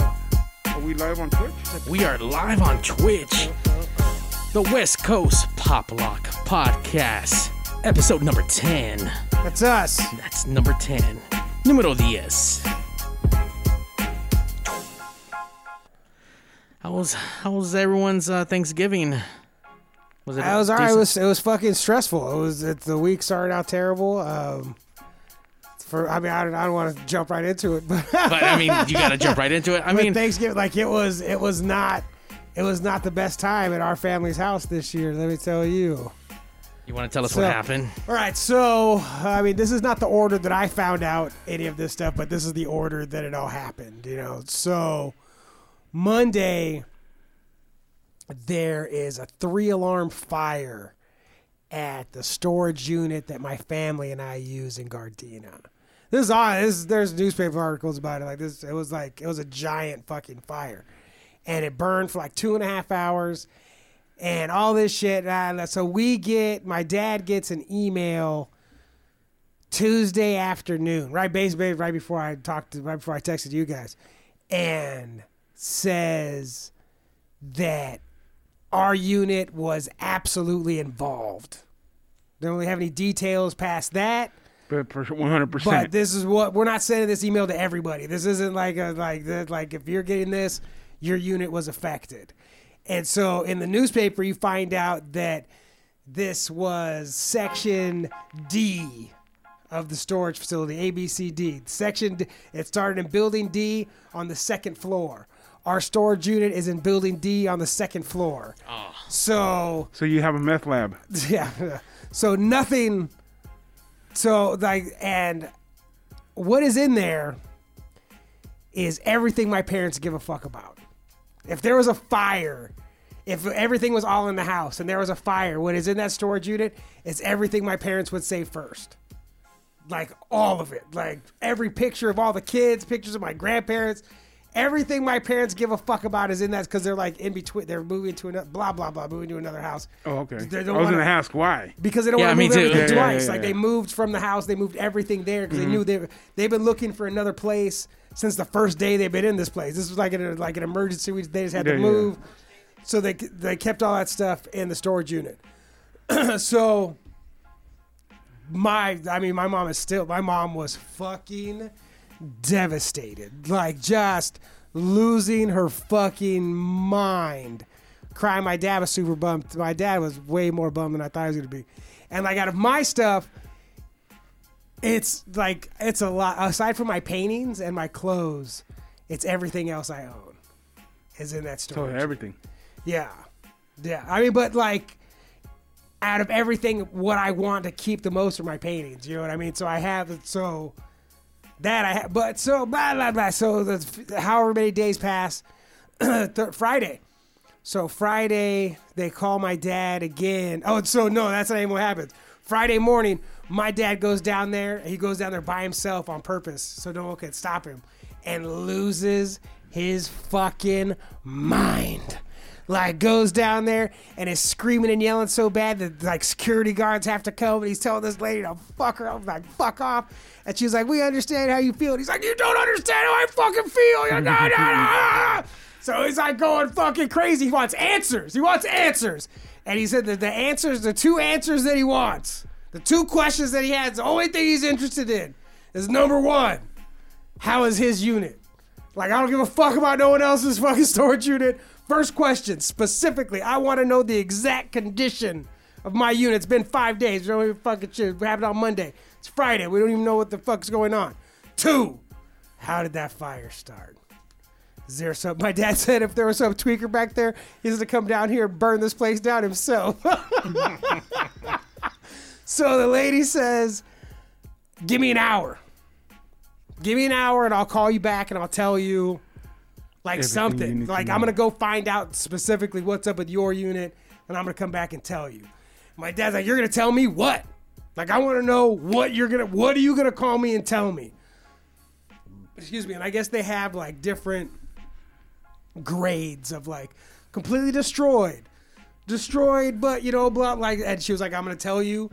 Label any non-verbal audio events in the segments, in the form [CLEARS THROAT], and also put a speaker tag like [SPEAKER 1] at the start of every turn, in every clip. [SPEAKER 1] Are we live on Twitch?
[SPEAKER 2] We are live on Twitch. The West Coast Pop Lock Podcast, episode number 10.
[SPEAKER 3] That's us.
[SPEAKER 2] That's number 10. Numero 10. How was how was everyone's uh, Thanksgiving? Was it
[SPEAKER 3] I was all right. It
[SPEAKER 2] decent?
[SPEAKER 3] [LAUGHS] was, it was fucking stressful. It was it, the week started out terrible. Um, for I mean I don't, I don't want to jump right into it, [LAUGHS] but,
[SPEAKER 2] But I mean, you got to jump right into it. I
[SPEAKER 3] but
[SPEAKER 2] mean,
[SPEAKER 3] Thanksgiving like it was it was not it was not the best time at our family's house this year. Let me tell you.
[SPEAKER 2] you want to tell us
[SPEAKER 3] So-
[SPEAKER 2] what happened?
[SPEAKER 3] All right, so I mean, this is not the order that I found out any of this stuff, but this is the order that it all happened, you know. So Monday, there is a three alarm fire at the storage unit that my family and I use in Gardena. This is all. This, there's newspaper articles about it. Like this, it was like it was a giant fucking fire, and it burned for like two and a half hours, and all this shit. And I- so we get my dad gets an email Tuesday afternoon, right? Basically, right before I talked, to, right before I texted you guys, and says that our unit was absolutely involved. Don't really have any details past that.
[SPEAKER 1] But for 100%. [LAUGHS]
[SPEAKER 3] But this is what we're not sending this email to everybody. This isn't like a, like that like if you're getting this, your unit was affected. And so in the newspaper you find out that this was section D of the storage facility, ABCD. Section D, it started in building D on the second floor. Our storage unit is in building D on the second floor. So [LAUGHS]
[SPEAKER 1] so you have a meth lab.
[SPEAKER 3] yeah. So nothing. So like, and what is in there is everything my parents give a fuck about. If there was a fire, if everything was all in the house and there was a fire, what is in that storage unit is everything my parents would say first. Like all of it, like every picture of all the kids, pictures of my grandparents, everything my parents give a fuck about is in that because they're like in between, they're moving to another, blah blah blah, moving to another house.
[SPEAKER 1] Oh, okay. I was
[SPEAKER 3] They
[SPEAKER 1] going
[SPEAKER 3] don't
[SPEAKER 1] to
[SPEAKER 3] wanna-
[SPEAKER 1] ask why.
[SPEAKER 3] because they don't
[SPEAKER 2] Yeah,
[SPEAKER 3] want to
[SPEAKER 2] me
[SPEAKER 3] move
[SPEAKER 2] too.
[SPEAKER 3] everything
[SPEAKER 1] Yeah, yeah,
[SPEAKER 3] twice.
[SPEAKER 1] yeah,
[SPEAKER 3] like
[SPEAKER 1] yeah. Mm-hmm.
[SPEAKER 3] they moved from the house, they moved everything there because they knew they were- they've been looking for another place since the first day they've been in this place. This was like an like an emergency. We they just had
[SPEAKER 1] Yeah,
[SPEAKER 3] to
[SPEAKER 1] yeah.
[SPEAKER 3] move, so they they kept all that stuff in the storage unit. [CLEARS THROAT] so my I mean my mom is still my mom was fucking devastated. Like just losing her fucking mind. Crying my dad was super bummed. My dad was way more bummed than I thought he was gonna be. And like out of my stuff, it's like it's a lot aside from my paintings and my clothes, it's everything else I own. Is in that
[SPEAKER 1] So
[SPEAKER 3] storage.
[SPEAKER 1] Oh, everything.
[SPEAKER 3] Yeah. Yeah. I mean, but like, out of everything, what I want to keep the most are my paintings. You know what I mean? So I have, so that I have, but so blah, blah, blah. So the, however many days pass, [CLEARS THROAT] th- Friday. So Friday, they call my dad again. Oh, so no, that's not even what happens. Friday morning, my dad goes down there. He goes down there by himself on purpose, so no one can stop him, and loses his fucking mind. Like goes down there and is screaming and yelling so bad that like security guards have to come and he's telling this lady to fuck her. I'm like, fuck off. And she's like, we understand how you feel. And he's like, you don't understand how I fucking feel. You're no, no, no. So he's like going fucking crazy. He wants answers. He wants answers. And he said that the answers, the two answers that he wants, the two questions that he has, the only thing he's interested in is number one, how is his unit? Like, I don't give a fuck about no one else's [LAUGHS] fucking storage unit. First question, specifically, I want to know the exact condition of my unit. It's been five days. We don't even fucking shit. It happened on Monday. It's Friday. We don't even know what the fuck's going on. Two, how did that fire start? Is there some? My dad said if there was some tweaker back there, he's gonna come down here and burn this place down himself. so the lady says, "Give me an hour. Give me an hour, and I'll call you back, and I'll tell you like
[SPEAKER 1] Everything you
[SPEAKER 3] something.
[SPEAKER 1] need to
[SPEAKER 3] Like
[SPEAKER 1] know.
[SPEAKER 3] I'm gonna go find out specifically what's up with your unit, and I'm gonna come back and tell you." My dad's like, "You're gonna tell me what? Like I want to know what you're gonna. What are you gonna call me and tell me?" excuse me, and I guess they have like different grades of like completely destroyed, destroyed, but you know, blah, like, and she was like, I'm gonna tell you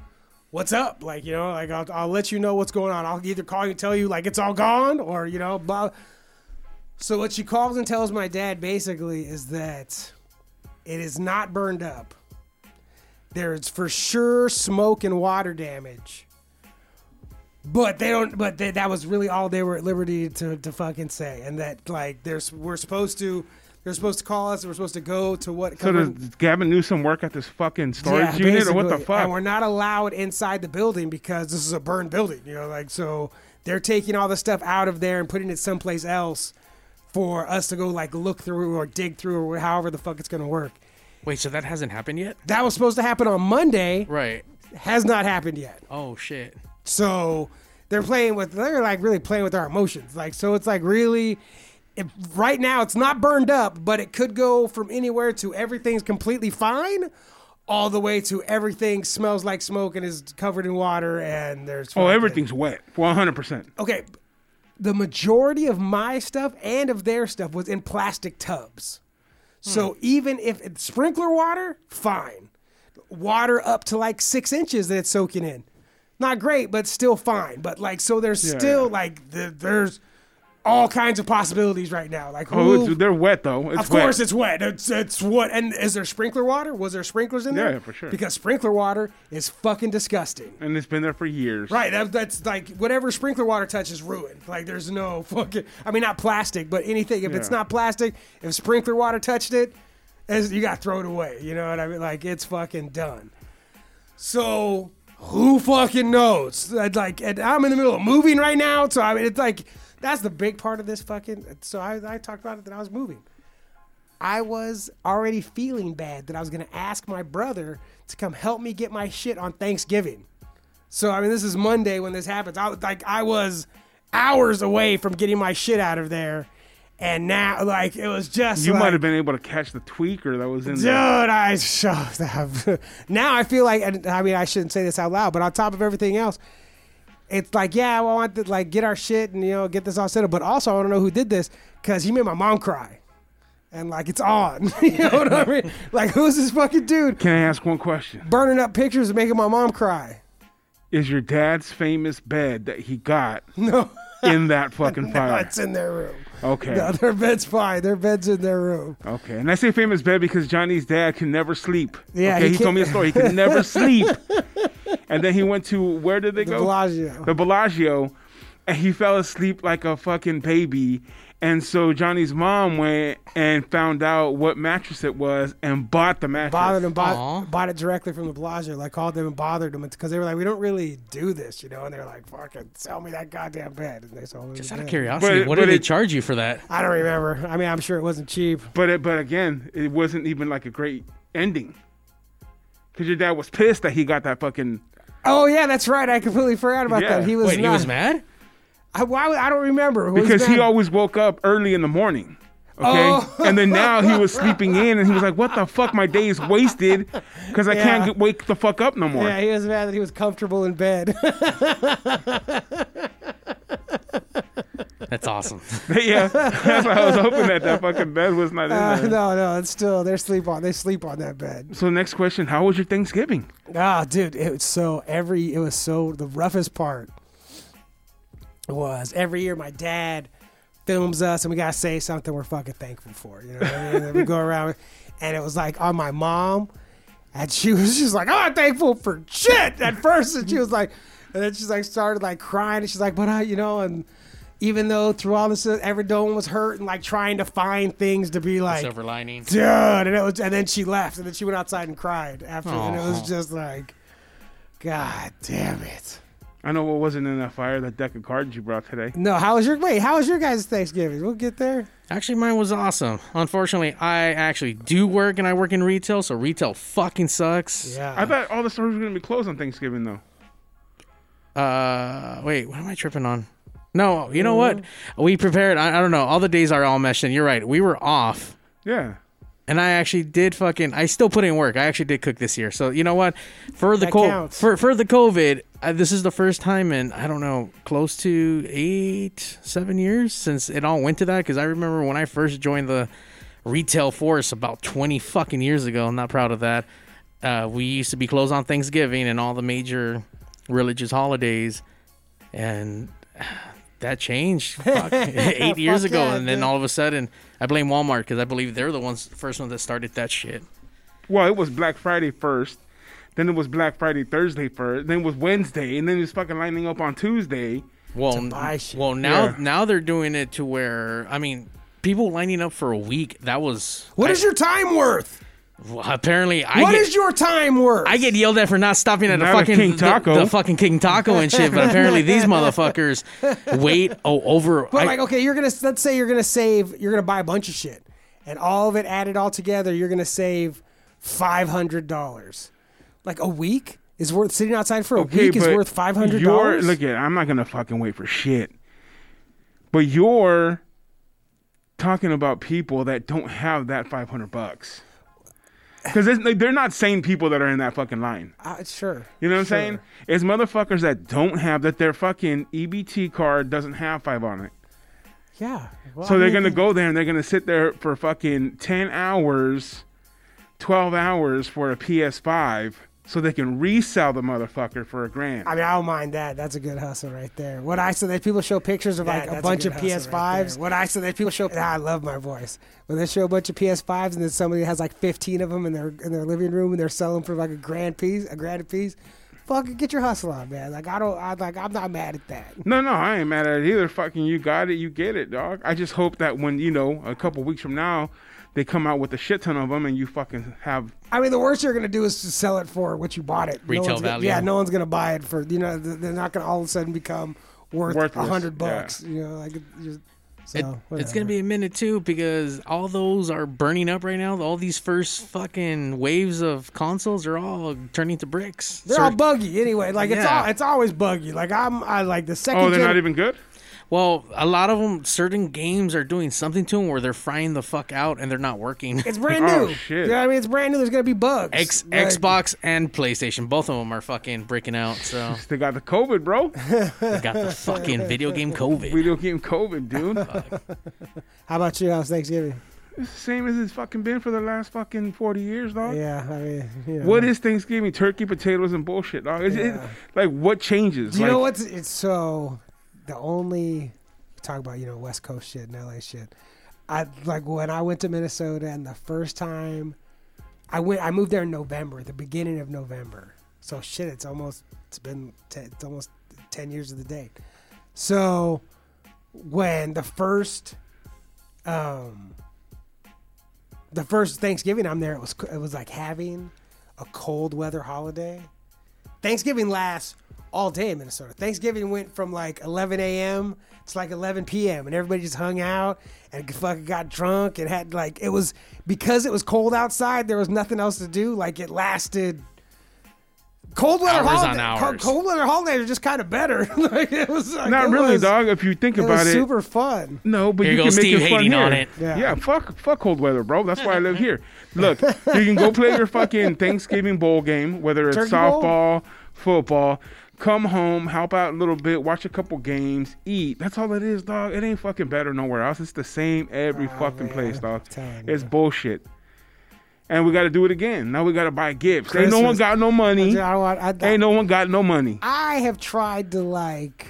[SPEAKER 3] what's up? Like, you know, like I'll, I'll let you know what's going on. I'll either call you, and tell you like it's all gone, or you know, blah. So what she calls and tells my dad basically is that it is not burned up. There is for sure smoke and water damage. But they don't. But they, that was really all they were at liberty to, to fucking say, and that like there's we're supposed to they're supposed to call us. We're supposed to go to what?
[SPEAKER 1] So does Gavin Newsom work at this fucking storage unit or what the
[SPEAKER 3] basically. And we're
[SPEAKER 1] fuck?
[SPEAKER 3] not allowed inside the building because this is a burned building. You know, like so they're taking all the stuff out of there and putting it someplace else for us to go like look through or dig through or however the fuck it's gonna work.
[SPEAKER 2] Wait, so that hasn't happened yet?
[SPEAKER 3] That was supposed to happen on Monday.
[SPEAKER 2] Right.
[SPEAKER 3] Has not happened yet.
[SPEAKER 2] Oh shit.
[SPEAKER 3] So they're playing with they're like really playing with our emotions. Like so it's like really if right now it's not burned up, but it could go from anywhere to everything's completely fine all the way to everything smells like smoke and is covered in water and there's
[SPEAKER 1] Oh,
[SPEAKER 3] fucking-
[SPEAKER 1] everything's wet. 100%.
[SPEAKER 3] Okay. The majority of my stuff and of their stuff was in plastic tubs.
[SPEAKER 1] Hmm.
[SPEAKER 3] So even if it's sprinkler water, fine. Water up to like six inches that it's soaking in. Not great, but still fine. But like, so there's
[SPEAKER 1] Yeah,
[SPEAKER 3] still
[SPEAKER 1] yeah.
[SPEAKER 3] like, the, there's all kinds of possibilities right now. Like, who,
[SPEAKER 1] Oh, it's, they're wet though. It's
[SPEAKER 3] of course, it's wet. It's, it's what? And is there sprinkler water? Was there sprinklers in there?
[SPEAKER 1] Yeah, for sure.
[SPEAKER 3] Because sprinkler water is fucking disgusting.
[SPEAKER 1] and it's been there for years.
[SPEAKER 3] Right. That, that's like whatever sprinkler water touches ruined. Like there's no fucking. I mean, not plastic, but anything. If it's
[SPEAKER 1] Yeah.
[SPEAKER 3] not plastic, if sprinkler water touched it, as you got to throw it away. You know what I mean? Like it's fucking done. So who fucking knows? I'd Like, and I'm in the middle of moving right now, so I mean, it's like that's the big part of this fucking. So I, I talked about it that I was moving. I was already feeling bad that I was gonna ask my brother to come help me get my shit on Thanksgiving. So I mean, this is Monday when this happens. I was like, I was hours away from getting my shit out of there, and now like it was just
[SPEAKER 1] You
[SPEAKER 3] like,
[SPEAKER 1] might have been able to catch the tweaker that was in
[SPEAKER 3] Dude,
[SPEAKER 1] there.
[SPEAKER 3] I showed [LAUGHS] now I feel like and I mean I shouldn't say this out loud, but on top of everything else, it's like yeah, well, I want to like get our shit and you know get this all set up, but also I want to know who did this because he made my mom cry, and like it's on. [LAUGHS] you know what I mean? Like who's this fucking dude
[SPEAKER 1] Can I ask one question?
[SPEAKER 3] burning up pictures and making my mom cry? [LAUGHS]
[SPEAKER 1] Is your dad's famous bed that he got
[SPEAKER 3] No,
[SPEAKER 1] in
[SPEAKER 3] [LAUGHS]
[SPEAKER 1] that fucking
[SPEAKER 3] no,
[SPEAKER 1] fire?
[SPEAKER 3] it's in their room.
[SPEAKER 1] Okay.
[SPEAKER 3] No, their bed's fine. Their bed's in their room.
[SPEAKER 1] Okay, and I say famous bed because Johnny's dad can never sleep.
[SPEAKER 3] Yeah,
[SPEAKER 1] okay,
[SPEAKER 3] he
[SPEAKER 1] he,
[SPEAKER 3] can't-
[SPEAKER 1] told me a story. He could
[SPEAKER 3] [LAUGHS]
[SPEAKER 1] never sleep, and then he went to where did they
[SPEAKER 3] The
[SPEAKER 1] go?
[SPEAKER 3] Bellagio.
[SPEAKER 1] The Bellagio, and he fell asleep like a fucking baby. And so Johnny's mom went and found out what mattress it was and bought the mattress.
[SPEAKER 3] bothered and
[SPEAKER 2] Aw.
[SPEAKER 3] bought, bought it directly from the Bellagio. Like called them and bothered them because they were like, we don't really do this, you know. And they're like, fucking sell me that goddamn bed. And they sold me
[SPEAKER 2] Just
[SPEAKER 3] the
[SPEAKER 2] out of
[SPEAKER 3] bed.
[SPEAKER 2] curiosity,
[SPEAKER 1] But-
[SPEAKER 2] what
[SPEAKER 1] but
[SPEAKER 2] did they
[SPEAKER 1] it-
[SPEAKER 2] charge you for that?
[SPEAKER 3] I don't remember. I mean, I'm sure it wasn't cheap.
[SPEAKER 1] But it, but again, it wasn't even like a great ending. Cause your dad was pissed that he got that fucking.
[SPEAKER 3] Oh yeah, that's right. I completely forgot about
[SPEAKER 1] Yeah.
[SPEAKER 3] that. He was
[SPEAKER 2] Wait,
[SPEAKER 3] not,
[SPEAKER 2] he was mad.
[SPEAKER 3] I, why would- I don't remember. Who was
[SPEAKER 1] because he
[SPEAKER 3] mad?
[SPEAKER 1] always woke up early in the morning. Okay,
[SPEAKER 3] Oh.
[SPEAKER 1] and then now he was sleeping in, and he was like, "What the fuck? My day is wasted because I can't
[SPEAKER 3] Yeah.
[SPEAKER 1] get, wake the fuck up no more."
[SPEAKER 3] yeah, he was mad that he was comfortable in bed. [LAUGHS]
[SPEAKER 2] That's
[SPEAKER 3] [LAUGHS]
[SPEAKER 2] awesome.
[SPEAKER 1] [LAUGHS] Yeah. that's why I was hoping that that fucking bed was not in
[SPEAKER 3] Uh,
[SPEAKER 1] there.
[SPEAKER 3] no, no, it's still they sleep on they sleep on that bed.
[SPEAKER 1] So next question: How was your Thanksgiving?
[SPEAKER 3] Ah, dude, it was so every it was so the roughest part was every year my dad films us and we gotta say something we're fucking thankful for. You know what I mean? And we go around with- and it was like on my mom and she was just like, oh, I'm not thankful for shit at first and she was like and then she's like started like crying and she's like, But I you know and even though through all this everyone was hurt and like trying to find things to be like
[SPEAKER 2] Silver lining.
[SPEAKER 3] dude. And, it was, and then she left, and then she went outside and cried after, and it was
[SPEAKER 2] Aw.
[SPEAKER 3] just like, God damn it.
[SPEAKER 1] I know what wasn't in that fire, that deck of cards you brought today.
[SPEAKER 3] No, how was your wait? How was your guys' Thanksgiving? We'll get there.
[SPEAKER 2] Actually, mine was awesome. Unfortunately, I actually do work and I work in retail, so retail fucking sucks.
[SPEAKER 3] Uh.
[SPEAKER 1] I thought all the stores were gonna be closed on Thanksgiving though.
[SPEAKER 2] Uh, wait, what am I tripping on? No, you know what? We prepared. I, I don't know. All the days are all meshed in. You're right. We were off.
[SPEAKER 1] Yeah,
[SPEAKER 2] And I actually did fucking. I still put in work. I actually did cook this year. So you know what? For the
[SPEAKER 3] That
[SPEAKER 2] co-
[SPEAKER 3] counts.
[SPEAKER 2] for for the COVID, I, this is the first time in I don't know, close to eight, seven years since it all went to that. Because I remember when I first joined the retail force about twenty fucking years ago. I'm not proud of that. Uh, we used to be closed on Thanksgiving, and all the major religious holidays, and [SIGHS] that
[SPEAKER 3] [LAUGHS]
[SPEAKER 2] changed fuck, [LAUGHS] eight years
[SPEAKER 3] Fuck
[SPEAKER 2] ago.
[SPEAKER 3] yeah,
[SPEAKER 2] and then
[SPEAKER 3] dude.
[SPEAKER 2] all of a sudden, I blame Walmart because I believe they're the ones first ones that started that shit.
[SPEAKER 1] Well, it was Black Friday first. Then it was Black Friday Thursday first. Then it was Wednesday, and then it was fucking lining up on Tuesday.
[SPEAKER 2] Well,
[SPEAKER 3] buy
[SPEAKER 2] n-
[SPEAKER 3] shit.
[SPEAKER 2] well now
[SPEAKER 1] Yeah.
[SPEAKER 2] now they're doing it to where I mean, people lining up for a week. That was
[SPEAKER 3] What is your time worth?
[SPEAKER 2] your apparently I
[SPEAKER 3] What is
[SPEAKER 2] get,
[SPEAKER 3] your time worth?
[SPEAKER 2] I get yelled at for not stopping at a
[SPEAKER 1] Not a
[SPEAKER 2] fucking
[SPEAKER 1] King
[SPEAKER 2] the-
[SPEAKER 1] Taco.
[SPEAKER 2] The, fucking King Taco and shit. But apparently
[SPEAKER 3] [LAUGHS]
[SPEAKER 2] these motherfuckers wait oh, over.
[SPEAKER 3] But
[SPEAKER 2] I-
[SPEAKER 3] like, okay, you're gonna let's say you're gonna save, you're gonna buy a bunch of shit, and all of it added all together, you're gonna save five hundred dollars. Like a week is worth sitting outside for a week is
[SPEAKER 1] but
[SPEAKER 3] worth five hundred
[SPEAKER 1] your-
[SPEAKER 3] dollars.
[SPEAKER 1] Look at, I'm not gonna fucking wait for shit. But you're talking about people that don't have that 500 bucks. Because they're not sane people that are in that fucking line.
[SPEAKER 3] Uh, sure.
[SPEAKER 1] You know what I'm saying? It's motherfuckers that don't have that their fucking EBT card doesn't have five on it.
[SPEAKER 3] Yeah. Well,
[SPEAKER 1] So
[SPEAKER 3] I
[SPEAKER 1] they're
[SPEAKER 3] mean,
[SPEAKER 1] gonna go there and they're gonna sit there for fucking ten hours, twelve hours for a PS5, so they can resell the motherfucker for a grand.
[SPEAKER 3] I mean, I don't mind that. That's a good hustle right there. What I said that people show pictures of like a
[SPEAKER 4] that's a
[SPEAKER 3] bunch
[SPEAKER 4] good
[SPEAKER 3] of
[SPEAKER 4] hustle right
[SPEAKER 3] PS5s. what I said that people show. ah, I love my voice. When they show a bunch of PS5s and then somebody has like 15 of them in their in their living room and they're selling for like a grand piece, a grand a piece. Fucking get your hustle on, man. Like I don't. I like. I'm not mad at that.
[SPEAKER 1] No, no, I ain't mad at it either. Fucking, you got it, you get it, dog. I just hope that when you know a couple weeks from now, they come out with a shit ton of them, and you fucking have.
[SPEAKER 3] I mean, the worst you're gonna do is to sell it for what you bought it. No
[SPEAKER 2] Retail
[SPEAKER 3] one's gonna-
[SPEAKER 2] value.
[SPEAKER 3] yeah, no one's gonna buy it for. You know, th- they're not gonna all of a sudden become worth a
[SPEAKER 1] Worthless,
[SPEAKER 3] hundred
[SPEAKER 1] yeah.
[SPEAKER 3] bucks. You know, like. it- you- So,
[SPEAKER 2] It- it's
[SPEAKER 3] whatever.
[SPEAKER 2] gonna be a minute too because all those are burning up right now. All these first fucking waves of consoles are all turning to bricks.
[SPEAKER 3] They're
[SPEAKER 2] Sort-
[SPEAKER 3] all buggy anyway. Like it's
[SPEAKER 2] Yeah.
[SPEAKER 3] all it's always buggy. Like I'm I like the second.
[SPEAKER 1] Oh, they're
[SPEAKER 3] gen-
[SPEAKER 1] not even good.
[SPEAKER 2] well, a lot of them, certain games are doing something to them where they're frying the fuck out and they're not working.
[SPEAKER 3] It's brand
[SPEAKER 1] Oh,
[SPEAKER 3] new. You
[SPEAKER 1] shit.
[SPEAKER 3] know what I mean? It's brand new. There's gonna be bugs.
[SPEAKER 2] [LAUGHS] X,
[SPEAKER 3] Like,
[SPEAKER 2] Xbox and PlayStation, both of them are fucking breaking out. So
[SPEAKER 1] They got the COVID, bro. [LAUGHS]
[SPEAKER 2] they got
[SPEAKER 3] [LAUGHS]
[SPEAKER 2] the fucking video game
[SPEAKER 1] We
[SPEAKER 2] COVID.
[SPEAKER 1] don't give 'em COVID, dude.
[SPEAKER 3] How about you? How's Thanksgiving?
[SPEAKER 1] It's the same as it's fucking been for the last fucking forty years, dog.
[SPEAKER 3] Yeah, I mean, you know.
[SPEAKER 1] What is Thanksgiving? Turkey, potatoes, and bullshit, dog. Is it,
[SPEAKER 3] Yeah.
[SPEAKER 1] like what changes?
[SPEAKER 3] Do you know
[SPEAKER 1] Like,
[SPEAKER 3] what's it's so the only talk about you know West Coast shit and LA shit. I like when I went to Minnesota and the first time I went, I moved there in November, the beginning of November. So shit, it's almost it's been te- it's almost ten years of the date. So when the first um the first Thanksgiving I'm there, it was it was like having a cold weather holiday. Thanksgiving lasts all day in Minnesota. Thanksgiving went from like 11 a.m. to like 11 p.m. and everybody just hung out and fucking got drunk and had like it was because it was cold outside. There was nothing else to do. Like it lasted. Cold weather
[SPEAKER 2] Hours on
[SPEAKER 3] holidays.
[SPEAKER 2] hours.
[SPEAKER 3] Cold weather holidays are just kind of better. [LAUGHS] like it was like,
[SPEAKER 1] not
[SPEAKER 3] it
[SPEAKER 1] really,
[SPEAKER 3] was-
[SPEAKER 1] dog. If you think
[SPEAKER 3] It
[SPEAKER 1] about
[SPEAKER 3] was
[SPEAKER 1] it,
[SPEAKER 3] super fun.
[SPEAKER 1] No, but
[SPEAKER 2] Here
[SPEAKER 1] you
[SPEAKER 2] goes
[SPEAKER 1] can make
[SPEAKER 2] Steve
[SPEAKER 1] it fun
[SPEAKER 2] hating
[SPEAKER 1] here.
[SPEAKER 2] on it.
[SPEAKER 1] Yeah.
[SPEAKER 3] Yeah.
[SPEAKER 1] fuck, fuck cold weather, bro. That's why I live
[SPEAKER 3] [LAUGHS]
[SPEAKER 1] here. Look, you can go play your fucking Thanksgiving bowl game, whether it's
[SPEAKER 3] Turkey bowl?
[SPEAKER 1] softball, football. Come home, help out a little bit, watch a couple games, eat. That's all it is, dog. It ain't fucking better nowhere else. It's the same every fucking
[SPEAKER 3] man,
[SPEAKER 1] place,
[SPEAKER 3] I'm
[SPEAKER 1] dog.
[SPEAKER 3] telling
[SPEAKER 1] It's
[SPEAKER 3] you.
[SPEAKER 1] bullshit. And we got to do it again. Now we got to buy gifts. Ain't no one
[SPEAKER 3] Christmas.
[SPEAKER 1] got no money.
[SPEAKER 3] Dude, I, want- I, I,
[SPEAKER 1] Ain't no one got no money.
[SPEAKER 3] I have tried to like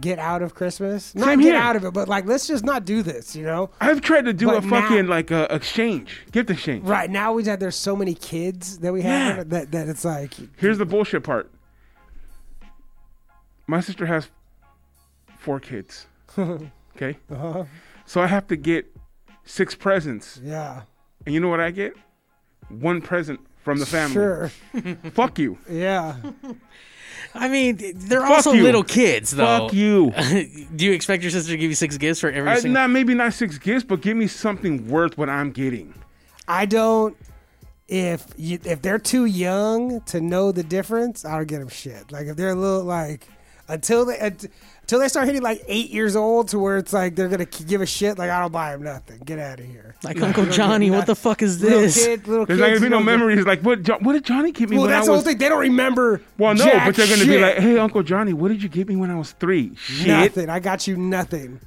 [SPEAKER 3] get out of Christmas. Not
[SPEAKER 1] Same
[SPEAKER 3] get
[SPEAKER 1] here.
[SPEAKER 3] out of it, but like let's just not do this, you know?
[SPEAKER 1] I've tried to do
[SPEAKER 3] But
[SPEAKER 1] a fucking
[SPEAKER 3] now-
[SPEAKER 1] like a exchange, gift exchange.
[SPEAKER 3] Right now we had there's so many kids that we have
[SPEAKER 1] Yeah.
[SPEAKER 3] that, that it's like
[SPEAKER 1] Here's the bullshit part. My sister has
[SPEAKER 3] [LAUGHS]
[SPEAKER 1] four kids. Okay?
[SPEAKER 3] uh-huh,
[SPEAKER 1] So I have to get six presents.
[SPEAKER 3] yeah.
[SPEAKER 1] And you know what I get? One present from the family.
[SPEAKER 3] Sure.
[SPEAKER 1] Fuck you. [LAUGHS]
[SPEAKER 3] Yeah.
[SPEAKER 2] I mean, they're
[SPEAKER 1] Fuck
[SPEAKER 2] also
[SPEAKER 1] you.
[SPEAKER 2] little kids, though.
[SPEAKER 1] Fuck you.
[SPEAKER 2] [LAUGHS] Do you expect your sister to give you six gifts for every
[SPEAKER 1] I,
[SPEAKER 2] single?
[SPEAKER 1] not maybe not six gifts, but give me something worth what I'm getting.
[SPEAKER 3] I don't if you, if they're too young to know the difference, I don't get them shit. Like if they're a little like until they unt- until they start hitting like eight years old to where it's like they're gonna k- give a shit. Like I don't buy them nothing. Get out of here.
[SPEAKER 2] Like
[SPEAKER 3] [LAUGHS]
[SPEAKER 2] Uncle Johnny, what the fuck is
[SPEAKER 3] Little
[SPEAKER 2] this?
[SPEAKER 3] kid, little
[SPEAKER 1] There's not
[SPEAKER 3] kids,
[SPEAKER 1] gonna be
[SPEAKER 3] you
[SPEAKER 1] no
[SPEAKER 3] don't get-
[SPEAKER 1] memories. Like what? Jo- what did Johnny get me
[SPEAKER 3] Well,
[SPEAKER 1] when
[SPEAKER 3] that's
[SPEAKER 1] I
[SPEAKER 3] the
[SPEAKER 1] was?
[SPEAKER 3] whole thing. They don't remember.
[SPEAKER 1] Well, no,
[SPEAKER 3] jack
[SPEAKER 1] but they're gonna be
[SPEAKER 3] shit.
[SPEAKER 1] like, "Hey, Uncle Johnny, what did you get me when I was three? Shit.
[SPEAKER 3] nothing. I got you nothing.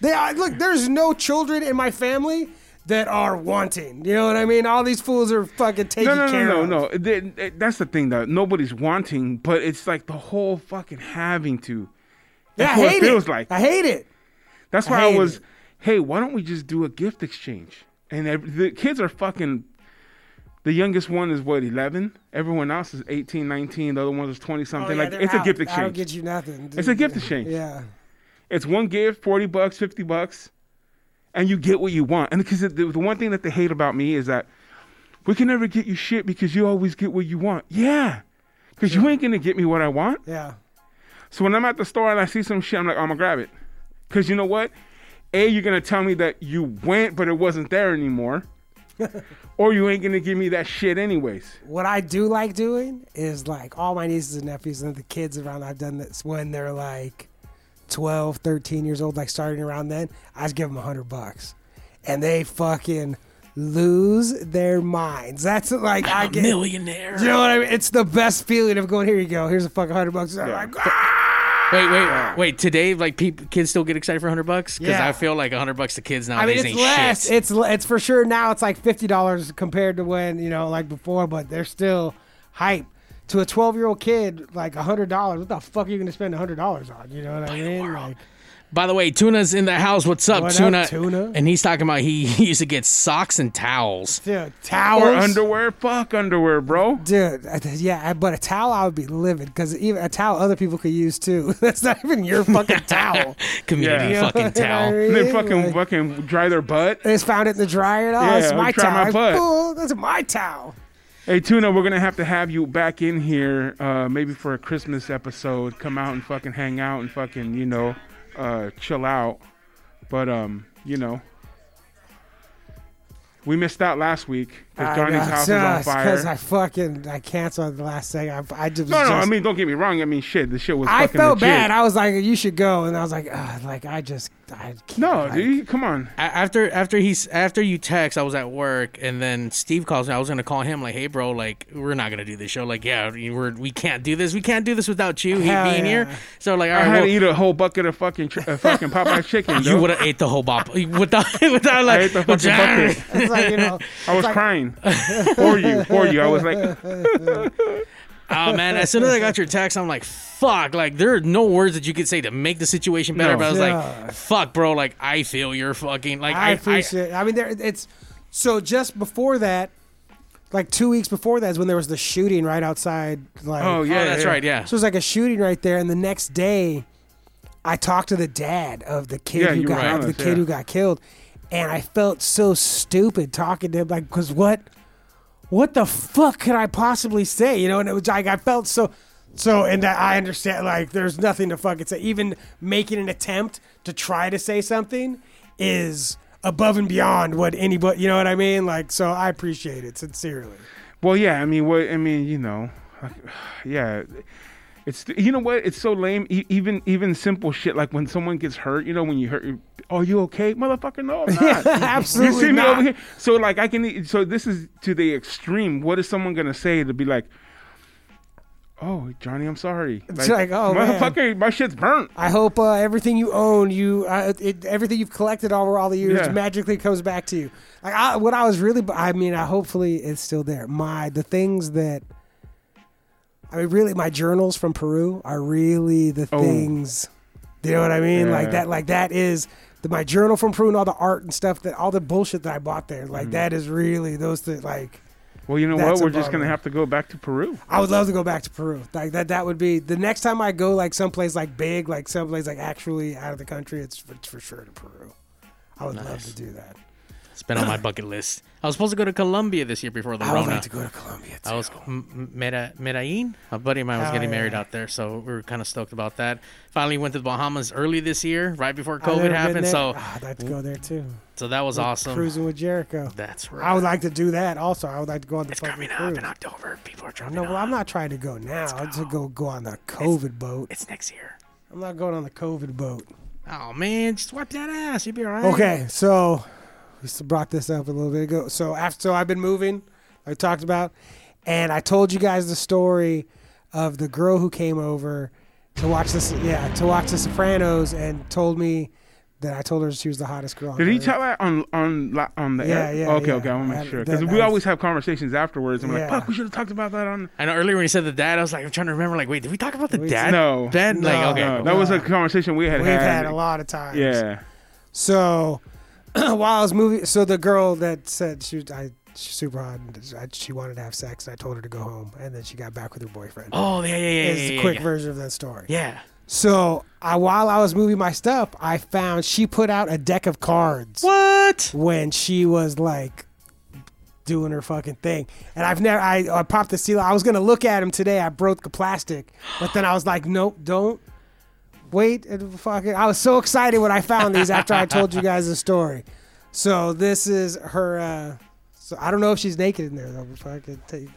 [SPEAKER 3] They I, look. There's no children in my family that are wanting. You know what I mean? All these fools are fucking taking
[SPEAKER 1] No, no,
[SPEAKER 3] care
[SPEAKER 1] no, no,
[SPEAKER 3] of.
[SPEAKER 1] no. Th- th- That's the thing though. Nobody's wanting, but it's like the whole fucking having to.
[SPEAKER 3] Yeah, I
[SPEAKER 1] what it
[SPEAKER 3] hate
[SPEAKER 1] feels
[SPEAKER 3] it.
[SPEAKER 1] like.
[SPEAKER 3] I hate it.
[SPEAKER 1] That's why I,
[SPEAKER 3] hate
[SPEAKER 1] was,
[SPEAKER 3] it.
[SPEAKER 1] hey, why don't we just do a gift exchange? And ev- the kids are fucking. The youngest one is what 11. Everyone else is 18, 19. The other ones is 20
[SPEAKER 3] Oh,
[SPEAKER 1] something.
[SPEAKER 3] yeah,
[SPEAKER 1] like
[SPEAKER 3] they're
[SPEAKER 1] it's
[SPEAKER 3] out.
[SPEAKER 1] a gift
[SPEAKER 3] I don't
[SPEAKER 1] exchange.
[SPEAKER 3] get you nothing.
[SPEAKER 1] It's a gift exchange.
[SPEAKER 3] Yeah.
[SPEAKER 1] It's one gift, 40 bucks, 50 bucks, and you get what you want. And because the, the one thing that they hate about me is that we can never get you shit because you always get what you want. Yeah. Because you ain't going to get me what I want.
[SPEAKER 3] Yeah.
[SPEAKER 1] So when I'm at the store and I see some shit, I'm like, I'm going to grab it. Because you know what? A, you're going to tell me that you went, but it wasn't there anymore. or you ain't going to give me that shit anyways.
[SPEAKER 3] what I do like doing is like all my nieces and nephews and the kids around I've done this when they're like 12, 13 years old, like starting around then, I just give them a hundred bucks and they fucking lose their minds. That's like, I get, you
[SPEAKER 2] Millionaire.
[SPEAKER 3] know what I mean? It's the best feeling of going, here you go. Here's a fucking hundred bucks. I'm
[SPEAKER 1] Yeah.
[SPEAKER 3] like, "Ah!"
[SPEAKER 2] Wait, wait, wait. Today, like, peop kids still get excited for hundred bucks because
[SPEAKER 3] Yeah.
[SPEAKER 2] I feel like hundred bucks to kids
[SPEAKER 3] I mean,
[SPEAKER 2] nowadays
[SPEAKER 3] it's
[SPEAKER 2] ain't
[SPEAKER 3] less.
[SPEAKER 2] shit.
[SPEAKER 3] It's it's for sure now. It's like fifty dollars compared to when you know like before, but they're still hype. To a twelve-year-old kid, like hundred dollars. What the fuck are you gonna spend hundred dollars on? You know what I mean? Like,
[SPEAKER 2] By the way, Tuna's in the house. What's up,
[SPEAKER 3] What up,
[SPEAKER 2] Tuna?
[SPEAKER 3] Tuna?
[SPEAKER 2] And he's talking about he, [LAUGHS] he used to get socks and
[SPEAKER 3] [LAUGHS]
[SPEAKER 2] towels.
[SPEAKER 3] dude,
[SPEAKER 1] Or
[SPEAKER 3] towels.
[SPEAKER 1] underwear? Fuck underwear, bro.
[SPEAKER 3] Dude, I- yeah, I- but a towel I would be livid because even a towel other people could use too. [LAUGHS] That's not even your fucking towel.
[SPEAKER 2] [LAUGHS] Community
[SPEAKER 1] Yeah.
[SPEAKER 3] [LAUGHS]
[SPEAKER 2] fucking towel.
[SPEAKER 1] And
[SPEAKER 3] They
[SPEAKER 1] they fucking fucking dry their butt.
[SPEAKER 3] they just found it in the dryer. Oh,
[SPEAKER 1] Yeah,
[SPEAKER 3] it's
[SPEAKER 1] I'll
[SPEAKER 3] my
[SPEAKER 1] try my
[SPEAKER 3] towel.
[SPEAKER 1] butt.
[SPEAKER 3] Fool, that's my towel.
[SPEAKER 1] Hey Tuna, we're gonna have to have you back in here, uh, maybe for a Christmas episode. Come out and fucking hang out and fucking, you know, uh, chill out. But um, you know, we missed out last week because Johnny's house was on
[SPEAKER 3] Because
[SPEAKER 1] fire.
[SPEAKER 3] I fucking I canceled the last thing. I, I just
[SPEAKER 1] no, no,
[SPEAKER 3] just,
[SPEAKER 1] I mean, don't get me wrong. I mean, shit, the shit was.
[SPEAKER 3] I
[SPEAKER 1] fucking
[SPEAKER 3] felt
[SPEAKER 1] legit.
[SPEAKER 3] bad. I was like, "You should go," and I was like, Ugh, "Like I just, I can't.
[SPEAKER 1] no,
[SPEAKER 3] like,
[SPEAKER 1] dude, come on.
[SPEAKER 2] A- after after he's after you text, I was at work, and then Steve calls me. I was gonna call him like, "Hey, bro, like we're not gonna do this show. Like, yeah, we're we can't do this. We can't do this without you he
[SPEAKER 3] Hell
[SPEAKER 2] being
[SPEAKER 3] yeah.
[SPEAKER 2] here." So like, all
[SPEAKER 1] I
[SPEAKER 2] right,
[SPEAKER 1] had
[SPEAKER 2] well,
[SPEAKER 1] to eat a whole bucket of fucking ch-
[SPEAKER 3] [LAUGHS]
[SPEAKER 1] uh, fucking Popeye chicken.
[SPEAKER 2] you
[SPEAKER 1] dude.
[SPEAKER 2] would have ate the whole bop [LAUGHS] without without like.
[SPEAKER 1] I ate the fucking bucket.
[SPEAKER 3] It's like you
[SPEAKER 1] [LAUGHS]
[SPEAKER 3] know,
[SPEAKER 1] I was crying for you, for you. I
[SPEAKER 3] [LAUGHS]
[SPEAKER 1] was like,
[SPEAKER 2] [LAUGHS] Oh man! As soon as I got your text, I'm like, "Fuck!" Like there are no words that you could say to make the situation better.
[SPEAKER 1] No.
[SPEAKER 2] But I was
[SPEAKER 3] Yeah.
[SPEAKER 2] like, "Fuck, bro!" Like I feel you're fucking like
[SPEAKER 3] I appreciate. I, mean, there it's so just before that, like two weeks before that is when there was the shooting right outside. Like,
[SPEAKER 1] oh
[SPEAKER 2] Oh,
[SPEAKER 1] yeah,
[SPEAKER 2] that's
[SPEAKER 1] yeah.
[SPEAKER 2] right. Yeah.
[SPEAKER 3] so it was like a shooting right there, and the next day, I talked to the dad of the kid
[SPEAKER 1] Yeah,
[SPEAKER 3] who
[SPEAKER 1] you
[SPEAKER 3] got
[SPEAKER 1] were on
[SPEAKER 3] of the
[SPEAKER 1] this,
[SPEAKER 3] kid
[SPEAKER 1] yeah.
[SPEAKER 3] who got killed, and I felt so stupid talking to him, like, because what, what the fuck could I possibly say, you know? And it was like I felt so, so, and I I understand, like, there's nothing to fucking say. Even making an attempt to try to say something is above and beyond what anybody, you know what I mean? Like, so I appreciate it sincerely.
[SPEAKER 1] Well, yeah. I mean, what? I mean, you know, like, [SIGHS] yeah. It's you know what? It's so lame. E- even even simple shit like when someone gets hurt. You know, when you hurt, you- are you okay, motherfucker? No,
[SPEAKER 3] [LAUGHS]
[SPEAKER 1] I'm not. you
[SPEAKER 3] Absolutely
[SPEAKER 1] see me
[SPEAKER 3] not.
[SPEAKER 1] over here. So like, I can. e, So this is to the extreme. What is someone gonna say to be like? Oh, Johnny, I'm sorry.
[SPEAKER 3] It's like, oh, man.
[SPEAKER 1] motherfucker, my shit's burnt.
[SPEAKER 3] I hope uh, everything you own, you uh, it, everything you've collected over all the years,
[SPEAKER 1] Yeah.
[SPEAKER 3] magically comes back to you. Like I, what I was really, I mean, I hopefully it's still there. My the things that, I mean, really, my journals from Peru are really the
[SPEAKER 1] Oh.
[SPEAKER 3] things. You know what I mean? Like
[SPEAKER 1] Yeah.
[SPEAKER 3] that, like that is the, my journal from Peru and all the art and stuff that all the bullshit that I bought there.
[SPEAKER 1] Mm-hmm.
[SPEAKER 3] Like that is really those that like.
[SPEAKER 1] Well, you know
[SPEAKER 3] That's
[SPEAKER 1] what?
[SPEAKER 3] a
[SPEAKER 1] We're just gonna
[SPEAKER 3] bummer.
[SPEAKER 1] have to go back to Peru.
[SPEAKER 3] I would love to go back to Peru. Like that, that would be the next time I go, like someplace like big, like someplace like actually out of the country. It's for, it's for sure to Peru. I would love to do that.
[SPEAKER 2] It's been on my bucket list. I was supposed to go to Colombia this year before the
[SPEAKER 3] I would
[SPEAKER 2] Rona.
[SPEAKER 3] like to go to Colombia. Too.
[SPEAKER 2] I was M- M- Meda- Medellin. A buddy of mine was
[SPEAKER 3] Oh,
[SPEAKER 2] getting
[SPEAKER 3] yeah.
[SPEAKER 2] married out there, so we were kind of stoked about that. Finally, went to the Bahamas early this year, right before
[SPEAKER 3] I've never
[SPEAKER 2] COVID
[SPEAKER 3] been
[SPEAKER 2] happened.
[SPEAKER 3] there.
[SPEAKER 2] So,
[SPEAKER 3] Ah, I'd like to go there too.
[SPEAKER 2] so that was awesome.
[SPEAKER 3] Cruising with Jericho.
[SPEAKER 2] That's right.
[SPEAKER 3] I would like to do that also. I would like to go on the
[SPEAKER 2] it's
[SPEAKER 3] fucking
[SPEAKER 2] coming up
[SPEAKER 3] cruise.
[SPEAKER 2] in October. People are dropping
[SPEAKER 3] No, well,
[SPEAKER 2] off.
[SPEAKER 3] I'm not trying to go now. I'll just go go on the COVID boat.
[SPEAKER 2] It's next year.
[SPEAKER 3] I'm not going on the COVID boat.
[SPEAKER 2] Oh man, just wipe that ass. You'll be all right.
[SPEAKER 3] Okay, so we s- brought this up a little bit ago. So after, so I've been moving. I talked about, and I told you guys the story of the girl who came over to watch this. Yeah, to watch The Sopranos, and told me that I told her she was the hottest girl. on
[SPEAKER 1] Did he
[SPEAKER 3] earth.
[SPEAKER 1] tell that on on li- on the
[SPEAKER 3] Yeah,
[SPEAKER 1] air?
[SPEAKER 3] yeah,
[SPEAKER 1] Okay,
[SPEAKER 3] yeah.
[SPEAKER 1] okay, I want to
[SPEAKER 3] I-
[SPEAKER 1] make sure
[SPEAKER 3] that-
[SPEAKER 1] because
[SPEAKER 3] I
[SPEAKER 1] we
[SPEAKER 3] was-
[SPEAKER 1] always have conversations afterwards. I'm like,
[SPEAKER 3] Yeah.
[SPEAKER 1] fuck, we should have talked about that on.
[SPEAKER 2] I know earlier when you said the dad, I was like, I'm trying to remember. Like, wait, did we talk about the
[SPEAKER 3] We-
[SPEAKER 2] dad?
[SPEAKER 1] No.
[SPEAKER 2] dad. Like,
[SPEAKER 3] No.
[SPEAKER 2] okay,
[SPEAKER 1] No,
[SPEAKER 2] cool.
[SPEAKER 1] that was a conversation we had
[SPEAKER 3] We've had a lot of times.
[SPEAKER 1] Yeah,
[SPEAKER 3] So [CLEARS THROAT] while I was moving, so the girl that said she was I, she's super hot and I, she wanted to have sex, and I told her to go home, and then she got back with her boyfriend.
[SPEAKER 2] Oh yeah, yeah, yeah, yeah.
[SPEAKER 3] is
[SPEAKER 2] yeah,
[SPEAKER 3] the
[SPEAKER 2] yeah,
[SPEAKER 3] quick
[SPEAKER 2] yeah.
[SPEAKER 3] version of that story.
[SPEAKER 2] Yeah.
[SPEAKER 3] So I, while I was moving my stuff, I found she put out a deck of cards
[SPEAKER 2] What?
[SPEAKER 3] when she was like doing her fucking thing. And I've never, I, I popped the seal. I was gonna look at him today. I broke the plastic, but then I was like, nope, don't. Wait, and fucking. I was so excited when I found these after I
[SPEAKER 1] [LAUGHS]
[SPEAKER 3] told you guys the story. So this is her. uh So I don't know if she's naked in there though. If I could take,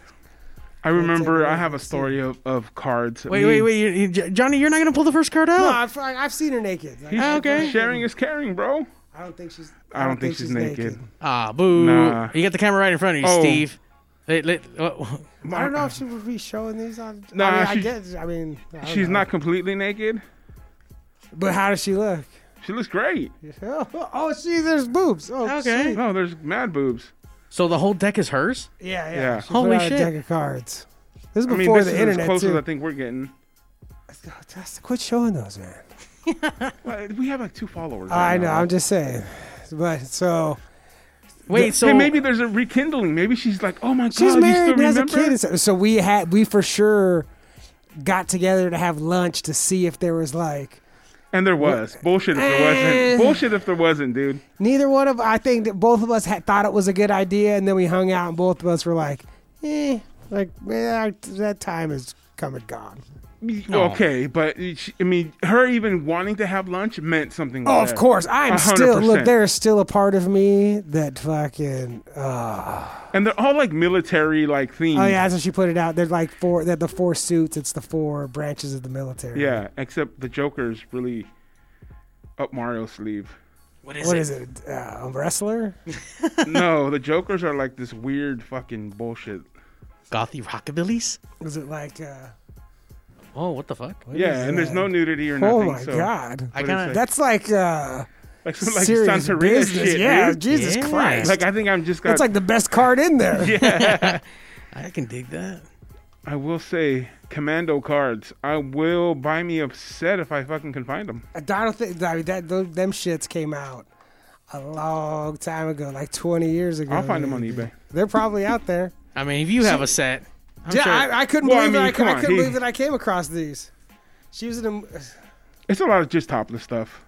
[SPEAKER 1] I
[SPEAKER 3] take
[SPEAKER 1] remember.
[SPEAKER 3] a
[SPEAKER 1] I
[SPEAKER 3] look
[SPEAKER 1] have a
[SPEAKER 3] and see.
[SPEAKER 1] story of, of cards.
[SPEAKER 2] Wait,
[SPEAKER 1] Me-
[SPEAKER 2] wait, wait. You, you, Jo- Johnny, you're not gonna pull the first card out.
[SPEAKER 3] no, I've, I've seen her naked. Like,
[SPEAKER 1] You
[SPEAKER 3] I
[SPEAKER 1] sh-
[SPEAKER 3] don't
[SPEAKER 2] okay.
[SPEAKER 1] Sharing is caring, bro.
[SPEAKER 3] I don't think she's.
[SPEAKER 1] I don't think she's naked.
[SPEAKER 2] Ah, boo.
[SPEAKER 1] Nah.
[SPEAKER 2] You got the camera right in front of you,
[SPEAKER 1] Oh.
[SPEAKER 2] Steve. Let- let- what-
[SPEAKER 3] I don't know if she would be showing these on.
[SPEAKER 1] Nah,
[SPEAKER 3] I mean, I
[SPEAKER 1] she-
[SPEAKER 3] guess- I mean, I don't
[SPEAKER 1] She's
[SPEAKER 3] know.
[SPEAKER 1] not completely naked.
[SPEAKER 3] But how does she look? [LAUGHS]
[SPEAKER 1] She looks great.
[SPEAKER 3] Oh, oh, see, there's boobs. Oh,
[SPEAKER 2] Okay.
[SPEAKER 3] shit.
[SPEAKER 1] No, there's mad boobs.
[SPEAKER 2] so the whole deck is hers?
[SPEAKER 3] Yeah, yeah.
[SPEAKER 1] Yeah.
[SPEAKER 3] She
[SPEAKER 2] Holy
[SPEAKER 3] put out
[SPEAKER 2] shit.
[SPEAKER 3] A deck of cards. This is
[SPEAKER 1] I mean,
[SPEAKER 3] before
[SPEAKER 1] this
[SPEAKER 3] the
[SPEAKER 1] is
[SPEAKER 3] internet
[SPEAKER 1] as close
[SPEAKER 3] too.
[SPEAKER 1] as I think we're getting.
[SPEAKER 3] Just quit showing those, man.
[SPEAKER 1] Well, We have like two followers. right
[SPEAKER 3] I know.
[SPEAKER 1] now.
[SPEAKER 3] I'm just saying. But so
[SPEAKER 2] Wait, so
[SPEAKER 1] hey, maybe there's a rekindling. Maybe she's like, oh my god,
[SPEAKER 3] she's
[SPEAKER 1] you still
[SPEAKER 3] married and has a
[SPEAKER 1] remember?
[SPEAKER 3] kid. and stuff. So we had we for sure got together to have lunch to see if there was like
[SPEAKER 1] And there was bullshit if there
[SPEAKER 3] Eh.
[SPEAKER 1] wasn't. Bullshit if there wasn't, dude.
[SPEAKER 3] neither one of I think that both of us had thought it was a good idea, and then we hung out, and both of us were like, eh, like man, that time is come and gone.
[SPEAKER 2] No.
[SPEAKER 1] Okay, but she, I mean, her even wanting to have lunch meant something.
[SPEAKER 3] Oh,
[SPEAKER 1] like
[SPEAKER 3] of
[SPEAKER 1] that.
[SPEAKER 3] course. I'm
[SPEAKER 1] A hundred
[SPEAKER 3] still look.
[SPEAKER 1] percent.
[SPEAKER 3] There's still a part of me that fucking. Uh,
[SPEAKER 1] And they're all like military like themes.
[SPEAKER 3] oh yeah, that's what she put it out. There's like four. They're the four suits. It's the four branches of the military.
[SPEAKER 1] Yeah, except the Joker's really up Mario's sleeve.
[SPEAKER 3] [LAUGHS]
[SPEAKER 2] what is
[SPEAKER 3] What
[SPEAKER 2] it?
[SPEAKER 3] is it? Uh, a wrestler?
[SPEAKER 1] no, the Jokers are like this weird fucking bullshit.
[SPEAKER 2] Gothy rockabillys?
[SPEAKER 3] Is it like? Uh,
[SPEAKER 2] Oh, what the fuck?
[SPEAKER 3] what
[SPEAKER 1] yeah,
[SPEAKER 3] is
[SPEAKER 1] and there's
[SPEAKER 3] that?
[SPEAKER 1] no nudity or
[SPEAKER 3] Oh
[SPEAKER 1] nothing.
[SPEAKER 3] my
[SPEAKER 1] so-
[SPEAKER 3] god.
[SPEAKER 2] I
[SPEAKER 1] What is
[SPEAKER 2] kinda-
[SPEAKER 1] it?
[SPEAKER 3] That's like uh,
[SPEAKER 1] like some [LAUGHS] like
[SPEAKER 3] serious
[SPEAKER 1] Santeria
[SPEAKER 3] business.
[SPEAKER 1] shit.
[SPEAKER 3] yeah,
[SPEAKER 1] dude.
[SPEAKER 3] Jesus
[SPEAKER 2] Yeah.
[SPEAKER 3] Christ.
[SPEAKER 1] Like I think I'm just got.
[SPEAKER 3] that's like the best card in there.
[SPEAKER 1] [LAUGHS]
[SPEAKER 2] I can dig that.
[SPEAKER 1] I will say commando cards. I will buy me a set if I fucking can find them.
[SPEAKER 3] I don't think I mean, that those, them shits came out a long time ago, like 20 years ago.
[SPEAKER 1] I'll find them on
[SPEAKER 3] maybe.
[SPEAKER 1] eBay.
[SPEAKER 3] They're probably out
[SPEAKER 1] [LAUGHS]
[SPEAKER 3] there.
[SPEAKER 2] I mean, if you have a set, I'm
[SPEAKER 3] yeah,
[SPEAKER 2] sure.
[SPEAKER 3] I, I couldn't
[SPEAKER 1] Well, I
[SPEAKER 3] believe
[SPEAKER 1] mean,
[SPEAKER 3] that. I,
[SPEAKER 1] come
[SPEAKER 3] I
[SPEAKER 1] on,
[SPEAKER 3] couldn't
[SPEAKER 1] he-
[SPEAKER 3] believe that I came across these. She was in a.
[SPEAKER 1] It's a lot of just topless stuff.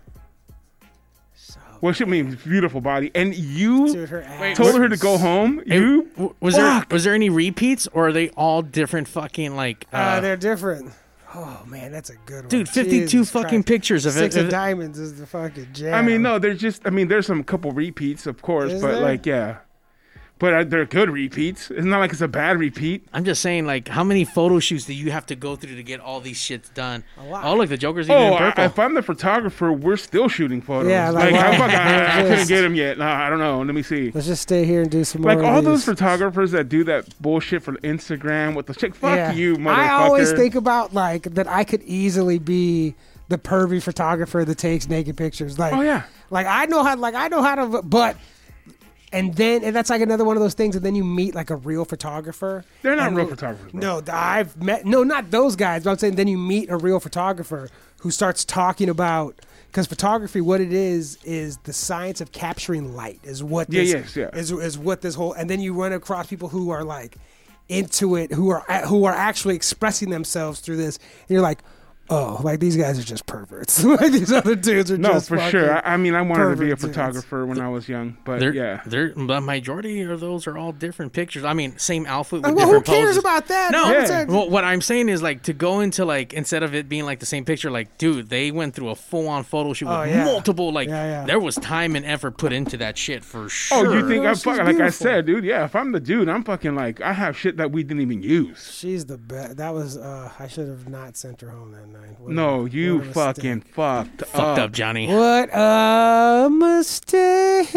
[SPEAKER 3] So,
[SPEAKER 1] Well, she I mean beautiful body, and you
[SPEAKER 3] dude, her ass.
[SPEAKER 1] told her to go home.
[SPEAKER 2] Hey,
[SPEAKER 1] You
[SPEAKER 2] w- was
[SPEAKER 1] Fuck.
[SPEAKER 2] there was there any repeats or are they all different fucking like uh,
[SPEAKER 3] Uh, they're different. Oh man, that's a good one.
[SPEAKER 2] dude 52
[SPEAKER 3] Jesus
[SPEAKER 2] fucking
[SPEAKER 3] Christ.
[SPEAKER 2] pictures of
[SPEAKER 3] Six
[SPEAKER 2] it
[SPEAKER 3] of diamonds is the fucking jam.
[SPEAKER 1] I mean, no, there's just. I mean, there's some couple repeats, of course,
[SPEAKER 3] Is
[SPEAKER 1] but
[SPEAKER 3] there?
[SPEAKER 1] like, yeah, but uh, they're good repeats. It's not like it's a bad repeat.
[SPEAKER 2] I'm just saying like how many photo shoots do you have to go through to get all these shits done a
[SPEAKER 3] lot.
[SPEAKER 2] oh look the joker's even
[SPEAKER 1] Oh,
[SPEAKER 2] in
[SPEAKER 1] I,
[SPEAKER 2] purple
[SPEAKER 1] if I'm the photographer, we're still shooting photos.
[SPEAKER 3] Yeah, like,
[SPEAKER 1] like, I,
[SPEAKER 3] wow.
[SPEAKER 1] fucking, I,
[SPEAKER 3] [LAUGHS]
[SPEAKER 1] I couldn't
[SPEAKER 3] Just-
[SPEAKER 1] get them yet. Nah, I don't know. Let me see.
[SPEAKER 3] Let's just stay here and do some
[SPEAKER 1] Like
[SPEAKER 3] more.
[SPEAKER 1] all
[SPEAKER 3] of
[SPEAKER 1] those
[SPEAKER 3] these.
[SPEAKER 1] photographers that do that bullshit for Instagram with the chick. Fuck
[SPEAKER 3] Yeah.
[SPEAKER 1] you, motherfucker.
[SPEAKER 3] I always think about like that. I could easily be the pervy photographer that takes naked pictures. Like,
[SPEAKER 1] Oh, yeah.
[SPEAKER 3] like I know how. Like I know how to. But and then and that's like another one of those things. And then you meet like a real photographer.
[SPEAKER 1] they're not
[SPEAKER 3] and
[SPEAKER 1] real
[SPEAKER 3] the-
[SPEAKER 1] photographers. Bro.
[SPEAKER 3] No, th- I've met no, not those guys. But I'm saying then you meet a real photographer who starts talking about because photography, what it is, is the science of capturing light. Is what
[SPEAKER 1] Yeah,
[SPEAKER 3] this,
[SPEAKER 1] yes, yeah.
[SPEAKER 3] is is what this whole and then you run across people who are like into it, who are a- who are actually expressing themselves through this, and you're like. Oh, like these guys are just perverts. [LAUGHS] like these other dudes are
[SPEAKER 1] No,
[SPEAKER 3] just
[SPEAKER 1] for
[SPEAKER 3] fucking-
[SPEAKER 1] sure. I, I mean, I wanted to be a
[SPEAKER 3] perverts, yes.
[SPEAKER 1] photographer when I was young, but
[SPEAKER 2] They're,
[SPEAKER 1] yeah,
[SPEAKER 2] they're, the majority of those are all different pictures. I mean, same outfit with
[SPEAKER 3] Well, who
[SPEAKER 2] different
[SPEAKER 3] cares
[SPEAKER 2] poses.
[SPEAKER 3] about that?
[SPEAKER 2] No,
[SPEAKER 3] I'm saying-
[SPEAKER 2] well, what I'm saying is like to go into like instead of it being like the same picture, like dude, they went through a full on photo shoot
[SPEAKER 3] Oh,
[SPEAKER 2] with
[SPEAKER 3] yeah.
[SPEAKER 2] multiple like
[SPEAKER 3] Yeah, yeah.
[SPEAKER 2] there was time and effort put into that shit for sure.
[SPEAKER 1] Oh, you think
[SPEAKER 3] No,
[SPEAKER 1] I'm
[SPEAKER 3] she's
[SPEAKER 1] fucking like I
[SPEAKER 3] beautiful.
[SPEAKER 1] said, dude? Yeah, if I'm the dude, I'm fucking like I have shit that we didn't even use.
[SPEAKER 3] She's the best. That was uh I should have not sent her home that night. What a-
[SPEAKER 1] No,
[SPEAKER 3] what a
[SPEAKER 1] you
[SPEAKER 3] mistake.
[SPEAKER 1] fucking fucked,
[SPEAKER 2] fucked up,
[SPEAKER 1] up.
[SPEAKER 2] Johnny?
[SPEAKER 3] [LAUGHS] What a mistake.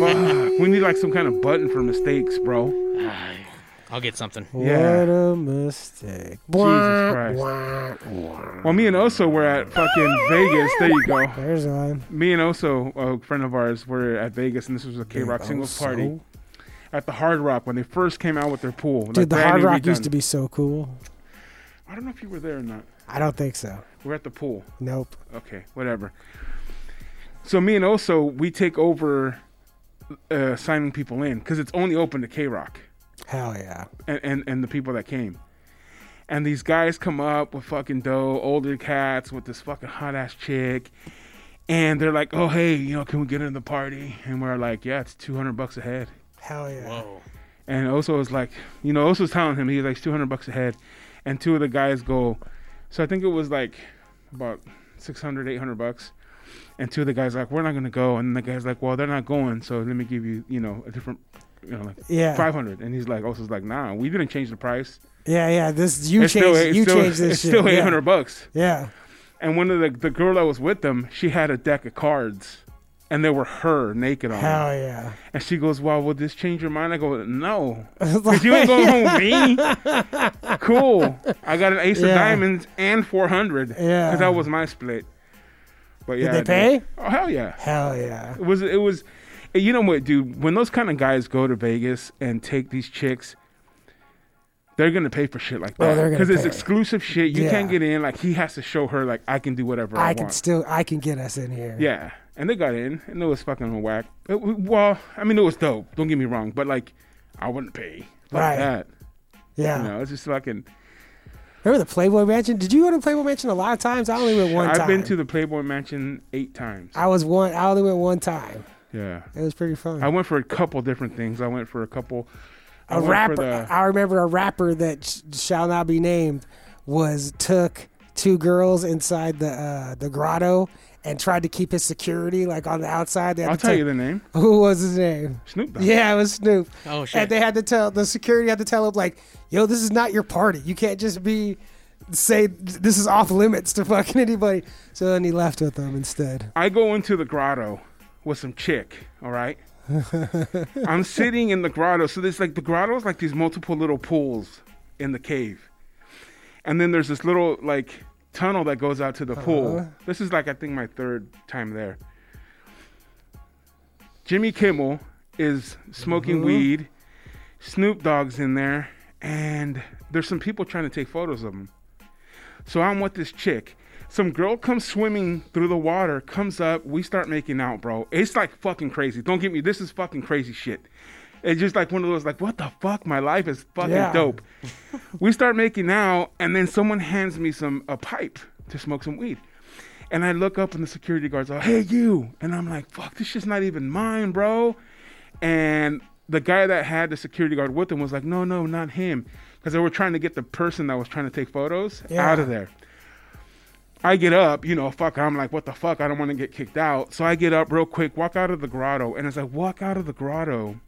[SPEAKER 1] Fuck. We need like some kind of button for mistakes, bro.
[SPEAKER 2] I [SIGHS] I'll get something.
[SPEAKER 1] Yeah.
[SPEAKER 3] What a mistake.
[SPEAKER 1] Jesus Christ. Well, me and Oso were at fucking Vegas. There you go.
[SPEAKER 3] There's one.
[SPEAKER 1] Me and Oso, a friend of ours, were at Vegas, and this was a K Rock singles party at the Hard Rock when they first came out with their pool.
[SPEAKER 3] Dude, the Hard Rock used to be so cool.
[SPEAKER 1] I don't know if you were there or not.
[SPEAKER 3] I don't think so.
[SPEAKER 1] We're at the pool.
[SPEAKER 3] Nope.
[SPEAKER 1] Okay, whatever. So me and Oso, we take over uh, signing people in because it's only open to K Rock.
[SPEAKER 3] Hell yeah.
[SPEAKER 1] and, and, and the people that came. And these guys come up with fucking dough, older cats with this fucking hot ass chick. And they're like, oh, hey, you know, can we get in the party? And we're like, yeah, it's 200 bucks a head.
[SPEAKER 3] Hell yeah.
[SPEAKER 2] Whoa.
[SPEAKER 1] And Oso was like, you know, Oso's telling him, he's like, it's 200 bucks a head. And two of the guys go, so I think it was like about 600, 800 bucks. And two of the guys like, we're not going to go. And the guy's like, well, they're not going. So let me give you, you know, a different, you know, like
[SPEAKER 3] Yeah.
[SPEAKER 1] 500. And he's like, Oso's like, nah, we didn't change the price
[SPEAKER 3] Yeah, yeah. This you
[SPEAKER 1] it's
[SPEAKER 3] changed
[SPEAKER 1] still, it's
[SPEAKER 3] you
[SPEAKER 1] still,
[SPEAKER 3] changed this
[SPEAKER 1] [LAUGHS] it's
[SPEAKER 3] shit.
[SPEAKER 1] still
[SPEAKER 3] yeah.
[SPEAKER 1] 800 bucks.
[SPEAKER 3] Yeah.
[SPEAKER 1] And one of the the girl that was with them, she had a deck of cards, and they were her naked on. them.
[SPEAKER 3] Hell yeah. [LAUGHS]
[SPEAKER 1] And she goes, "Well, will this change your mind?" I go, "No, because you ain't going home with
[SPEAKER 3] [LAUGHS]
[SPEAKER 1] me." Cool. I got an ace of
[SPEAKER 3] Yeah.
[SPEAKER 1] diamonds and 400.
[SPEAKER 3] Yeah.
[SPEAKER 1] because that was my split. But yeah,
[SPEAKER 3] they
[SPEAKER 1] I
[SPEAKER 3] pay?
[SPEAKER 1] Oh hell yeah!
[SPEAKER 3] Hell yeah.
[SPEAKER 1] It was it was, you know what, dude? When those kind of guys go to Vegas and take these chicks, they're gonna pay for shit like
[SPEAKER 3] Oh,
[SPEAKER 1] that
[SPEAKER 3] they're gonna
[SPEAKER 1] because it's
[SPEAKER 3] pay.
[SPEAKER 1] exclusive shit. You
[SPEAKER 3] Yeah.
[SPEAKER 1] can't get in. Like he has to show her like I can do whatever I,
[SPEAKER 3] I can
[SPEAKER 1] want.
[SPEAKER 3] still I can get us in here.
[SPEAKER 1] yeah, and they got in, and it was fucking whack. It w- well, I mean, it was dope. Don't get me wrong, but like, I wouldn't pay like
[SPEAKER 3] Right.
[SPEAKER 1] that.
[SPEAKER 3] Yeah.
[SPEAKER 1] You know, it's just fucking.
[SPEAKER 3] Remember the Playboy Mansion? Did you go to Playboy Mansion a lot of times? I only went one
[SPEAKER 1] I've
[SPEAKER 3] time.
[SPEAKER 1] been to the Playboy Mansion eight times.
[SPEAKER 3] I was one I only went one time.
[SPEAKER 1] yeah,
[SPEAKER 3] It was pretty fun.
[SPEAKER 1] I went for a couple different things. I went for a couple.
[SPEAKER 3] a
[SPEAKER 1] I went for
[SPEAKER 3] rapper. uh,
[SPEAKER 1] the-
[SPEAKER 3] I remember a rapper that sh- shall not be named was took two girls inside the uh, the grotto and tried to keep his security like on the outside. They had
[SPEAKER 1] I'll
[SPEAKER 3] to
[SPEAKER 1] tell
[SPEAKER 3] take-
[SPEAKER 1] you the name.
[SPEAKER 3] [LAUGHS] who was his
[SPEAKER 1] [LAUGHS]
[SPEAKER 3] name.
[SPEAKER 1] Snoop Dogg.
[SPEAKER 3] Yeah, it was Snoop.
[SPEAKER 2] Oh, shit.
[SPEAKER 3] And they had to tell the security had to tell him like, "Yo, this is not your party. You can't just be say this is off limits to fucking anybody." So then he left with them instead.
[SPEAKER 1] I go into the grotto with some chick,
[SPEAKER 3] [LAUGHS]
[SPEAKER 1] all right? I'm sitting in the grotto. So there's like the grotto is like these multiple little pools in the cave. And then there's this little like tunnel that goes out to the pool. This is like I think my third time there. Jimmy Kimmel is smoking weed. Snoop Dogg's in there and there's some people trying to take photos of him. So I'm with this chick. Some girl comes swimming through the water, comes up, we start making out, bro. It's like fucking crazy. Don't get me, this is fucking crazy shit. It's just like one of those, like, what the fuck? My life is fucking
[SPEAKER 3] Yeah.
[SPEAKER 1] dope. we start making out, and then someone hands me some a pipe to smoke some weed. And I look up, and the security guard's like, hey, you. And I'm like, fuck, this shit's not even mine, bro. And the guy that had the security guard with him was like, no, no, not him. Because they were trying to get the person that was trying to take photos
[SPEAKER 3] Yeah.
[SPEAKER 1] out of there. I get up, you know, fuck, I'm like, what the fuck? I don't want to get kicked out. So I get up real quick, walk out of the grotto. And as I walk out of the grotto,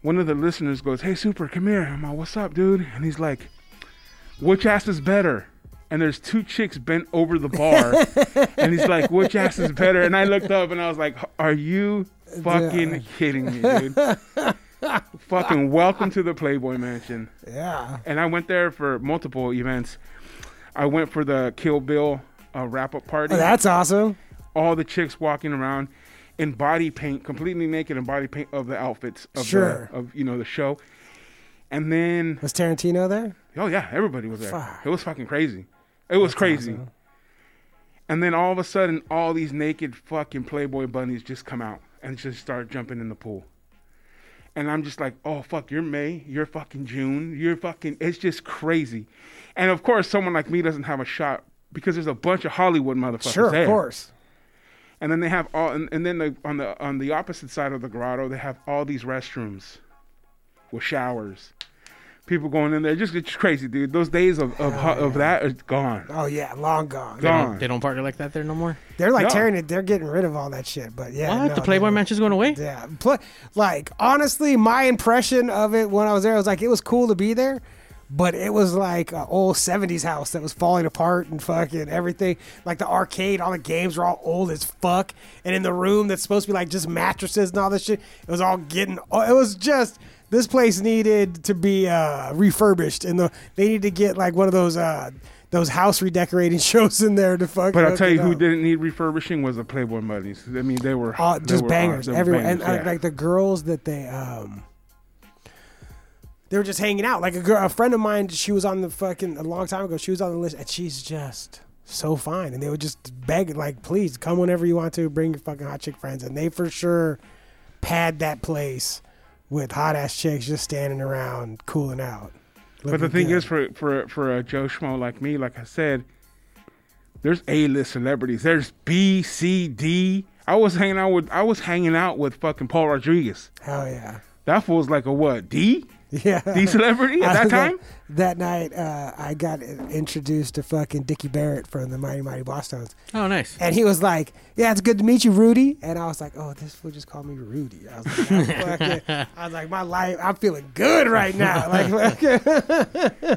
[SPEAKER 1] one of the listeners goes, hey, Super, come here. I'm like, what's up, dude? And he's like, which ass is better? And there's two chicks bent over the bar. and he's like, which ass is better? And I looked up and I was like, are you fucking kidding me, dude? fucking welcome to the Playboy Mansion
[SPEAKER 3] Yeah.
[SPEAKER 1] and I went there for multiple events. I went for the Kill Bill uh, wrap up party.
[SPEAKER 3] Oh, that's awesome.
[SPEAKER 1] All the chicks walking around in body paint, completely naked in body paint of the outfits of
[SPEAKER 3] Sure.
[SPEAKER 1] the, of you know the show. And then
[SPEAKER 3] Was Tarantino there?
[SPEAKER 1] oh yeah, everybody was there.
[SPEAKER 3] Fuck.
[SPEAKER 1] It was fucking crazy. It was crazy. And then all of a sudden, all these naked fucking Playboy bunnies just come out and just start jumping in the pool. And I'm just like, oh fuck, you're May, you're fucking June, you're fucking. It's just crazy. And of course, someone like me doesn't have a shot because there's a bunch of Hollywood motherfuckers
[SPEAKER 3] Sure,
[SPEAKER 1] there.
[SPEAKER 3] of course.
[SPEAKER 1] And then they have all, and, and then the, on the on the opposite side of the grotto, they have all these restrooms with showers. People going in there, just it's crazy, dude. Those days of of, ho of that is gone.
[SPEAKER 3] Oh yeah, long gone.
[SPEAKER 2] They
[SPEAKER 1] Gone.
[SPEAKER 2] don't, they don't party like that there no more.
[SPEAKER 3] They're like
[SPEAKER 1] No.
[SPEAKER 3] tearing it. They're getting rid of all that shit. But yeah,
[SPEAKER 2] What?
[SPEAKER 3] no,
[SPEAKER 2] the Playboy
[SPEAKER 3] they-
[SPEAKER 2] Mansion's going away?
[SPEAKER 3] Yeah, pl- like honestly, my impression of it when I was there, I was like, it was cool to be there, but it was like an old '70s house that was falling apart and fucking everything. Like the arcade, all the games were all old as fuck, and in the room that's supposed to be like just mattresses and all this shit, oh, it was all getting. It was just this place needed to be uh, refurbished, and the, they need to get like one of those uh, those house redecorating [LAUGHS] shows in there to fuck.
[SPEAKER 1] But I'll
[SPEAKER 3] hook
[SPEAKER 1] tell
[SPEAKER 3] it
[SPEAKER 1] you who
[SPEAKER 3] up.
[SPEAKER 1] didn't need refurbishing was the Playboy Bunnies. I mean, they were
[SPEAKER 3] Uh,
[SPEAKER 1] they
[SPEAKER 3] just
[SPEAKER 1] were-
[SPEAKER 3] bangers
[SPEAKER 1] they were
[SPEAKER 3] everywhere,
[SPEAKER 1] bangers,
[SPEAKER 3] and uh,
[SPEAKER 1] yeah.
[SPEAKER 3] like the girls that they um, they were just hanging out. Like a girl, a friend of mine, she was on the fucking a long time ago. She was on the list, and she's just so fine. And they would just beg, like, please come whenever you want to. Bring your fucking hot chick friends, and they for sure pad that place with hot ass chicks just standing around cooling out.
[SPEAKER 1] But the thing is, for for for a Joe Schmo like me, like I said, there's A list celebrities. There's B, C, D. I was hanging out with I was hanging out with fucking Paul Rodriguez.
[SPEAKER 3] hell yeah, [LAUGHS]
[SPEAKER 1] That fool's like a what D
[SPEAKER 3] yeah. [LAUGHS]
[SPEAKER 1] D celebrity at that time.
[SPEAKER 3] that night, uh, I got introduced to fucking Dickie Barrett from the Mighty Mighty Boston's.
[SPEAKER 2] Oh, nice.
[SPEAKER 3] And he was like, "Yeah, it's good to meet you, Rudy." And I was like, "Oh, this fool just called me Rudy." I was like, I'm
[SPEAKER 1] [LAUGHS]
[SPEAKER 3] fucking- I was like, "My life, I'm feeling good right now." Like,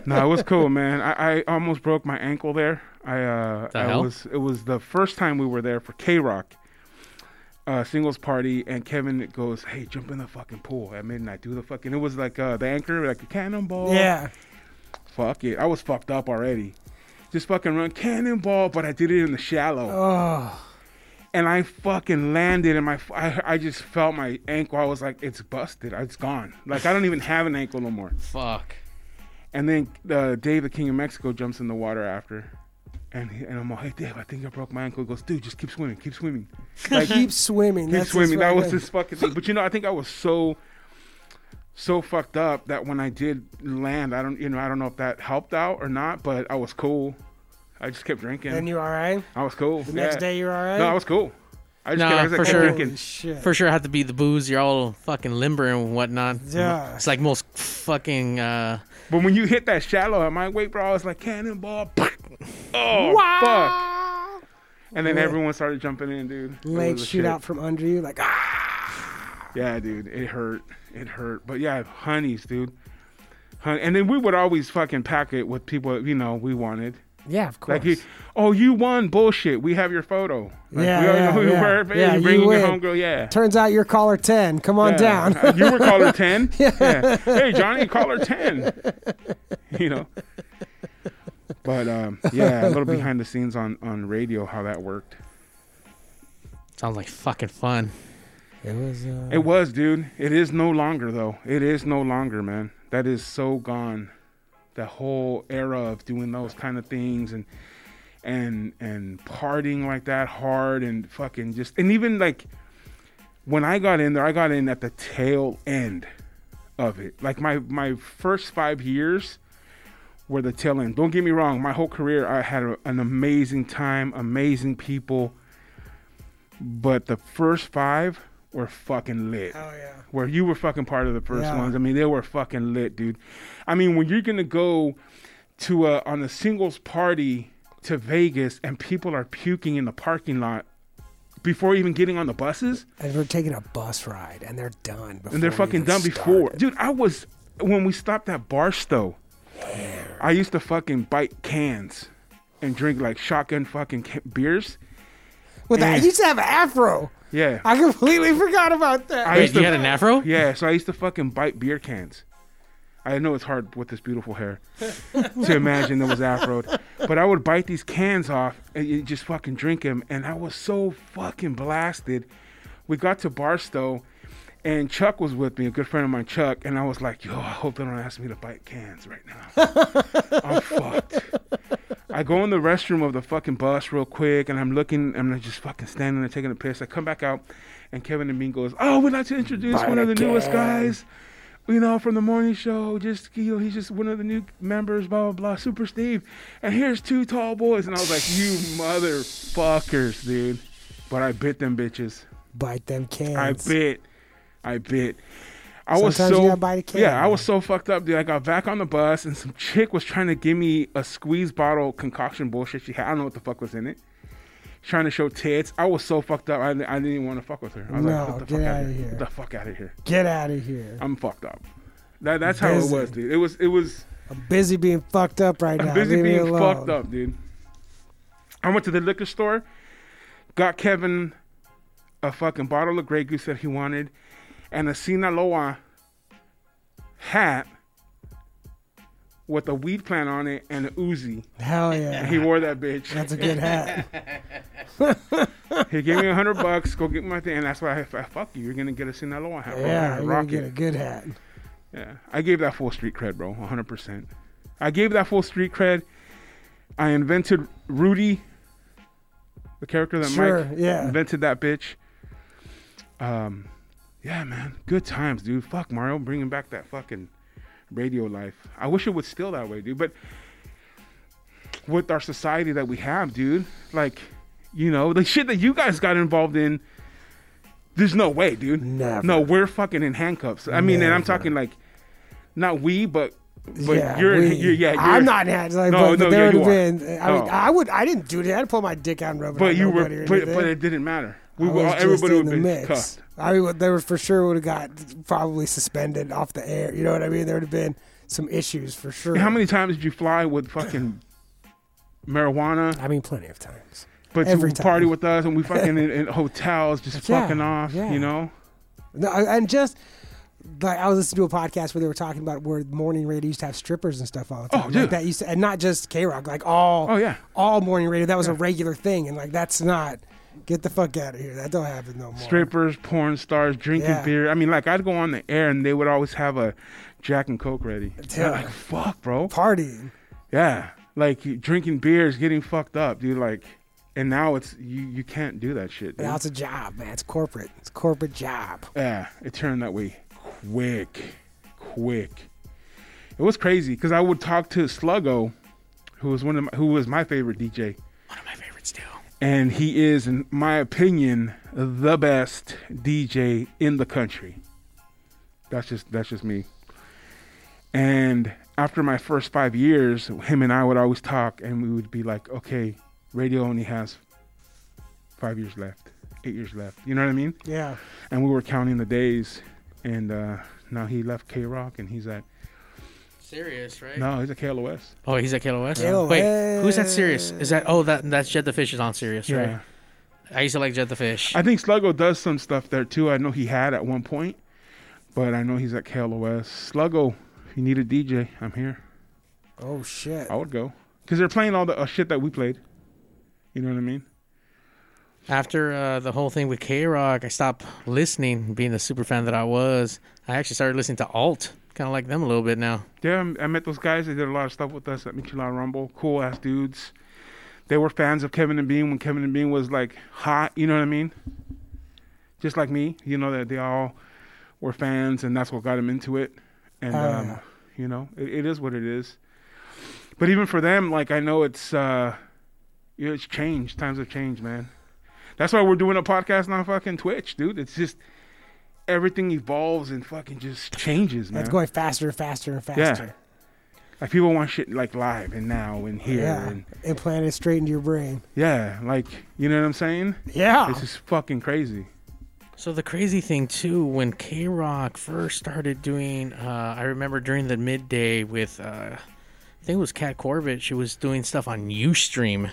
[SPEAKER 1] no, it was cool, man. I, I almost broke my ankle there. I uh,
[SPEAKER 2] The
[SPEAKER 1] I
[SPEAKER 2] hell?
[SPEAKER 1] was it was the first time we were there for K Rock uh, singles party, and Kevin goes, "Hey, jump in the fucking pool at midnight. Do the fucking." It was like uh, the anchor, like a cannonball. [LAUGHS]
[SPEAKER 3] yeah,
[SPEAKER 1] Fuck it. I was fucked up already. Just fucking run cannonball, but I did it in the shallow
[SPEAKER 3] oh,
[SPEAKER 1] and I fucking landed, and my I, I just felt my ankle. I was like, it's busted. It's gone. Like I don't even have an ankle no more.
[SPEAKER 2] Fuck.
[SPEAKER 1] And then uh, Dave, the King of Mexico, jumps in the water after, and he, and I'm like, hey Dave, I think I broke my ankle. He goes, dude, just keep swimming, keep swimming,
[SPEAKER 3] [LAUGHS]
[SPEAKER 1] like
[SPEAKER 3] keep swimming,
[SPEAKER 1] keep
[SPEAKER 3] that's
[SPEAKER 1] swimming.
[SPEAKER 3] his
[SPEAKER 1] That was
[SPEAKER 3] fucking-
[SPEAKER 1] his fucking thing. But you know, I think I was so so fucked up that when I did land, I don't you know I don't know if that helped out or not, but I was cool. I just kept drinking.
[SPEAKER 3] And you all right?
[SPEAKER 1] I was cool.
[SPEAKER 3] The next
[SPEAKER 1] yeah.
[SPEAKER 3] day, you're all right.
[SPEAKER 1] No, I was cool. I just
[SPEAKER 2] Nah,
[SPEAKER 1] kept, I was
[SPEAKER 2] for sure.
[SPEAKER 1] like, sure.
[SPEAKER 3] Holy
[SPEAKER 1] drinking.
[SPEAKER 3] shit.
[SPEAKER 2] For sure, have to be the booze. You're all fucking limber and whatnot.
[SPEAKER 3] Yeah.
[SPEAKER 2] It's like most fucking. uh
[SPEAKER 1] But when you hit that shallow at my weight, bro, I was like cannonball. [LAUGHS] Oh fuck! And then everyone started jumping in, dude. It
[SPEAKER 3] Leg
[SPEAKER 1] was a
[SPEAKER 3] shoot
[SPEAKER 1] shit.
[SPEAKER 3] out from under you, like ah.
[SPEAKER 1] Yeah, dude, it hurt. It hurt. But yeah, honeys, dude. Hun- And then we would always fucking pack it with people you know we wanted.
[SPEAKER 3] Yeah, of
[SPEAKER 1] Like, you, oh, you won, bullshit. We have your photo. Like,
[SPEAKER 3] Yeah,
[SPEAKER 1] we already
[SPEAKER 3] yeah,
[SPEAKER 1] know who
[SPEAKER 3] yeah.
[SPEAKER 1] you were. but
[SPEAKER 3] Yeah,
[SPEAKER 1] you
[SPEAKER 3] you
[SPEAKER 1] bringing your
[SPEAKER 3] win.
[SPEAKER 1] homegirl. Yeah.
[SPEAKER 3] Turns out you're caller ten. Come on
[SPEAKER 1] Yeah. [LAUGHS] Uh,
[SPEAKER 3] down.
[SPEAKER 1] you were caller 10? yeah. Hey, Johnny, caller 10. [LAUGHS] You know? But um, yeah, a little behind the scenes on, on radio, how that worked.
[SPEAKER 2] Sounds like fucking fun.
[SPEAKER 3] it was. Uh,
[SPEAKER 1] It was, dude. It is no longer, though. It is no longer, man. That is so gone. The whole era of doing those kind of things and and and partying like that hard and fucking just and even like when I got in there, I got in at the tail end of it. Like my my first five years were the tail end. Don't get me wrong. My whole career, I had a, an amazing time, amazing people. But the first five were fucking lit
[SPEAKER 3] oh yeah.
[SPEAKER 1] where you were fucking part of the first
[SPEAKER 3] Yeah.
[SPEAKER 1] ones. I mean, they were fucking lit, dude. I mean, when you're gonna go to a, on a singles party to Vegas and people are puking in the parking lot before even getting on the buses,
[SPEAKER 3] And we're taking a bus ride, and they're done. Before
[SPEAKER 1] and they're
[SPEAKER 3] we
[SPEAKER 1] fucking
[SPEAKER 3] even
[SPEAKER 1] done
[SPEAKER 3] start.
[SPEAKER 1] before, dude. I was when we stopped at Barstow. I used to fucking bite cans and drink like shotgun fucking ca- beers.
[SPEAKER 3] With that, I
[SPEAKER 1] Mm.
[SPEAKER 3] used to have an afro.
[SPEAKER 1] Yeah,
[SPEAKER 3] I completely forgot about that.
[SPEAKER 1] I
[SPEAKER 2] Wait,
[SPEAKER 1] used to-
[SPEAKER 2] you had an afro?
[SPEAKER 1] Yeah, so I used to fucking bite beer cans. I know it's hard with this beautiful hair to imagine that was afroed, but I would bite these cans off and you just fucking drink them. And I was so fucking blasted. We got to Barstow, and Chuck was with me, a good friend of mine, Chuck. And I was like, "Yo, I hope they don't ask me to bite cans right now. I'm fucked." I go in the restroom of the fucking bus real quick, and I'm looking, and I'm just fucking standing there taking a piss. I come back out, and Kevin and Bean goes, "Oh, we'd like to introduce
[SPEAKER 3] Bite
[SPEAKER 1] one of
[SPEAKER 3] a
[SPEAKER 1] the newest
[SPEAKER 3] can."
[SPEAKER 1] guys, you know, from the morning show. Just you know, he's just one of the new members, blah blah blah. Super Steve, and here's two tall boys." And I was like, "You motherfuckers, dude!" But I bit them bitches.
[SPEAKER 3] bite them cans.
[SPEAKER 1] I bit. I bit. I
[SPEAKER 3] Sometimes
[SPEAKER 1] was so
[SPEAKER 3] you gotta bite a can,
[SPEAKER 1] yeah, I
[SPEAKER 3] man.
[SPEAKER 1] was so fucked up, dude. I got back on the bus and some chick was trying to give me a squeeze bottle concoction bullshit she had. I don't know what the fuck was in it. Trying to show tits. I was so fucked up. I, I didn't even want to fuck with her. I was
[SPEAKER 3] No,
[SPEAKER 1] like, get the
[SPEAKER 3] get
[SPEAKER 1] fuck
[SPEAKER 3] outta
[SPEAKER 1] out of here.
[SPEAKER 3] here.
[SPEAKER 1] Get the fuck out of here.
[SPEAKER 3] Get out of here.
[SPEAKER 1] I'm fucked up. That, that's how
[SPEAKER 3] Busy.
[SPEAKER 1] it was, dude. It was it was
[SPEAKER 3] I'm busy being fucked up right now.
[SPEAKER 1] I'm busy
[SPEAKER 3] Leave me
[SPEAKER 1] being
[SPEAKER 3] alone.
[SPEAKER 1] fucked up, dude. I went to the liquor store, got Kevin a fucking bottle of Grey Goose that he wanted, and a Sinaloa hat with a weed plant on it and a Uzi.
[SPEAKER 3] Hell
[SPEAKER 1] He
[SPEAKER 3] yeah.
[SPEAKER 1] wore that bitch.
[SPEAKER 3] That's a good hat.
[SPEAKER 1] He gave me a hundred bucks. Go get my thing, and that's why I, I fuck you. You're gonna get a Sinaloa hat. bro.
[SPEAKER 3] Yeah,
[SPEAKER 1] I
[SPEAKER 3] you're gonna
[SPEAKER 1] [LAUGHS] rock
[SPEAKER 3] get a
[SPEAKER 1] it.
[SPEAKER 3] good hat.
[SPEAKER 1] Yeah, I gave that full street cred, bro. 100. percent I gave that full street cred. I invented Rudy, the character that
[SPEAKER 3] Sure,
[SPEAKER 1] Mike
[SPEAKER 3] yeah.
[SPEAKER 1] invented that bitch. Um, yeah, man, good times, dude. Fuck Mario, bringing back that fucking radio life. I wish it was still that way, dude. But with our society that we have, dude, like, you know, the shit that you guys got involved in, there's no way, dude.
[SPEAKER 3] Never.
[SPEAKER 1] No, we're fucking in handcuffs. I mean, and I'm
[SPEAKER 3] Never.
[SPEAKER 1] talking like, not we, but but
[SPEAKER 3] yeah,
[SPEAKER 1] you're,
[SPEAKER 3] we-
[SPEAKER 1] you're yeah, you're,
[SPEAKER 3] I'm not in hats. Like,
[SPEAKER 1] No,
[SPEAKER 3] but, but
[SPEAKER 1] no,
[SPEAKER 3] there
[SPEAKER 1] yeah,
[SPEAKER 3] would
[SPEAKER 1] you
[SPEAKER 3] have been. I mean,
[SPEAKER 1] Oh.
[SPEAKER 3] I would. I didn't do that. I didn't pull my dick out and rub it.
[SPEAKER 1] But
[SPEAKER 3] on
[SPEAKER 1] you were,
[SPEAKER 3] nobody or
[SPEAKER 1] but,
[SPEAKER 3] anything.
[SPEAKER 1] but it didn't matter. We
[SPEAKER 3] I
[SPEAKER 1] were,
[SPEAKER 3] was
[SPEAKER 1] all-
[SPEAKER 3] just
[SPEAKER 1] everybody
[SPEAKER 3] in
[SPEAKER 1] would
[SPEAKER 3] the
[SPEAKER 1] have been
[SPEAKER 3] mix.
[SPEAKER 1] cuffed.
[SPEAKER 3] I mean, they were for sure would have got probably suspended off the air. You know what I mean? There would have been some issues for sure.
[SPEAKER 1] How many times did you fly with fucking marijuana?
[SPEAKER 3] I mean, plenty of times.
[SPEAKER 1] But
[SPEAKER 3] Every
[SPEAKER 1] you party
[SPEAKER 3] time.
[SPEAKER 1] with us, and we fucking in, in hotels, just
[SPEAKER 3] Yeah,
[SPEAKER 1] fucking off.
[SPEAKER 3] yeah.
[SPEAKER 1] You know,
[SPEAKER 3] No, and just like I was listening to a podcast where they were talking about where morning radio used to have strippers and stuff all the time.
[SPEAKER 1] Oh,
[SPEAKER 3] Like,
[SPEAKER 1] dude.
[SPEAKER 3] that used to, and not just K Rock, like all
[SPEAKER 1] Oh, yeah.
[SPEAKER 3] all morning radio. That was a regular thing, and like that's not. Get the fuck out of here. That don't happen no more.
[SPEAKER 1] strippers, porn stars, drinking
[SPEAKER 3] Yeah.
[SPEAKER 1] beer. I mean, like I'd go on the air, and they would always have a Jack and Coke ready.
[SPEAKER 3] Yeah.
[SPEAKER 1] Yeah. Like fuck, bro.
[SPEAKER 3] Partying.
[SPEAKER 1] Yeah, like you- drinking beers, getting fucked up, dude. Like, and now it's you. You can't do that shit. Dude.
[SPEAKER 3] Now it's a job, man. It's corporate. It's a corporate job.
[SPEAKER 1] Yeah, it turned that way quick, quick. It was crazy because I would talk to Sluggo, who was one of my, who was my favorite DJ,
[SPEAKER 2] One of my favorites too.
[SPEAKER 1] and he is, in my opinion, the best DJ in the country. That's just that's just me. And after my first five years, him and I would always talk, and we would be like, "Okay, radio only has five years left, eight years left." You know what I mean?
[SPEAKER 3] Yeah.
[SPEAKER 1] and we were counting the days and uh now he left K Rock and he's at
[SPEAKER 2] Serious, right?
[SPEAKER 1] no, he's at KLOS.
[SPEAKER 2] Oh, he's at KLOS.
[SPEAKER 3] KLOS.
[SPEAKER 2] Wait, who's that? Serious? Is that? Oh, that that's Jet the Fish is on Serious, right?
[SPEAKER 1] Yeah.
[SPEAKER 2] I used to like Jet the Fish.
[SPEAKER 1] I think Sluggo does some stuff there too. I know he had at one point, but I know he's at KLOS. Sluggo, if you need a DJ, I'm here.
[SPEAKER 3] Oh shit.
[SPEAKER 1] I would go because they're playing all the uh, shit that we played. You know what I mean?
[SPEAKER 2] After uh, the whole thing with K Rock, I stopped listening, being the super fan that I was. I actually started listening to alt, kind of like them a little bit now.
[SPEAKER 1] Yeah, I met those guys. They did a lot of stuff with us at Michelin Rumble. Cool ass dudes. They were fans of Kevin and Bean when Kevin and Bean was like hot. You know what I mean? Just like me, you know that they all were fans, and that's what got them into it. And
[SPEAKER 3] Ah.
[SPEAKER 1] um, you know, it, it is what it is. But even for them, like I know it's uh, you know, it's changed. Times have changed, man. That's why we're doing a podcast on fucking Twitch, dude. It's just everything evolves and fucking just changes, man.
[SPEAKER 3] That's going faster and faster and
[SPEAKER 1] Yeah.
[SPEAKER 3] faster.
[SPEAKER 1] Like people want shit like live and now and here
[SPEAKER 3] Yeah.
[SPEAKER 1] and
[SPEAKER 3] Implant it straight into your brain.
[SPEAKER 1] yeah, like you know what I'm saying?
[SPEAKER 3] Yeah.
[SPEAKER 1] This is fucking crazy.
[SPEAKER 2] So the crazy thing too, when K Rock first started doing, uh, I remember during the midday with, uh, I think it was Kat Corbett. She was doing stuff on UStream,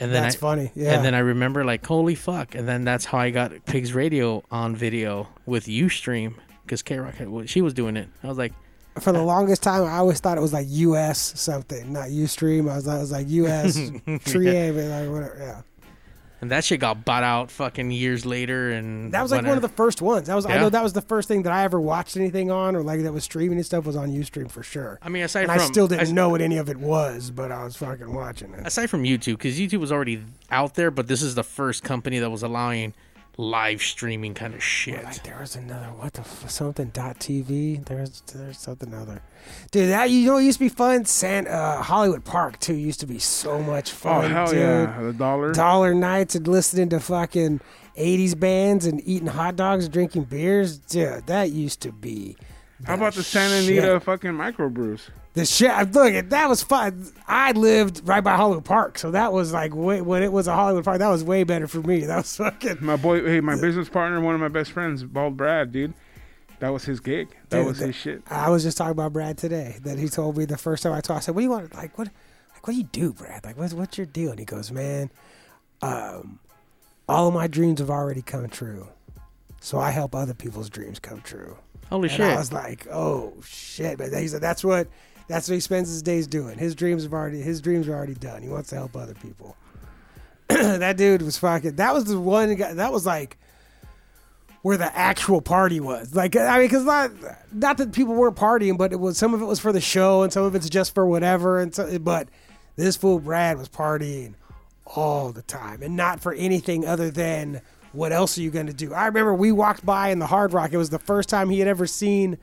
[SPEAKER 2] and then
[SPEAKER 3] That's
[SPEAKER 2] I,
[SPEAKER 3] funny. Yeah.
[SPEAKER 2] And then I remember like, holy fuck! And then that's how I got Pigs Radio on video with UStream because K Rock had she was doing it. I was like,
[SPEAKER 3] For the longest time, I always thought it was like US something, not Ustream. I was, I was like US 3A, but like whatever. Yeah.
[SPEAKER 2] and that shit got bought out fucking years later. And
[SPEAKER 3] That was like one of the first ones. That was I
[SPEAKER 2] Yeah.
[SPEAKER 3] know that was the first thing that I ever watched anything on or like that was streaming and stuff was on Ustream for sure.
[SPEAKER 2] I mean, aside
[SPEAKER 3] and
[SPEAKER 2] from
[SPEAKER 3] I still didn't
[SPEAKER 2] as-
[SPEAKER 3] know what any of it was, but I was fucking watching it.
[SPEAKER 2] aside from YouTube, because YouTube was already out there, but this is the first company that was allowing live streaming kind of shit.
[SPEAKER 3] Like there was another what the f- something dot TV. There's there's something other. Dude, that you know it used to be fun. San uh, Hollywood Park too used to be so much
[SPEAKER 1] Oh
[SPEAKER 3] fun.
[SPEAKER 1] hell
[SPEAKER 3] dude.
[SPEAKER 1] yeah, the dollar.
[SPEAKER 3] Dollar nights and listening to fucking 80s bands and eating hot dogs and drinking beers. Dude, that used to be.
[SPEAKER 1] How about the Santa
[SPEAKER 3] shit.
[SPEAKER 1] Anita fucking microbrews?
[SPEAKER 3] The shit. Look, that was fun. I lived right by Hollywood Park, so that was like way, when it was a Hollywood Park, that was way better for me. That was [LAUGHS] fucking.
[SPEAKER 1] My boy, hey, my business partner, one of my best friends, Bald Brad, dude. That was his gig. That
[SPEAKER 3] Dude,
[SPEAKER 1] was
[SPEAKER 3] that-
[SPEAKER 1] his shit.
[SPEAKER 3] I was just talking about Brad today that he told me the first time I talked. I said, "What do you want? Like what? Like what do you do, Brad? Like what's what's your deal?" And he goes, "Man, um, all of my dreams have already come true." So I help other people's dreams come true.
[SPEAKER 2] Holy
[SPEAKER 3] And I
[SPEAKER 2] shit.
[SPEAKER 3] was like, oh shit! But he said that's what that's what he spends his days doing. His dreams have already his dreams are already done. He wants to help other people. [CLEARS THROAT] that dude was fucking. That was the one guy. That was like where the actual party was. Like I mean, because not not that people weren't partying, but it was some of it was for the show and some of it's just for whatever. And so, but this fool Brad was partying all the time and not for anything other than what else are you going to do? I remember we walked by in the Hard Rock. It was the first time he had ever seen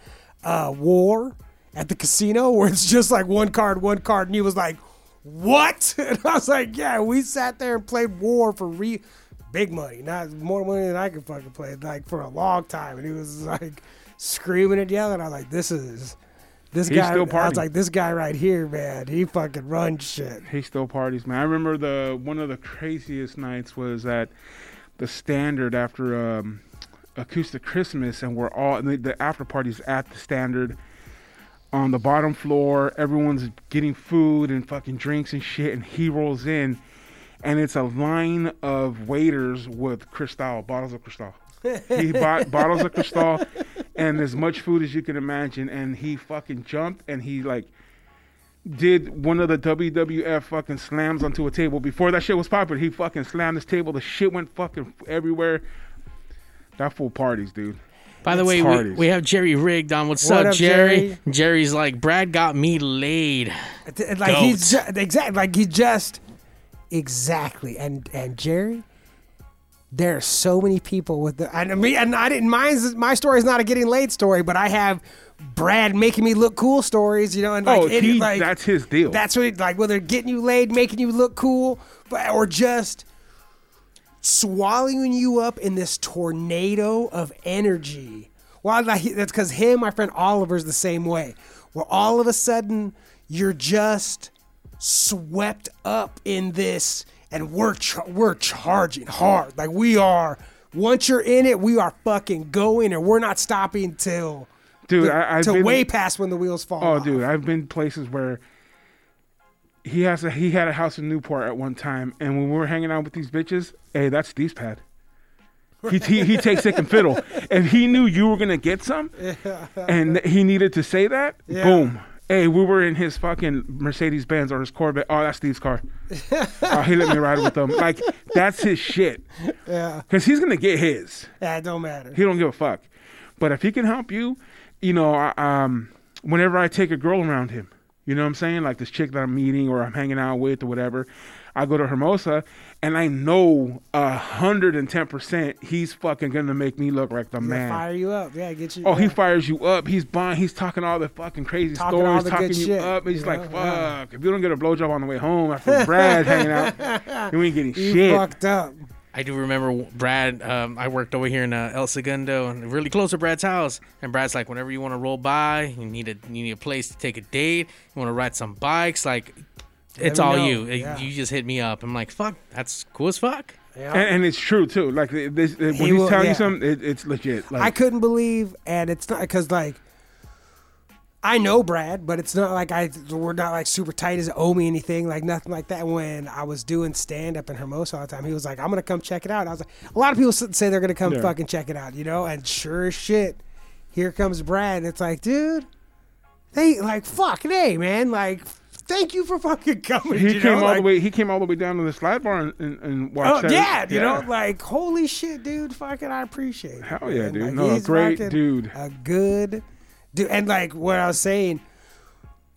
[SPEAKER 3] uh, War at the casino where it's just like one card, one card. And he was like, What? [LAUGHS] And I was like, Yeah, we sat there and played War for re. Big money, not more money than I could fucking play, like for a long time. And he was [LAUGHS] like screaming and yelling. I was like, this is, this
[SPEAKER 1] He's
[SPEAKER 3] guy. I
[SPEAKER 1] still
[SPEAKER 3] was
[SPEAKER 1] partying.
[SPEAKER 3] like, this guy right here, man, he fucking runs shit.
[SPEAKER 1] He still parties, man. I remember the one of the craziest nights was at the Standard after um, Acoustic Christmas, and we're all and the, the after parties at the Standard on the bottom floor. Everyone's getting food and fucking drinks and shit, and he rolls in, and it's a line of waiters with Cristal bottles of Cristal. he bought bottles of Cristal and as much food as you can imagine, and he fucking jumped and he like did one of the WWF fucking slams onto a table before that shit was popular. He fucking slammed this table. The shit went fucking everywhere. That full parties, dude.
[SPEAKER 2] By the way, we,
[SPEAKER 1] Hardee's.
[SPEAKER 2] we have Jerry rigged on. What's
[SPEAKER 3] What
[SPEAKER 2] up,
[SPEAKER 3] up,
[SPEAKER 2] Jerry? Jerry's like, Brad got me laid.
[SPEAKER 3] It's- it's Like he's ju- exactly like he just exactly and and Jerry. There are so many people with the and me and I didn't mind my story's not a getting laid story, but I have Brad making me look cool stories, you know, and like,
[SPEAKER 1] oh,
[SPEAKER 3] it-
[SPEAKER 1] he,
[SPEAKER 3] like
[SPEAKER 1] that's his deal.
[SPEAKER 3] that's what it, like whether getting you laid, making you look cool, but or just swallowing you up in this tornado of energy. Well, like, that's because him, my friend Oliver's the same way. Where all of a sudden you're just swept up in this, and we're char- we're charging hard. Like we are. Once you're in it, we are fucking going, and we're not stopping till
[SPEAKER 1] dude, I, I've
[SPEAKER 3] till
[SPEAKER 1] been,
[SPEAKER 3] way past when the wheels fall.
[SPEAKER 1] Oh,
[SPEAKER 3] off.
[SPEAKER 1] dude, I've been places where he has a he had a house in Newport at one time, and when we were hanging out with these bitches, hey, that's Steve's pad. He, he, he takes sick and fiddle. If he knew you were gonna get some, and he needed to say that, boom. Hey, we were in his fucking Mercedes Benz or his Corvette. Oh, that's Steve's car. oh, he let me ride with him. Like that's his shit.
[SPEAKER 3] Yeah,
[SPEAKER 1] Cause he's gonna get his.
[SPEAKER 3] yeah, it don't matter.
[SPEAKER 1] He don't give a fuck. But if he can help you, you know, I, um, whenever I take a girl around him, you know what I'm saying? Like this chick that I'm meeting or I'm hanging out with or whatever, I go to Hermosa and I know a hundred and ten percent he's fucking gonna make me look like the man.
[SPEAKER 3] Fire you up. Yeah, get you.
[SPEAKER 1] Oh, he
[SPEAKER 3] yeah.
[SPEAKER 1] fires you up. He's buying. He's talking all the fucking crazy
[SPEAKER 3] Talking
[SPEAKER 1] stories,
[SPEAKER 3] all the
[SPEAKER 1] talking
[SPEAKER 3] good
[SPEAKER 1] you
[SPEAKER 3] shit,
[SPEAKER 1] up. And he's
[SPEAKER 3] you
[SPEAKER 1] like,
[SPEAKER 3] know?
[SPEAKER 1] "Fuck!
[SPEAKER 3] Yeah.
[SPEAKER 1] If you don't get a blowjob on the way home after [LAUGHS] Brad hanging out, you ain't
[SPEAKER 3] [LAUGHS]
[SPEAKER 1] getting
[SPEAKER 3] You
[SPEAKER 1] shit."
[SPEAKER 3] fucked up.
[SPEAKER 2] I do remember Brad. Um, I worked over here in uh, El Segundo, and really close to Brad's house. And Brad's like, whenever you want to roll by, you need a you need a place to take a date. You want to ride some bikes, like it's
[SPEAKER 3] me
[SPEAKER 2] all
[SPEAKER 3] know.
[SPEAKER 2] you. It-
[SPEAKER 3] Yeah.
[SPEAKER 2] You just hit me up. I'm like, fuck, that's cool as fuck.
[SPEAKER 3] Yeah.
[SPEAKER 1] And, and it's true too. Like this, when
[SPEAKER 3] He
[SPEAKER 1] he's
[SPEAKER 3] will-
[SPEAKER 1] telling
[SPEAKER 3] yeah.
[SPEAKER 1] you something, it, it's legit. Like,
[SPEAKER 3] I couldn't believe, and it's not because like I know Brad, but it's not like I we're not like super tight as owe me anything, like nothing like that. When I was doing stand up in Hermosa all the time, he was like, "I'm gonna come check it out." I was like, a lot of people s- say they're gonna come
[SPEAKER 1] Yeah.
[SPEAKER 3] fucking check it out, you know, and sure as shit, here comes Brad, and it's like, dude, they like fuck, hey man, like. Thank you for fucking coming.
[SPEAKER 1] he
[SPEAKER 3] you
[SPEAKER 1] came
[SPEAKER 3] know?
[SPEAKER 1] all the
[SPEAKER 3] like-
[SPEAKER 1] way. He came all the way down to the slide bar and, and, and watched.
[SPEAKER 3] Oh
[SPEAKER 1] that.
[SPEAKER 3] yeah, you know, like holy shit, dude. Fucking, I appreciate it.
[SPEAKER 1] Hell yeah,
[SPEAKER 3] man.
[SPEAKER 1] dude.
[SPEAKER 3] Like,
[SPEAKER 1] No, a
[SPEAKER 3] he's
[SPEAKER 1] great
[SPEAKER 3] fucking
[SPEAKER 1] dude.
[SPEAKER 3] A good dude, and like what I was saying,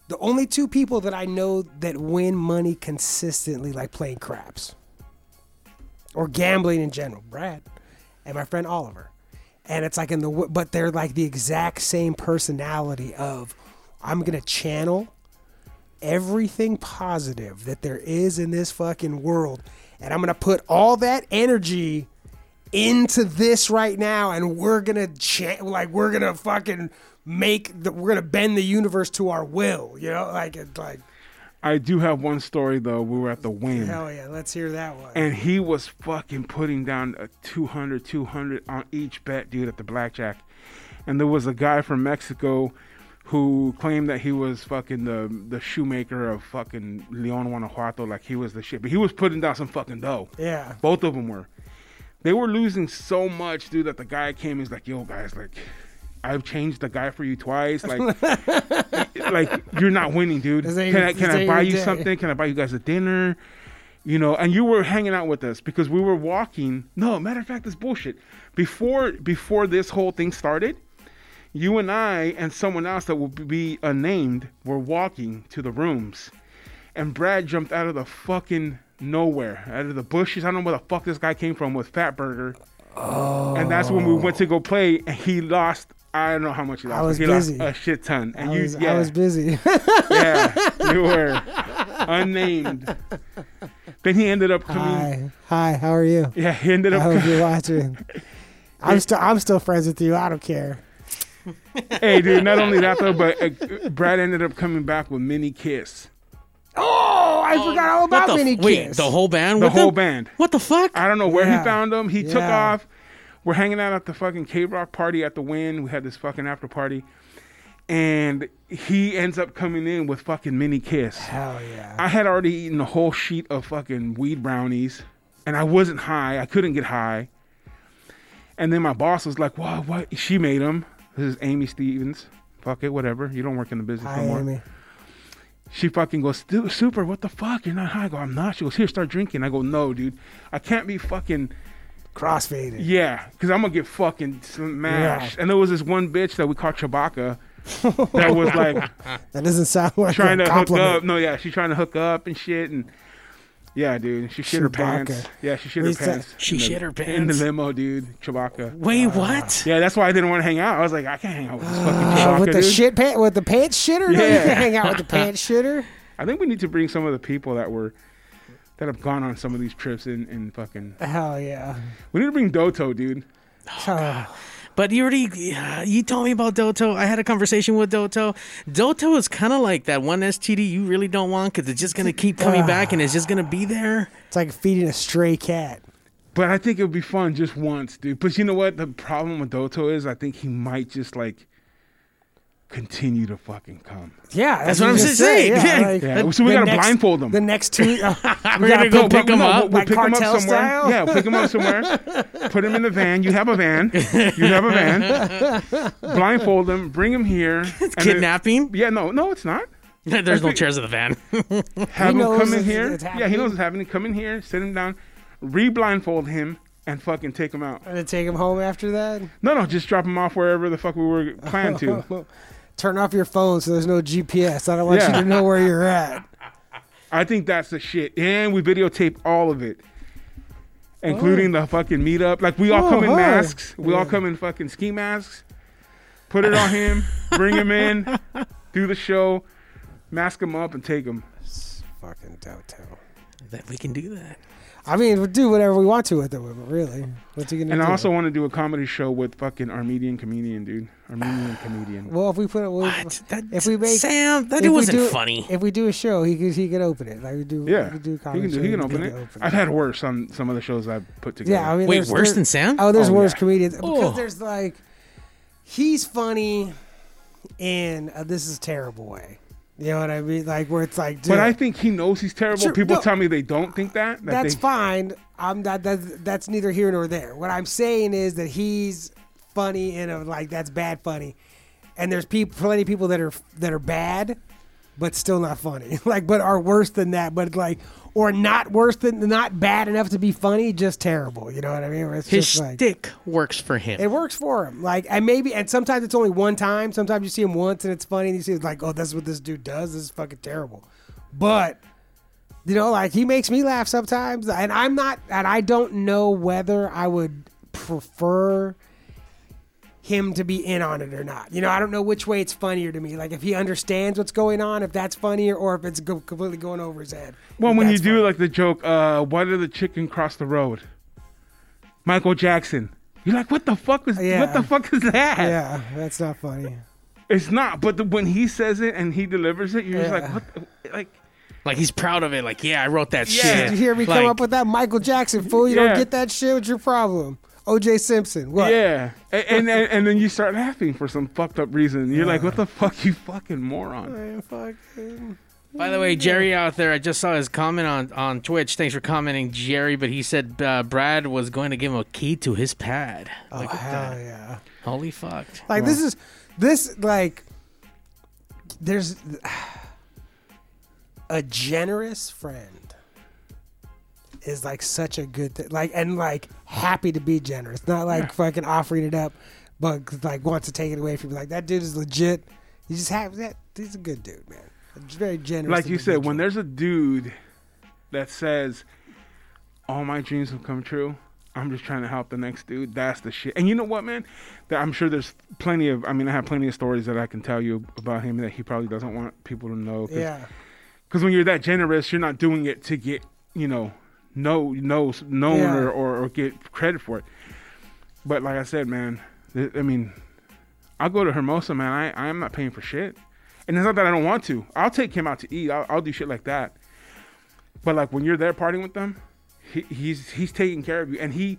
[SPEAKER 3] the only two people that I know that win money consistently, like playing craps or gambling in general, Brad and my friend Oliver, and it's like in the w- but they're like the exact same personality of I'm gonna channel everything positive that there is in this fucking world. And I'm going to put all that energy into this right now. And we're going to, cha- like, we're going to fucking make the, we're going to bend the universe to our will. You know, like, it's like,
[SPEAKER 1] I do have one story though. We were at the win,
[SPEAKER 3] hell yeah, let's hear that one.
[SPEAKER 1] and he was fucking putting down a 200, 200 on each bet, dude, at the blackjack. And there was a guy from Mexico who claimed that he was fucking the the shoemaker of fucking Leon Guanajuato, like he was the shit. But he was putting down some fucking dough.
[SPEAKER 3] yeah.
[SPEAKER 1] Both of them were. They were losing so much, dude, that the guy came and was like, yo, guys, like, I've changed the guy for you twice.
[SPEAKER 3] [LAUGHS]
[SPEAKER 1] Like, like you're not winning, dude.
[SPEAKER 3] This ain't-
[SPEAKER 1] Can I
[SPEAKER 3] this
[SPEAKER 1] can I
[SPEAKER 3] ain't
[SPEAKER 1] buy
[SPEAKER 3] your
[SPEAKER 1] you
[SPEAKER 3] day."
[SPEAKER 1] something? Can I buy you guys a dinner? You know, and you were hanging out with us because we were walking. No, matter of fact, this bullshit. Before before this whole thing started, you and I and someone else that will be unnamed were walking to the rooms, and Brad jumped out of the fucking nowhere, out of the bushes. I don't know where the fuck this guy came from with Fat Burger. And that's when we went to go play, and he lost. I don't know how much he lost.
[SPEAKER 3] Oh. I was
[SPEAKER 1] he
[SPEAKER 3] busy.
[SPEAKER 1] lost a shit ton. And
[SPEAKER 3] I
[SPEAKER 1] you,
[SPEAKER 3] was,
[SPEAKER 1] yeah,
[SPEAKER 3] I was busy. [LAUGHS]
[SPEAKER 1] yeah, you were unnamed. Then he ended up coming.
[SPEAKER 3] hi, hi, how are you?
[SPEAKER 1] Yeah, he ended
[SPEAKER 3] I
[SPEAKER 1] up.
[SPEAKER 3] hope you're watching. I'm still, I'm still friends with you. I don't care.
[SPEAKER 1] [LAUGHS] hey, dude! Not only that though, but uh, Brad ended up coming back with Mini Kiss.
[SPEAKER 3] Oh, I forgot all
[SPEAKER 2] What
[SPEAKER 3] about
[SPEAKER 2] the,
[SPEAKER 3] Mini
[SPEAKER 2] f- wait,
[SPEAKER 3] Kiss.
[SPEAKER 2] the whole band?
[SPEAKER 1] The
[SPEAKER 2] with
[SPEAKER 1] whole
[SPEAKER 2] him?
[SPEAKER 1] band.
[SPEAKER 2] What the fuck?
[SPEAKER 1] I don't know where
[SPEAKER 3] Yeah.
[SPEAKER 1] he found them. He took
[SPEAKER 3] Yeah.
[SPEAKER 1] off. We're hanging out at the fucking K Rock party at the Win. We had this fucking after party, and he ends up coming in with fucking Mini Kiss.
[SPEAKER 3] Hell yeah.
[SPEAKER 1] I had already eaten a whole sheet of fucking weed brownies, and I wasn't high. I couldn't get high. And then my boss was like, "Wow, what?" She made them. This is Amy Stevens. Fuck it, whatever. You don't work in the business
[SPEAKER 3] Hi,
[SPEAKER 1] no more.
[SPEAKER 3] Amy.
[SPEAKER 1] She fucking goes, "Stu- "Super, what the fuck? You're not high." I go, "I'm not." She goes, "Here, start drinking." I go, "No, dude, I can't be fucking
[SPEAKER 3] Crossfaded.
[SPEAKER 1] yeah, because I'm gonna get fucking smashed." And there was this one bitch that we
[SPEAKER 2] [LAUGHS]
[SPEAKER 1] called Chewbacca that was like
[SPEAKER 3] That doesn't sound like
[SPEAKER 1] trying
[SPEAKER 3] a
[SPEAKER 1] to hook
[SPEAKER 3] compliment. Uh,
[SPEAKER 1] up. No, yeah, she's trying to hook up and shit. And yeah, dude, she shit her pants.
[SPEAKER 3] Chewbacca.
[SPEAKER 1] Yeah, she shit
[SPEAKER 3] We
[SPEAKER 1] her
[SPEAKER 3] said-
[SPEAKER 1] pants.
[SPEAKER 2] She
[SPEAKER 1] in the-
[SPEAKER 2] shit her
[SPEAKER 1] in the
[SPEAKER 2] pants.
[SPEAKER 1] limo, dude. Chewbacca.
[SPEAKER 2] Wait, what?
[SPEAKER 1] Yeah, that's why I didn't want to hang out. I was like, I can't hang out with
[SPEAKER 2] [SIGHS]
[SPEAKER 1] this fucking
[SPEAKER 3] Uh,
[SPEAKER 1] Chewbacca,
[SPEAKER 3] with the
[SPEAKER 1] dude.
[SPEAKER 3] shit pant, with the pants shitter, No, you
[SPEAKER 1] Yeah.
[SPEAKER 3] can hang out
[SPEAKER 1] [LAUGHS]
[SPEAKER 3] with the pants shitter.
[SPEAKER 1] I think we need to bring some of the people that were that have gone on some of these trips and and fucking.
[SPEAKER 3] Hell yeah!
[SPEAKER 1] We need to bring Doto, dude.
[SPEAKER 3] Oh,
[SPEAKER 2] But you already, yeah, you told me about Doto. I had a conversation with Doto. Doto is kind of like that one STD you really don't want because it's just going to keep coming back and it's just going to be there.
[SPEAKER 3] it's like feeding a stray cat.
[SPEAKER 1] But I think it would be fun just once, dude. But you know what? The problem with Doto is I think he might just like continue to fucking come.
[SPEAKER 3] Yeah,
[SPEAKER 2] That's what I'm
[SPEAKER 3] just
[SPEAKER 2] saying. Yeah.
[SPEAKER 3] like,
[SPEAKER 1] Yeah, so we
[SPEAKER 3] the
[SPEAKER 1] gotta
[SPEAKER 3] next-
[SPEAKER 1] blindfold him.
[SPEAKER 3] The
[SPEAKER 2] [LAUGHS]
[SPEAKER 3] next two, uh,
[SPEAKER 2] We're going to go
[SPEAKER 1] No,
[SPEAKER 2] pick
[SPEAKER 1] but
[SPEAKER 2] him
[SPEAKER 1] no,
[SPEAKER 2] up.
[SPEAKER 1] We'll, we'll
[SPEAKER 3] Like
[SPEAKER 1] pick him up
[SPEAKER 3] cartel
[SPEAKER 1] somewhere.
[SPEAKER 3] style?
[SPEAKER 1] Yeah, we'll pick him
[SPEAKER 3] [LAUGHS]
[SPEAKER 1] up somewhere. Put him in the van. You have a van. You have a van.
[SPEAKER 3] [LAUGHS]
[SPEAKER 1] Blindfold him. Bring him here. It's [LAUGHS]
[SPEAKER 2] Kidnapping? [LAUGHS]
[SPEAKER 1] yeah, no, no, it's not.
[SPEAKER 2] There's no chairs in the van. [LAUGHS]
[SPEAKER 3] He
[SPEAKER 1] Have him
[SPEAKER 3] knows
[SPEAKER 1] come in
[SPEAKER 3] it's-
[SPEAKER 1] here.
[SPEAKER 3] it's
[SPEAKER 1] yeah, he
[SPEAKER 3] happening.
[SPEAKER 1] knows it's happening. Come in here. Sit him down. Re-blindfold him and fucking take him out.
[SPEAKER 3] and then take him home after that.
[SPEAKER 1] No, no, just drop him off wherever the fuck we were
[SPEAKER 3] [LAUGHS]
[SPEAKER 1] planned to.
[SPEAKER 3] Turn off your phone so there's no GPS. I don't want
[SPEAKER 1] Yeah.
[SPEAKER 3] you to know where
[SPEAKER 2] [LAUGHS]
[SPEAKER 3] you're at.
[SPEAKER 1] I think that's the shit. And we videotape all of it. Including the fucking meetup. Like we all
[SPEAKER 3] Oh,
[SPEAKER 1] come in
[SPEAKER 3] hi.
[SPEAKER 1] masks. We all come in fucking ski masks. Put it on him, bring
[SPEAKER 3] [LAUGHS]
[SPEAKER 1] him in, do the show, mask him up and take him.
[SPEAKER 3] Fucking Doto.
[SPEAKER 2] that we can do that.
[SPEAKER 3] I mean, we'll do whatever we want to with them, but really, what's he gonna
[SPEAKER 1] And
[SPEAKER 3] do?
[SPEAKER 1] I also want to do a comedy show with fucking Armenian comedian, dude.
[SPEAKER 3] [SIGHS]
[SPEAKER 1] Armenian comedian.
[SPEAKER 3] well, if we put it, we'll,
[SPEAKER 2] What? That,
[SPEAKER 3] if we make-
[SPEAKER 2] Sam, that
[SPEAKER 3] if
[SPEAKER 2] it
[SPEAKER 3] we
[SPEAKER 2] wasn't
[SPEAKER 3] do-
[SPEAKER 2] funny.
[SPEAKER 3] If we do a show, he could he could open it. Like we do,
[SPEAKER 1] Yeah.
[SPEAKER 3] we
[SPEAKER 1] He
[SPEAKER 3] could do a
[SPEAKER 1] can
[SPEAKER 3] comedy
[SPEAKER 1] do
[SPEAKER 3] show,
[SPEAKER 1] he can
[SPEAKER 3] could
[SPEAKER 1] open
[SPEAKER 3] do
[SPEAKER 1] it. I've had worse on some of the shows I've put together.
[SPEAKER 3] Yeah, I mean,
[SPEAKER 2] Wait,
[SPEAKER 3] there's-
[SPEAKER 2] worse
[SPEAKER 3] there-
[SPEAKER 2] than Sam?
[SPEAKER 3] Oh, there's
[SPEAKER 1] Oh,
[SPEAKER 3] worse
[SPEAKER 1] yeah.
[SPEAKER 3] comedians
[SPEAKER 2] Oh.
[SPEAKER 3] because there's like he's funny in a this is terrible way. You know what I mean? Like where it's like, dude,
[SPEAKER 1] But I [LAUGHS] think he knows he's terrible.
[SPEAKER 3] Sure,
[SPEAKER 1] People
[SPEAKER 3] no.
[SPEAKER 1] tell me they don't think that. that
[SPEAKER 3] that's
[SPEAKER 1] they,
[SPEAKER 3] fine. I'm not that that's neither here nor there. What I'm saying is that he's funny in a like that's bad funny, and there's people plenty of people that are that are bad, but still not funny. [LAUGHS] Like but are worse than that. But like or not worse than not bad enough to be funny, just terrible. You know what I mean? Where It's
[SPEAKER 2] His
[SPEAKER 3] just like,
[SPEAKER 2] stick works for him.
[SPEAKER 3] it works for him. Like, and maybe, and sometimes it's only one time. Sometimes you see him once and it's funny, and you see like, oh, that's what this dude does. This is fucking terrible. But you know, like he makes me laugh sometimes, and I'm not, and I don't know whether I would prefer him to be in on it or not. You know, I don't know which way it's funnier to me. Like if he understands what's going on, if that's funnier, or if it's go- completely going over his head.
[SPEAKER 1] Well,
[SPEAKER 3] If
[SPEAKER 1] when you
[SPEAKER 3] that's
[SPEAKER 1] do
[SPEAKER 3] funny.
[SPEAKER 1] like the joke, uh, why did the chicken cross the road? Michael Jackson. You're like, what the fuck is
[SPEAKER 3] Yeah.
[SPEAKER 1] what the fuck is that?
[SPEAKER 3] yeah, that's not funny.
[SPEAKER 1] It's not. But the, when he says it and he delivers it, you're just like,
[SPEAKER 3] Yeah.
[SPEAKER 1] what? The, like,
[SPEAKER 2] Like he's proud of it. Like, yeah, I wrote that
[SPEAKER 1] Yeah.
[SPEAKER 2] shit.
[SPEAKER 3] Did you hear me
[SPEAKER 2] Like,
[SPEAKER 3] come up with that Michael Jackson fool? You
[SPEAKER 1] Yeah.
[SPEAKER 3] don't get that shit. What's your problem? OJ Simpson. What?
[SPEAKER 1] yeah. A- And, and and then you start laughing for some fucked up reason. You're like, what the fuck, you fucking moron.
[SPEAKER 3] Man, fucking.
[SPEAKER 2] By the way, Jerry out there, I just saw his comment on, on Twitch. Thanks for commenting, Jerry. But he said uh, Brad was going to give him a key to his pad.
[SPEAKER 3] Oh,
[SPEAKER 2] Look at
[SPEAKER 3] hell
[SPEAKER 2] that.
[SPEAKER 3] yeah.
[SPEAKER 2] Holy fuck.
[SPEAKER 3] Like this is this like there's a generous friend is like such a good thing. Like and like happy to be generous, not like fucking offering it up, but like wants to take it away from you. Like that dude is legit. He just have that. He's a good dude, man. He's very generous.
[SPEAKER 1] Like you said,
[SPEAKER 3] individual.
[SPEAKER 1] when there's a dude that says, "All my dreams have come true," I'm just trying to help the next dude. That's the shit. And you know what, man? That I'm sure there's plenty of. I mean, I have plenty of stories that I can tell you about him that he probably doesn't want people to know. Cause,
[SPEAKER 3] yeah,
[SPEAKER 1] 'cause when you're that generous, you're not doing it to get you know, no, no, known
[SPEAKER 3] Yeah.
[SPEAKER 1] or, or or get credit for it. But like I said, man, th- I mean, I'll go to Hermosa, man. I I'm not paying for shit, and it's not that I don't want to. I'll take him out to eat. I'll, I'll do shit like that. But like when you're there partying with them, he, he's he's taking care of you, and he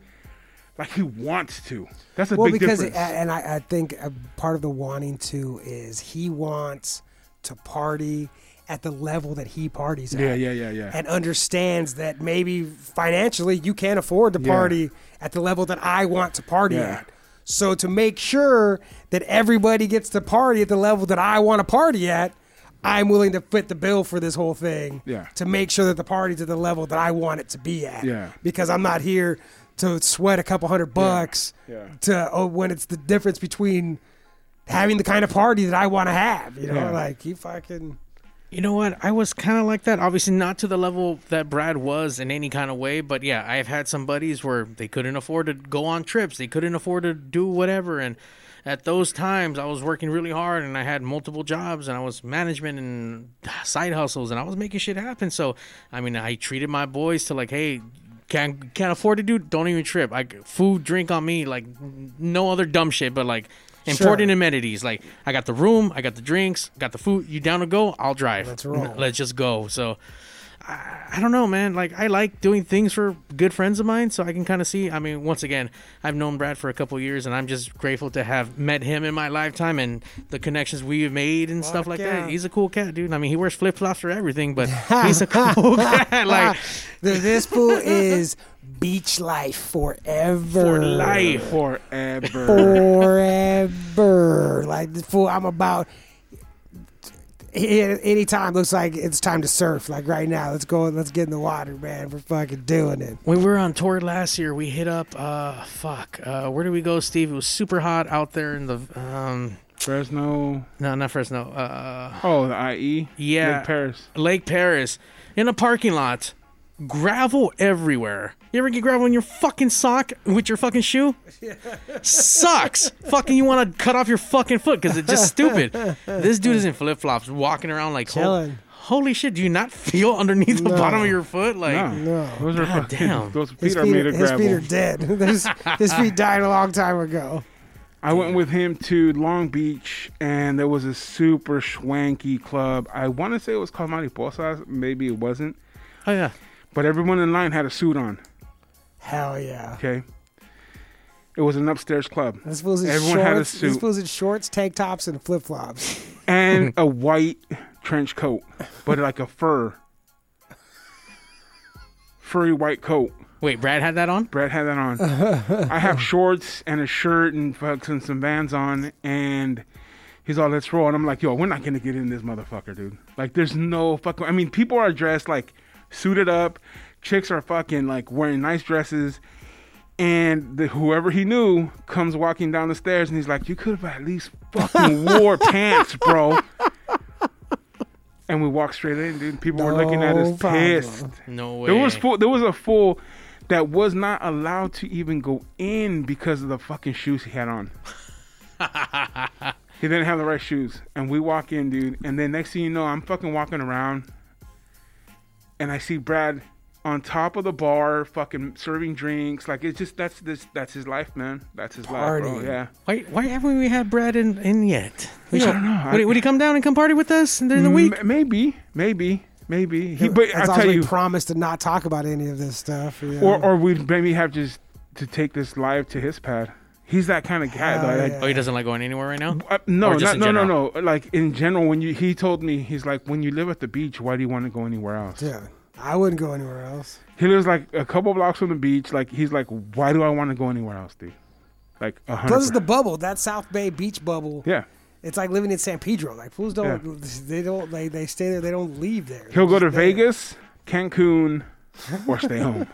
[SPEAKER 1] like he wants to. That's a
[SPEAKER 3] well,
[SPEAKER 1] big
[SPEAKER 3] because
[SPEAKER 1] difference.
[SPEAKER 3] a- and I, I think a part of the wanting to is he wants to party at the level that he parties at.
[SPEAKER 1] yeah, yeah, yeah, yeah.
[SPEAKER 3] and understands that maybe financially you can't afford to
[SPEAKER 1] Yeah.
[SPEAKER 3] party at the level that I want to party
[SPEAKER 1] Yeah.
[SPEAKER 3] at. So to make sure that everybody gets to party at the level that I want to party at, I'm willing to foot the bill for this whole thing
[SPEAKER 1] Yeah.
[SPEAKER 3] to make sure that the party's at the level that I want it to be at.
[SPEAKER 1] Yeah.
[SPEAKER 3] Because I'm not here to sweat a couple hundred bucks
[SPEAKER 1] Yeah.
[SPEAKER 3] to oh, when it's the difference between having the kind of party that I want to have. You know,
[SPEAKER 1] Yeah.
[SPEAKER 3] like he fucking
[SPEAKER 2] You know what? I was kind of like that. Obviously, not to the level that Brad was in any kind of way, but yeah, I've had some buddies where they couldn't afford to go on trips, they couldn't afford to do whatever. And at those times, I was working really hard and I had multiple jobs and I was management and side hustles and I was making shit happen. So, I mean, I treated my boys to like, hey, can't can't afford to do. Don't even trip. Like food, drink on me. Like n- no other dumb shit. But like important amenities. Like I got the room, I got the drinks, got the food. You down to go? I'll drive.
[SPEAKER 3] Let's roll.
[SPEAKER 2] N- Let's just go. So I, I don't know, man. Like I like doing things for good friends of mine, so I can kind of see. I mean, once again, I've known Brad for a couple years, and I'm just grateful to have met him in my lifetime and the connections we've made and stuff like
[SPEAKER 3] Fuck yeah.
[SPEAKER 2] that. He's a cool cat, dude. I mean, he wears flip flops for everything,
[SPEAKER 3] [LAUGHS]
[SPEAKER 2] but he's a cool [LAUGHS]
[SPEAKER 1] [LAUGHS]
[SPEAKER 2] cat. Like.
[SPEAKER 3] The, this pool is beach life forever.
[SPEAKER 2] For life.
[SPEAKER 1] Forever.
[SPEAKER 3] Forever. like this pool, I'm about. a- Any time looks like it's time to surf. Like right now, let's go. Let's get in the water, man. We're fucking doing it.
[SPEAKER 2] When we were on tour last year, we hit up uh fuck. Uh where did we go, Steve? It was super hot out there in the um
[SPEAKER 1] Fresno.
[SPEAKER 2] no, not Fresno. Uh
[SPEAKER 1] Oh, the IE.
[SPEAKER 2] Yeah.
[SPEAKER 1] Lake Paris.
[SPEAKER 2] Lake Paris in a parking lot. Gravel everywhere. You ever get gravel in your fucking sock with your fucking shoe? Sucks. fucking you want to cut off your fucking foot cuz it's just stupid. This dude is in flip-flops walking around like hol-
[SPEAKER 3] Chilling.
[SPEAKER 2] Holy shit, do you not feel underneath the bottom of your foot like
[SPEAKER 1] No,
[SPEAKER 3] no.
[SPEAKER 1] Those are fucking,
[SPEAKER 2] damn.
[SPEAKER 1] Those feet,
[SPEAKER 3] His
[SPEAKER 1] are made of
[SPEAKER 3] his
[SPEAKER 1] gravel.
[SPEAKER 3] feet are dead. [LAUGHS] His- his
[SPEAKER 1] [LAUGHS]
[SPEAKER 3] feet died a long time ago.
[SPEAKER 1] I went with him to Long Beach, and there was a super swanky club. I want to say it was called Mariposas, maybe it wasn't,
[SPEAKER 2] Oh yeah.
[SPEAKER 1] but everyone in line had a suit on.
[SPEAKER 3] Hell yeah.
[SPEAKER 1] Okay, it was an upstairs club,
[SPEAKER 3] This fool's in
[SPEAKER 1] Everyone
[SPEAKER 3] shorts.
[SPEAKER 1] had a
[SPEAKER 3] This
[SPEAKER 1] suit.
[SPEAKER 3] fool's in shorts, tank tops, and flip flops. [LAUGHS]
[SPEAKER 1] and a white trench coat, but like a fur, furry white coat.
[SPEAKER 2] Wait, Brad had that on?
[SPEAKER 1] Brett had that on. I have shorts and a shirt and fucks and some vans on, and he's all let's roll. And I'm like, yo, we're not gonna get in this motherfucker, dude. Like, there's no fucking. I mean, people are dressed like suited up. Chicks are fucking like wearing nice dresses, and the, whoever he knew comes walking down the stairs, and he's like, you could have at least fucking wore pants, bro. And we walked straight in, dude. People were looking at
[SPEAKER 3] No
[SPEAKER 1] us
[SPEAKER 3] problem.
[SPEAKER 1] pissed.
[SPEAKER 2] No way.
[SPEAKER 1] There was full, there was a fool that was not allowed to even go in because of the fucking shoes he had on. he didn't have the right shoes, and we walk in, dude. And then next thing you know, I'm fucking walking around, and I see Brad on top of the bar, fucking serving drinks. Like it's just that's this that's his life, man. That's his life,
[SPEAKER 3] Partying.
[SPEAKER 1] bro. Yeah.
[SPEAKER 2] Why, why haven't we had Brad in, in yet? We should,
[SPEAKER 1] I Mm. don't know.
[SPEAKER 2] Would, he, would he come down and come party with us during the week?
[SPEAKER 1] M- maybe, maybe, maybe. He, [LAUGHS] but
[SPEAKER 3] That's
[SPEAKER 1] I'll
[SPEAKER 3] also
[SPEAKER 1] tell
[SPEAKER 3] we
[SPEAKER 1] you,
[SPEAKER 3] promised to not talk about any of this stuff. you know?
[SPEAKER 1] or or we maybe have just to take this live to his pad. He's that kind of guy.
[SPEAKER 3] Hell
[SPEAKER 1] though. Like,
[SPEAKER 3] yeah.
[SPEAKER 2] Oh, he doesn't like going anywhere right now.
[SPEAKER 1] uh, no,
[SPEAKER 2] Or just
[SPEAKER 1] not,
[SPEAKER 2] in
[SPEAKER 1] no, no, no. Like in general, when you he told me he's like, when you live at the beach, why do you want to go anywhere else?
[SPEAKER 3] Yeah. I wouldn't go anywhere else.
[SPEAKER 1] He lives like a couple blocks from the beach. Like he's like, why do I want to go anywhere else, dude? Like a hundred.
[SPEAKER 3] Plus, it's the
[SPEAKER 1] percent.
[SPEAKER 3] bubble, that South Bay beach bubble.
[SPEAKER 1] yeah.
[SPEAKER 3] It's like living in San Pedro. Like fools don't, they don't, they, they stay there. They don't leave there.
[SPEAKER 1] He'll go to
[SPEAKER 3] They're just there.
[SPEAKER 1] Vegas, Cancun, or stay home.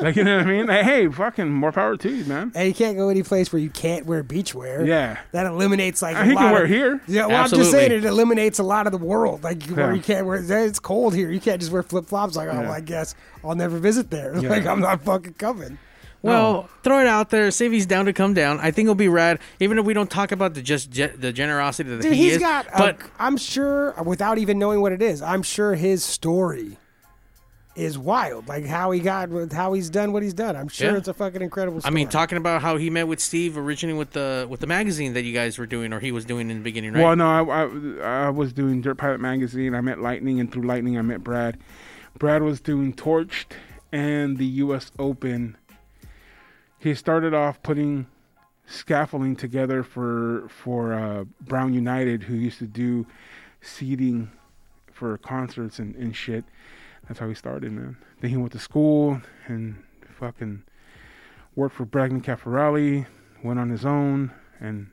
[SPEAKER 1] like you know what I mean? Like, hey, fucking more power to you, man.
[SPEAKER 3] And you can't go any place where you can't wear beachwear.
[SPEAKER 1] Yeah. Uh,
[SPEAKER 3] That eliminates like. a
[SPEAKER 1] He can
[SPEAKER 3] lot
[SPEAKER 1] wear
[SPEAKER 3] of-
[SPEAKER 1] here.
[SPEAKER 3] Yeah, well, I'm just
[SPEAKER 2] Absolutely.
[SPEAKER 3] saying it eliminates a lot of the world. Like
[SPEAKER 1] Yeah.
[SPEAKER 3] where you can't wear, it's cold here. You can't just wear flip flops. Like, oh,
[SPEAKER 1] Yeah.
[SPEAKER 3] well, I guess I'll never visit there. [LAUGHS] Like, I'm not fucking coming.
[SPEAKER 2] Well, throw it out there. See if he's down to come down. I think it'll be rad. Even if we don't talk about the just ge- the generosity that
[SPEAKER 3] Dude,
[SPEAKER 2] he
[SPEAKER 3] he has
[SPEAKER 2] is,
[SPEAKER 3] got. i
[SPEAKER 2] but
[SPEAKER 3] I'm sure, without even knowing what it is, I'm sure his story is wild. Like how he got, how he's done what he's done. I'm sure
[SPEAKER 2] Yeah.
[SPEAKER 3] it's a fucking incredible.
[SPEAKER 2] I
[SPEAKER 3] Story.
[SPEAKER 2] mean, talking about how he met with Steve originally with the with the magazine that you guys were doing or he was doing in the beginning, right?
[SPEAKER 1] Well, no, I, I, I was doing Dirt Pilot magazine. I met Lightning, and through Lightning, I met Brad. Brad was doing Torched and the U.S. Open. He started off putting scaffolding together for for uh, Brown United, who used to do seating for concerts and, and shit. That's how he started, man. Then he went to school and fucking worked for Bragman Caffarelli, went on his own, and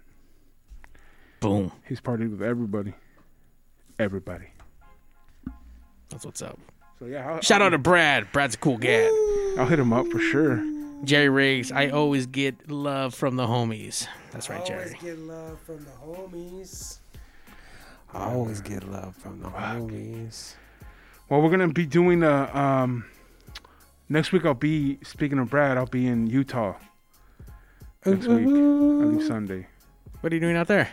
[SPEAKER 2] Boom.
[SPEAKER 1] He's partied with everybody. Everybody.
[SPEAKER 2] That's what's up.
[SPEAKER 1] So yeah, I'll,
[SPEAKER 2] Shout out to Brad. Brad's a cool guy.
[SPEAKER 1] I'll hit him up for sure.
[SPEAKER 2] Jerry Riggs, I always get love from the homies. That's right, Jerry.
[SPEAKER 3] get love from the homies. I always get love from the homies.
[SPEAKER 1] Well, we're gonna be doing a. Um, next week I'll be speaking of Brad. I'll be in Utah next week. I leave
[SPEAKER 2] Uh-huh.
[SPEAKER 1] Sunday.
[SPEAKER 2] What are you doing out there?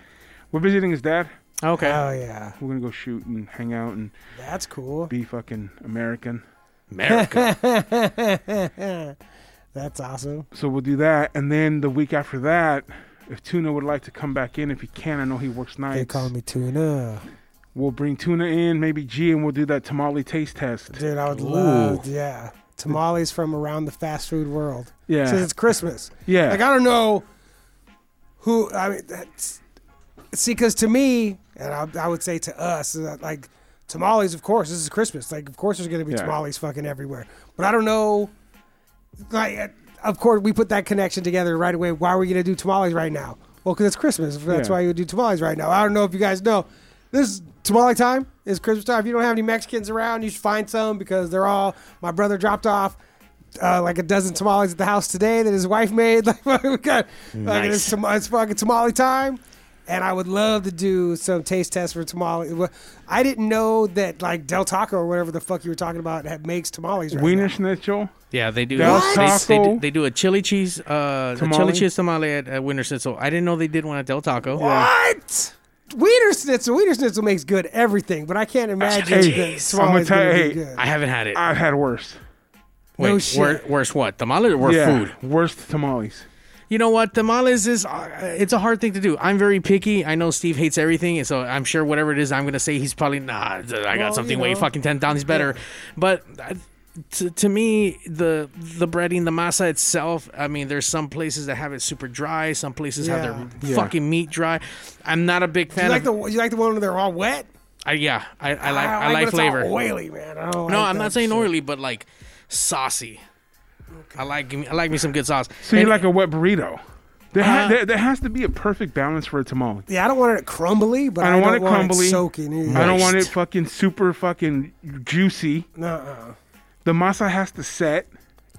[SPEAKER 1] We're visiting his dad.
[SPEAKER 2] Okay.
[SPEAKER 3] Oh yeah,
[SPEAKER 1] We're gonna go shoot and hang out and
[SPEAKER 3] that's cool.
[SPEAKER 1] be fucking American.
[SPEAKER 2] America.
[SPEAKER 3] [LAUGHS] That's awesome.
[SPEAKER 1] So we'll do that, and then the week after that, if Tuna would like to come back in, if he can, I know he works nights.
[SPEAKER 3] They call me Tuna,
[SPEAKER 1] We'll bring Tuna in, maybe G, and we'll do that tamale taste test.
[SPEAKER 3] dude. I would
[SPEAKER 2] Ooh.
[SPEAKER 3] love, yeah, tamales from around the fast food world.
[SPEAKER 1] Yeah,
[SPEAKER 3] Since it's Christmas,
[SPEAKER 1] yeah.
[SPEAKER 3] like I don't know who. I mean, that's, see, because to me, and I, I would say to us, is that, like tamales. Of course, this is Christmas. Like, of course, there's gonna be
[SPEAKER 1] Yeah.
[SPEAKER 3] tamales fucking everywhere. But I don't know. Like, uh, of course, we put that connection together right away. Why are we gonna do tamales right now? Well, because it's Christmas. That's
[SPEAKER 1] Yeah.
[SPEAKER 3] why you would do tamales right now. I don't know if you guys know. This tamale time is Christmas time. If you don't have any Mexicans around, you should find some because they're all. My brother dropped off uh, like a dozen tamales at the house today that his wife made. [LAUGHS] Like we got, like
[SPEAKER 2] Nice.
[SPEAKER 3] it's, tam- it's fucking tamale time, and I would love to do some taste tests for tamale. Well, I didn't know that like Del Taco or whatever the fuck you were talking about had, makes tamales. Right
[SPEAKER 1] Wiener
[SPEAKER 3] now.
[SPEAKER 1] Schnitzel.
[SPEAKER 2] yeah, they do.
[SPEAKER 1] Del
[SPEAKER 2] They, they
[SPEAKER 1] Taco.
[SPEAKER 2] do. They do a chili cheese, uh, a
[SPEAKER 1] Tamale.
[SPEAKER 2] chili cheese tamale at, at Winter Schnitzel. I didn't know they did one at Del Taco.
[SPEAKER 3] What? Wiener Schnitzel. Wiener Schnitzel makes good everything, but I can't imagine that
[SPEAKER 1] Hey, I'm gonna
[SPEAKER 3] tamales
[SPEAKER 1] tell
[SPEAKER 3] gonna
[SPEAKER 1] you,
[SPEAKER 3] be
[SPEAKER 1] hey,
[SPEAKER 3] good.
[SPEAKER 2] I haven't had it.
[SPEAKER 1] I've had worse.
[SPEAKER 2] Wait,
[SPEAKER 3] no
[SPEAKER 2] wor-
[SPEAKER 3] shit.
[SPEAKER 2] worse what? Tamales or worse
[SPEAKER 1] yeah,
[SPEAKER 2] food?
[SPEAKER 1] worst tamales.
[SPEAKER 2] You know what? Tamales is uh, it's a hard thing to do. I'm very picky. I know Steve hates everything, and so I'm sure whatever it is, I'm gonna say he's probably nah. th- I got
[SPEAKER 3] Well,
[SPEAKER 2] something
[SPEAKER 3] you
[SPEAKER 2] way
[SPEAKER 3] know.
[SPEAKER 2] fucking ten times better. But uh, to, to me, the the breading, the masa itself. I mean, there's some places that have it super dry. Some places have their
[SPEAKER 3] Yeah.
[SPEAKER 1] Yeah.
[SPEAKER 2] fucking meat dry. I'm not a big
[SPEAKER 3] You
[SPEAKER 2] fan.
[SPEAKER 3] like
[SPEAKER 2] of,
[SPEAKER 3] the you like the one where they're all wet?
[SPEAKER 2] I, yeah, I, I like
[SPEAKER 3] don't
[SPEAKER 2] I,
[SPEAKER 3] when
[SPEAKER 2] like
[SPEAKER 3] it's all
[SPEAKER 2] flavor.
[SPEAKER 3] oily, man. I don't
[SPEAKER 2] No,
[SPEAKER 3] like
[SPEAKER 2] I'm
[SPEAKER 3] that
[SPEAKER 2] not saying
[SPEAKER 3] shit.
[SPEAKER 2] oily, but like saucy. I like give me, I like me some good sauce.
[SPEAKER 1] So you
[SPEAKER 2] And-
[SPEAKER 1] like a wet burrito? There, ha-
[SPEAKER 2] Uh-huh.
[SPEAKER 1] there, there has to be a perfect balance for a tamale.
[SPEAKER 3] Yeah, I don't want it crumbly, but I don't, want, it
[SPEAKER 1] crumbly.
[SPEAKER 3] soaking either.
[SPEAKER 1] I don't want it
[SPEAKER 2] Moist.
[SPEAKER 1] fucking super fucking juicy.
[SPEAKER 3] Nuh-uh.
[SPEAKER 1] The masa has to set.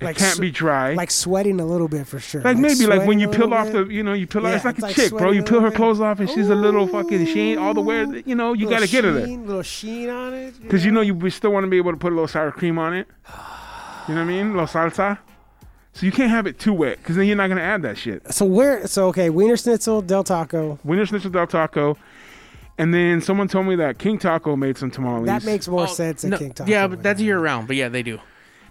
[SPEAKER 1] It
[SPEAKER 3] Like
[SPEAKER 1] can't
[SPEAKER 3] su-
[SPEAKER 1] be dry.
[SPEAKER 3] Like sweating a little bit for sure.
[SPEAKER 1] Like maybe like
[SPEAKER 3] sweating
[SPEAKER 1] when you
[SPEAKER 3] a
[SPEAKER 1] peel
[SPEAKER 3] little
[SPEAKER 1] off
[SPEAKER 3] bit.
[SPEAKER 1] the you know you peel off
[SPEAKER 3] Yeah,
[SPEAKER 1] it's like
[SPEAKER 3] it's
[SPEAKER 1] a
[SPEAKER 3] like
[SPEAKER 1] chick bro
[SPEAKER 3] sweating
[SPEAKER 1] you
[SPEAKER 3] a
[SPEAKER 1] peel her
[SPEAKER 3] little bit.
[SPEAKER 1] clothes off and she's a little fucking she ain't all the way you know you
[SPEAKER 3] Little
[SPEAKER 1] gotta get her there
[SPEAKER 3] sheen, Little sheen on it.
[SPEAKER 1] because you know you we still want to be able to put a little sour cream on it you know what I mean little salsa so you can't have it too wet because then you're not gonna add that shit
[SPEAKER 3] So where? So okay, Wiener Schnitzel, Del Taco.
[SPEAKER 1] Wiener Schnitzel Del Taco. And then someone told me that King Taco made some tamales.
[SPEAKER 3] That makes more
[SPEAKER 2] Oh,
[SPEAKER 3] sense than
[SPEAKER 2] no,
[SPEAKER 3] King Taco.
[SPEAKER 2] Yeah, but
[SPEAKER 3] man.
[SPEAKER 2] that's year round. But yeah, they do.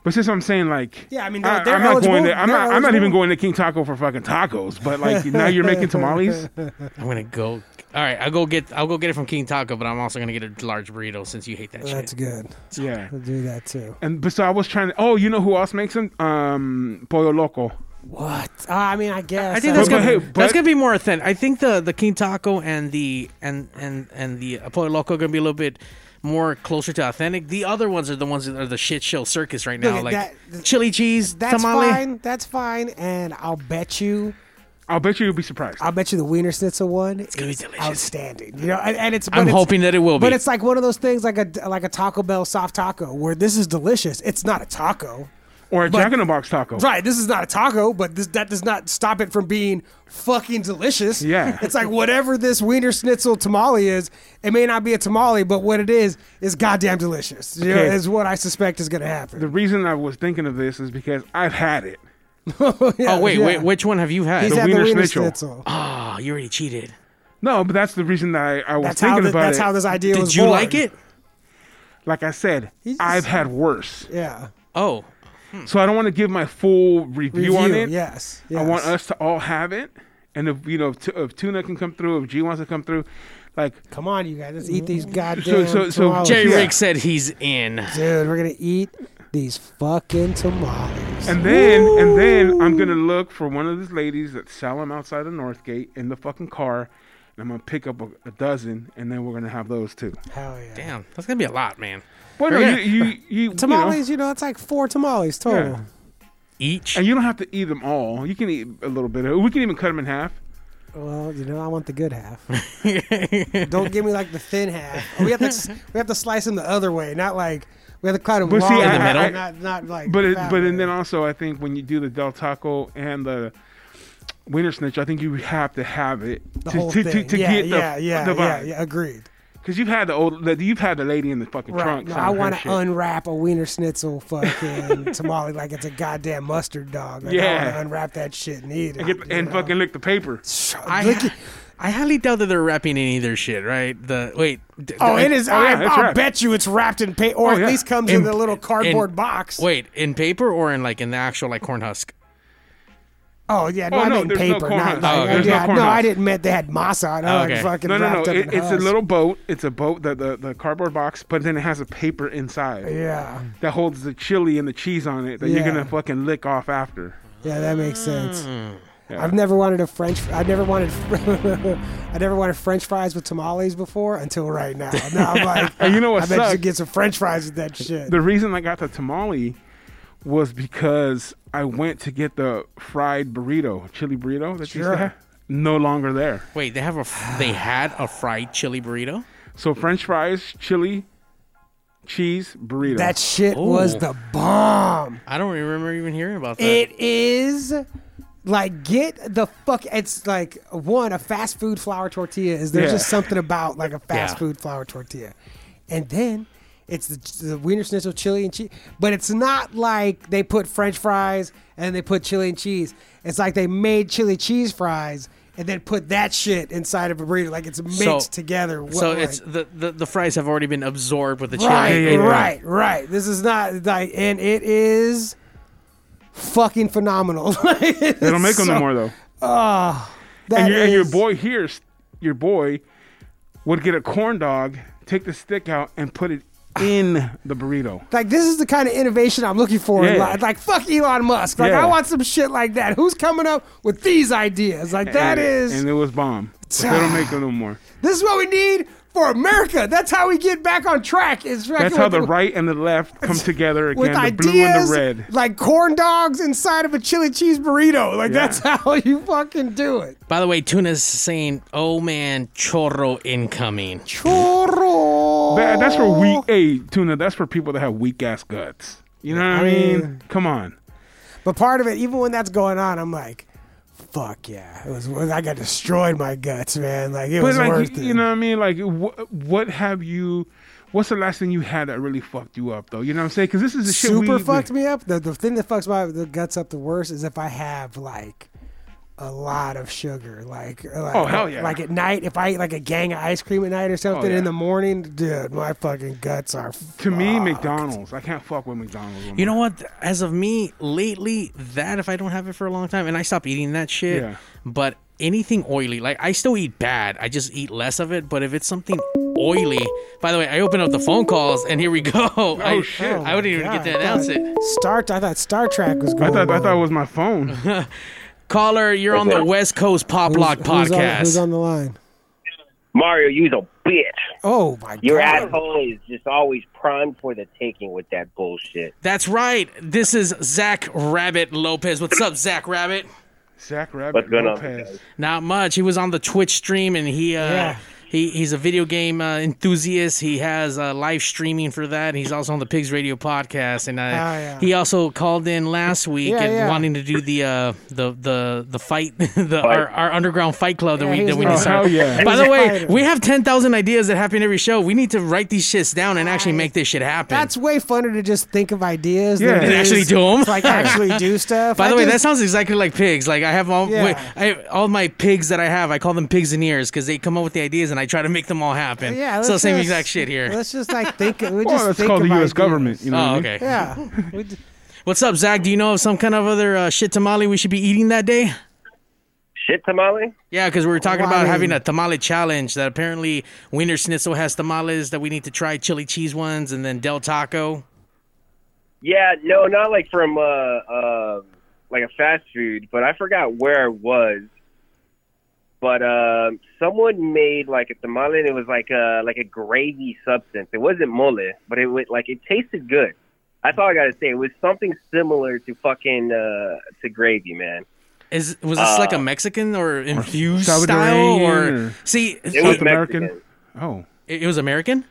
[SPEAKER 1] But since I'm saying like,
[SPEAKER 3] Yeah, I mean, they're-
[SPEAKER 1] I,
[SPEAKER 3] they're
[SPEAKER 1] am not
[SPEAKER 3] eligible.
[SPEAKER 1] going to, I'm
[SPEAKER 3] They're
[SPEAKER 1] not, I'm not
[SPEAKER 3] eligible.
[SPEAKER 1] even going to King Taco for fucking tacos. But like now
[SPEAKER 3] [LAUGHS]
[SPEAKER 1] you're making tamales.
[SPEAKER 2] I'm gonna go. All right, I'll go get. I'll go get it from King Taco, but I'm also gonna get a large burrito since you hate that
[SPEAKER 3] That's
[SPEAKER 2] shit.
[SPEAKER 3] good.
[SPEAKER 1] Yeah.
[SPEAKER 3] We'll do that too.
[SPEAKER 1] And but so I was trying to. Oh, you know who else makes them? Um, Pollo Loco.
[SPEAKER 3] What? I mean, I guess.
[SPEAKER 2] I think
[SPEAKER 3] uh,
[SPEAKER 2] that's
[SPEAKER 1] But-
[SPEAKER 2] gonna,
[SPEAKER 1] but hey,
[SPEAKER 2] that's
[SPEAKER 1] but-
[SPEAKER 2] gonna be more authentic. I think the the King Taco and the and and and the Pollo Loco are gonna be a little bit more closer to authentic. The other ones are the ones that are the shit show circus right now,
[SPEAKER 3] Look,
[SPEAKER 2] like
[SPEAKER 3] that-
[SPEAKER 2] chili cheese
[SPEAKER 3] that's
[SPEAKER 2] tamale.
[SPEAKER 3] fine. That's fine. And I'll bet you,
[SPEAKER 1] I'll bet you you'll be surprised.
[SPEAKER 3] I'll bet you the Wiener Schnitzel one it's
[SPEAKER 2] gonna be delicious.
[SPEAKER 3] outstanding. You know, and, and it's. but
[SPEAKER 2] I'm
[SPEAKER 3] it's-
[SPEAKER 2] hoping that it will be.
[SPEAKER 3] But it's like one of those things, like a like a Taco Bell soft taco, where this is delicious. It's not a taco,
[SPEAKER 1] or a Jack in the Box taco.
[SPEAKER 3] right? This is not a taco, but this, that does not stop it from being fucking delicious.
[SPEAKER 1] Yeah.
[SPEAKER 3] [LAUGHS] it's like whatever this Wiener Schnitzel tamale is, it may not be a tamale, but what it is is goddamn delicious. You know,
[SPEAKER 1] Okay.
[SPEAKER 3] is what I suspect is gonna happen. [LAUGHS]
[SPEAKER 1] The reason I was thinking of this is because I've had it.
[SPEAKER 2] oh wait,
[SPEAKER 3] yeah.
[SPEAKER 2] wait, which one have you had?
[SPEAKER 3] He's
[SPEAKER 1] the
[SPEAKER 3] had
[SPEAKER 1] Wiener
[SPEAKER 3] the Wiener
[SPEAKER 1] Schnitzel.
[SPEAKER 3] Schnitzel.
[SPEAKER 2] Ah, you already cheated.
[SPEAKER 1] No, but that's the reason that I, I was
[SPEAKER 3] That's how
[SPEAKER 1] thinking
[SPEAKER 3] the,
[SPEAKER 1] about
[SPEAKER 3] that's
[SPEAKER 1] it.
[SPEAKER 3] how this idea was
[SPEAKER 2] Did you
[SPEAKER 3] born.
[SPEAKER 2] like it?
[SPEAKER 1] like I said,
[SPEAKER 3] He's-
[SPEAKER 1] I've had worse.
[SPEAKER 3] Yeah.
[SPEAKER 2] Oh,
[SPEAKER 1] So I don't want to give my full review,
[SPEAKER 3] Mm. Review,
[SPEAKER 1] on it.
[SPEAKER 3] Yes,
[SPEAKER 1] I want
[SPEAKER 3] yes.
[SPEAKER 1] us to all have it. And if you know, if, T- if Tuna can come through, if G wants to come through, like
[SPEAKER 3] Come on, you guys. Let's eat these goddamn.
[SPEAKER 1] Mm. So- so- so
[SPEAKER 3] tamales.
[SPEAKER 2] Jerry
[SPEAKER 1] yeah.
[SPEAKER 2] Rick said he's in.
[SPEAKER 3] Dude, we're gonna eat these fucking tamales.
[SPEAKER 1] And then, and then I'm gonna look for one of these ladies that sell them outside of Northgate in the fucking car, and I'm gonna pick up a, a dozen, and then we're gonna have those too.
[SPEAKER 3] Hell yeah.
[SPEAKER 2] Damn, that's gonna be a lot, man.
[SPEAKER 1] But no,
[SPEAKER 2] Yeah.
[SPEAKER 1] you, you, you, you know,
[SPEAKER 3] Tamales, you know, it's like four tamales total.
[SPEAKER 1] Yeah.
[SPEAKER 2] Each.
[SPEAKER 1] and you don't have to eat them all. You can eat a little bit. of- We can even cut them in half.
[SPEAKER 3] Well, you know, I want the good
[SPEAKER 1] [LAUGHS]
[SPEAKER 3] half. Don't give me like the thin half. Oh, We have to s- we have to slice them the other way, not like we have to cut them
[SPEAKER 1] But
[SPEAKER 3] long
[SPEAKER 1] see,
[SPEAKER 3] way,
[SPEAKER 1] I-
[SPEAKER 2] In the middle?
[SPEAKER 3] Not, not like.
[SPEAKER 1] But it,
[SPEAKER 3] that
[SPEAKER 1] but
[SPEAKER 3] way.
[SPEAKER 1] and then also I think when you do the Del Taco and the Wiener Snitch, I think you have to have it
[SPEAKER 3] the
[SPEAKER 1] to,
[SPEAKER 3] whole
[SPEAKER 1] to, to,
[SPEAKER 3] thing.
[SPEAKER 1] to
[SPEAKER 3] yeah,
[SPEAKER 1] get the,
[SPEAKER 3] yeah, yeah,
[SPEAKER 1] the
[SPEAKER 3] yeah,
[SPEAKER 1] vibe.
[SPEAKER 3] yeah. Agreed.
[SPEAKER 1] Because you've had the old, the, you've had the lady in the fucking
[SPEAKER 3] Right.
[SPEAKER 1] trunk.
[SPEAKER 3] No,
[SPEAKER 1] selling
[SPEAKER 3] I
[SPEAKER 1] her
[SPEAKER 3] want
[SPEAKER 1] shit.
[SPEAKER 3] to unwrap a wiener schnitzel fucking [LAUGHS] tamale like it's a goddamn mustard dog. Like, I
[SPEAKER 1] Yeah.
[SPEAKER 3] want to unwrap that shit and eat it.
[SPEAKER 1] and, get, the- and fucking lick the paper.
[SPEAKER 3] I,
[SPEAKER 2] I, ha- I highly doubt that they're wrapping any of their shit, right? The wait. d-
[SPEAKER 3] oh,
[SPEAKER 2] the-
[SPEAKER 3] it is.
[SPEAKER 1] oh,
[SPEAKER 3] I,
[SPEAKER 1] yeah, it's
[SPEAKER 3] I'll
[SPEAKER 1] wrapped.
[SPEAKER 3] bet you it's wrapped in paper, or
[SPEAKER 1] Oh,
[SPEAKER 3] at
[SPEAKER 1] yeah.
[SPEAKER 3] least comes in,
[SPEAKER 2] In-
[SPEAKER 3] a little cardboard
[SPEAKER 2] in-
[SPEAKER 3] box.
[SPEAKER 2] Wait, in paper or in like in the actual like corn husk?
[SPEAKER 3] Oh yeah, no,
[SPEAKER 1] Oh,
[SPEAKER 3] I
[SPEAKER 1] no,
[SPEAKER 3] meant
[SPEAKER 1] there's no
[SPEAKER 3] paper,
[SPEAKER 1] corn
[SPEAKER 3] not
[SPEAKER 1] husk.
[SPEAKER 3] like
[SPEAKER 2] Oh, there's
[SPEAKER 1] no
[SPEAKER 3] yeah, no,
[SPEAKER 1] corn
[SPEAKER 3] I
[SPEAKER 1] husk.
[SPEAKER 3] didn't meant they had masa. on. I
[SPEAKER 2] okay.
[SPEAKER 3] fucking
[SPEAKER 1] No, no,
[SPEAKER 3] wrapped
[SPEAKER 1] no.
[SPEAKER 3] up
[SPEAKER 1] It,
[SPEAKER 3] in
[SPEAKER 1] it's a
[SPEAKER 3] husk.
[SPEAKER 1] little boat. It's a boat that the, the cardboard box, but then it has a paper inside
[SPEAKER 3] Yeah,
[SPEAKER 1] that holds the chili and the cheese on it that
[SPEAKER 3] Yeah.
[SPEAKER 1] you're gonna fucking lick off after.
[SPEAKER 3] yeah, that makes sense.
[SPEAKER 1] Yeah.
[SPEAKER 3] I've never wanted a French. I've never wanted. [LAUGHS] I never wanted French fries with tamales before until right now. Now I'm like,
[SPEAKER 1] [LAUGHS] And you know what
[SPEAKER 3] I bet you
[SPEAKER 1] sucks?
[SPEAKER 3] should get some French fries with that shit.
[SPEAKER 1] The reason I got the tamale was because I went to get the fried burrito, chili burrito that you used
[SPEAKER 3] Sure.
[SPEAKER 1] to have. No longer there.
[SPEAKER 2] Wait, they have a f- they had a fried chili burrito.
[SPEAKER 1] So French fries, chili, cheese, burrito.
[SPEAKER 3] That shit
[SPEAKER 2] Ooh.
[SPEAKER 3] was the bomb.
[SPEAKER 2] I don't remember even hearing about that.
[SPEAKER 3] It is like get the fuck. It's like one a fast food flour tortilla is there's
[SPEAKER 1] Yeah.
[SPEAKER 3] just something about like a fast
[SPEAKER 2] Yeah.
[SPEAKER 3] food flour tortilla, and then it's the, the wiener schnitzel chili and cheese. But it's not like they put French fries and they put chili and cheese. It's like they made chili cheese fries. And then put that shit inside of a burrito, like it's mixed
[SPEAKER 2] So-
[SPEAKER 3] together. What,
[SPEAKER 2] so
[SPEAKER 3] like-
[SPEAKER 2] it's the, the the fries have already been absorbed with the chili.
[SPEAKER 3] Right,
[SPEAKER 1] yeah, yeah.
[SPEAKER 3] right, right. This is not like, and it is fucking phenomenal. [LAUGHS]
[SPEAKER 1] they don't make them no more though.
[SPEAKER 3] ah,
[SPEAKER 1] And your, and your boy here, s- your boy, would get a corn dog, take the stick out, and put it in the burrito.
[SPEAKER 3] Like this is the kind of innovation I'm looking for. in
[SPEAKER 1] Yeah.
[SPEAKER 3] life. Like fuck Elon Musk. Like
[SPEAKER 1] Yeah.
[SPEAKER 3] I want some shit like that. Who's coming up with these ideas? Like that
[SPEAKER 1] and,
[SPEAKER 3] is
[SPEAKER 1] and it was bomb. But they don't make it
[SPEAKER 3] [SIGHS]
[SPEAKER 1] no more.
[SPEAKER 3] this is what we need for America. That's how we get back on track. Is
[SPEAKER 1] That's how the right and the left come together again.
[SPEAKER 3] with
[SPEAKER 1] The
[SPEAKER 3] ideas
[SPEAKER 1] blue and the red.
[SPEAKER 3] like corn dogs inside of a chili cheese burrito. Like
[SPEAKER 1] Yeah.
[SPEAKER 3] that's [LAUGHS] how you fucking do it.
[SPEAKER 2] By the way, Tuna's saying, "Oh man, chorro incoming."
[SPEAKER 3] Churro.
[SPEAKER 1] That- that's for weak.
[SPEAKER 3] Oh.
[SPEAKER 1] Hey, tuna. That's for people that have weak ass guts. You know what I mean? Come on.
[SPEAKER 3] But part of it, even when that's going on, I'm like, fuck yeah. It was I got destroyed my guts, man. Like it
[SPEAKER 1] But
[SPEAKER 3] was
[SPEAKER 1] like,
[SPEAKER 3] worth
[SPEAKER 1] you,
[SPEAKER 3] it.
[SPEAKER 1] you know what I mean? Like, wh- what have you? What's the last thing you had that really fucked you up though? You know what I'm saying? Because this is the shit
[SPEAKER 3] Super
[SPEAKER 1] we,
[SPEAKER 3] fucked me up. The, the thing that fucks my the guts up the worst is if I have like a lot of sugar. Like, uh, like
[SPEAKER 1] Oh, hell yeah. Oh,
[SPEAKER 3] Like at night, if I eat like a gang of ice cream at night or something
[SPEAKER 1] yeah.
[SPEAKER 3] in the morning, dude, my fucking guts are.
[SPEAKER 1] To me, McDonald's. I can't fuck with McDonald's.
[SPEAKER 2] You know what? As of me lately, that if I don't have it for a long time, and I stop eating that shit.
[SPEAKER 1] Yeah.
[SPEAKER 2] But anything oily, like I still eat bad. I just eat less of it. But if it's something oily, by the way, I open up the phone calls, and here we go. [LAUGHS] Oh I,
[SPEAKER 1] shit.
[SPEAKER 2] I wouldn't even get to announce it.
[SPEAKER 3] Star, I thought Star Trek was
[SPEAKER 1] I
[SPEAKER 3] going.
[SPEAKER 1] thought I
[SPEAKER 3] on.
[SPEAKER 1] thought it was
[SPEAKER 3] [LAUGHS]
[SPEAKER 1] my phone.
[SPEAKER 2] Caller, you're on the West Coast Pop
[SPEAKER 3] Who's-
[SPEAKER 2] Lock
[SPEAKER 3] who's on-
[SPEAKER 2] podcast.
[SPEAKER 3] Who's on the line?
[SPEAKER 4] Mario, you's a bitch.
[SPEAKER 3] Oh my
[SPEAKER 4] Your
[SPEAKER 3] god!
[SPEAKER 4] asshole is just always primed for the taking with that bullshit.
[SPEAKER 2] That's right. This is Zach Rabbit Lopez. What's up, Zach Rabbit?
[SPEAKER 1] Zach Rabbit
[SPEAKER 4] What's
[SPEAKER 3] uh,
[SPEAKER 4] going on,
[SPEAKER 1] Lopez.
[SPEAKER 4] guys?
[SPEAKER 2] Not much. He was on the Twitch stream, and he uh,
[SPEAKER 3] Yeah.
[SPEAKER 2] he he's a video game uh, enthusiast. He has uh, live streaming for that. He's also on the Pigs Radio podcast, and uh,
[SPEAKER 3] Oh, yeah.
[SPEAKER 2] he also called in last week
[SPEAKER 3] Yeah,
[SPEAKER 2] and
[SPEAKER 3] yeah.
[SPEAKER 2] wanting to do the uh, the the the fight, [LAUGHS] the our, our underground fight club that
[SPEAKER 3] Yeah,
[SPEAKER 2] we
[SPEAKER 3] he
[SPEAKER 2] that
[SPEAKER 3] was
[SPEAKER 2] we
[SPEAKER 3] gonna-
[SPEAKER 1] Oh hell
[SPEAKER 2] decided.
[SPEAKER 1] yeah!
[SPEAKER 2] By
[SPEAKER 3] He's
[SPEAKER 2] the
[SPEAKER 3] a
[SPEAKER 2] way,
[SPEAKER 3] fighter.
[SPEAKER 2] we have ten thousand ideas that happen every show. We need to write these shits down and actually make this shit happen.
[SPEAKER 3] That's way funner to just think of ideas
[SPEAKER 1] Yeah.
[SPEAKER 3] than it
[SPEAKER 1] And
[SPEAKER 2] actually
[SPEAKER 3] is
[SPEAKER 2] do 'em.
[SPEAKER 3] to, Like actually
[SPEAKER 2] [LAUGHS]
[SPEAKER 3] do stuff.
[SPEAKER 2] By
[SPEAKER 3] I
[SPEAKER 2] the way,
[SPEAKER 3] just-
[SPEAKER 2] that sounds exactly like pigs. Like I have all
[SPEAKER 3] Yeah.
[SPEAKER 2] wait, I, all my pigs that I have. I call them pigs and ears because they come up with the ideas and I try to make them all happen.
[SPEAKER 3] [LAUGHS] yeah.
[SPEAKER 2] so
[SPEAKER 3] let's
[SPEAKER 2] same
[SPEAKER 3] just-
[SPEAKER 2] exact shit here.
[SPEAKER 3] Let's just like think. We just
[SPEAKER 1] [LAUGHS] Well, that's
[SPEAKER 3] think
[SPEAKER 1] called the
[SPEAKER 3] of
[SPEAKER 1] U.S.
[SPEAKER 3] ideas.
[SPEAKER 1] government. You know what I
[SPEAKER 2] oh,
[SPEAKER 1] mean?
[SPEAKER 2] okay.
[SPEAKER 1] [LAUGHS]
[SPEAKER 3] Yeah. We d-
[SPEAKER 2] What's up, Zach? Do you know of some kind of other uh, shit tamale we should be eating that day?
[SPEAKER 4] Shit tamale?
[SPEAKER 2] Yeah, because we were talking
[SPEAKER 3] Well, I
[SPEAKER 2] about having
[SPEAKER 3] mean-
[SPEAKER 2] a tamale challenge. That apparently Wiener Schnitzel has tamales that we need to try chili cheese ones, and then Del Taco.
[SPEAKER 4] Yeah, no, not like from uh, uh, like a fast food, but I forgot where I was. But um, someone made like a tamale. And it was like a like a gravy substance. It wasn't mole, but it was like it tasted good. That's all I gotta say. It was something similar to fucking uh, to gravy, man.
[SPEAKER 2] Is was this like a Mexican or infused style
[SPEAKER 1] Salvadorian
[SPEAKER 2] or,
[SPEAKER 1] or-
[SPEAKER 2] see?
[SPEAKER 4] It was
[SPEAKER 1] South American?
[SPEAKER 4] Mexican.
[SPEAKER 1] Oh
[SPEAKER 2] it it was American.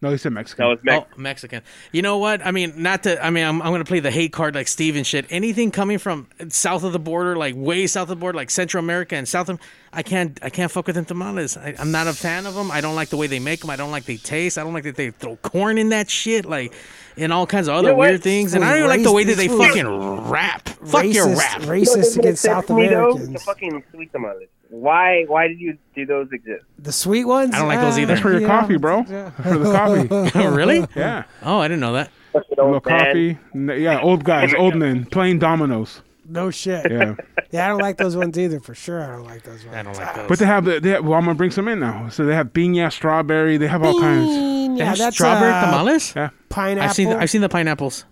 [SPEAKER 1] no, he said Mexican.
[SPEAKER 4] No, it's Mexican.
[SPEAKER 2] Oh, Mexican. You know what? I mean, not to. I mean, I'm, I'm going to play the hate card like Steve and shit. Anything coming from south of the border, like way south of the border, like Central America and South. Am- I can't. I can't fuck with them tamales. I, I'm not a fan of them. I don't like the way they make them. I don't like they taste. I don't like that they throw corn in that shit. Like. And all kinds of other
[SPEAKER 4] know what?
[SPEAKER 2] weird things, and I don't
[SPEAKER 3] Well,
[SPEAKER 2] even like the way that
[SPEAKER 3] race-
[SPEAKER 2] they
[SPEAKER 3] this was
[SPEAKER 2] fucking rap. Fuck your
[SPEAKER 3] racist,
[SPEAKER 2] rap.
[SPEAKER 3] Racist against South
[SPEAKER 4] Me, though, The
[SPEAKER 3] Americans.
[SPEAKER 4] fucking sweet tamales. Why? Why did you do those exist?
[SPEAKER 3] The sweet ones.
[SPEAKER 2] I don't like those
[SPEAKER 3] Ah,
[SPEAKER 2] either.
[SPEAKER 1] That's for your
[SPEAKER 3] yeah.
[SPEAKER 1] coffee, bro.
[SPEAKER 3] Yeah.
[SPEAKER 1] For the
[SPEAKER 3] [LAUGHS]
[SPEAKER 2] [LAUGHS]
[SPEAKER 1] coffee.
[SPEAKER 2] Oh, really?
[SPEAKER 4] [LAUGHS]
[SPEAKER 1] Yeah.
[SPEAKER 2] Oh, I didn't know that.
[SPEAKER 4] Fucking old
[SPEAKER 1] Little
[SPEAKER 4] man.
[SPEAKER 1] coffee. N- Yeah, old guys, old men playing dominoes.
[SPEAKER 3] No shit. Yeah.
[SPEAKER 1] Yeah.
[SPEAKER 3] I don't like those ones either. For sure, I don't like those ones.
[SPEAKER 2] I don't like those.
[SPEAKER 1] But they have the. They have, well, I'm gonna bring some in now. So they have piña, strawberry. They have all kinds.
[SPEAKER 2] They
[SPEAKER 3] Yeah,
[SPEAKER 2] have
[SPEAKER 3] that's
[SPEAKER 2] strawberry
[SPEAKER 3] uh,
[SPEAKER 2] tamales.
[SPEAKER 1] Yeah.
[SPEAKER 3] Pineapple.
[SPEAKER 2] I've seen. I've seen the pineapples.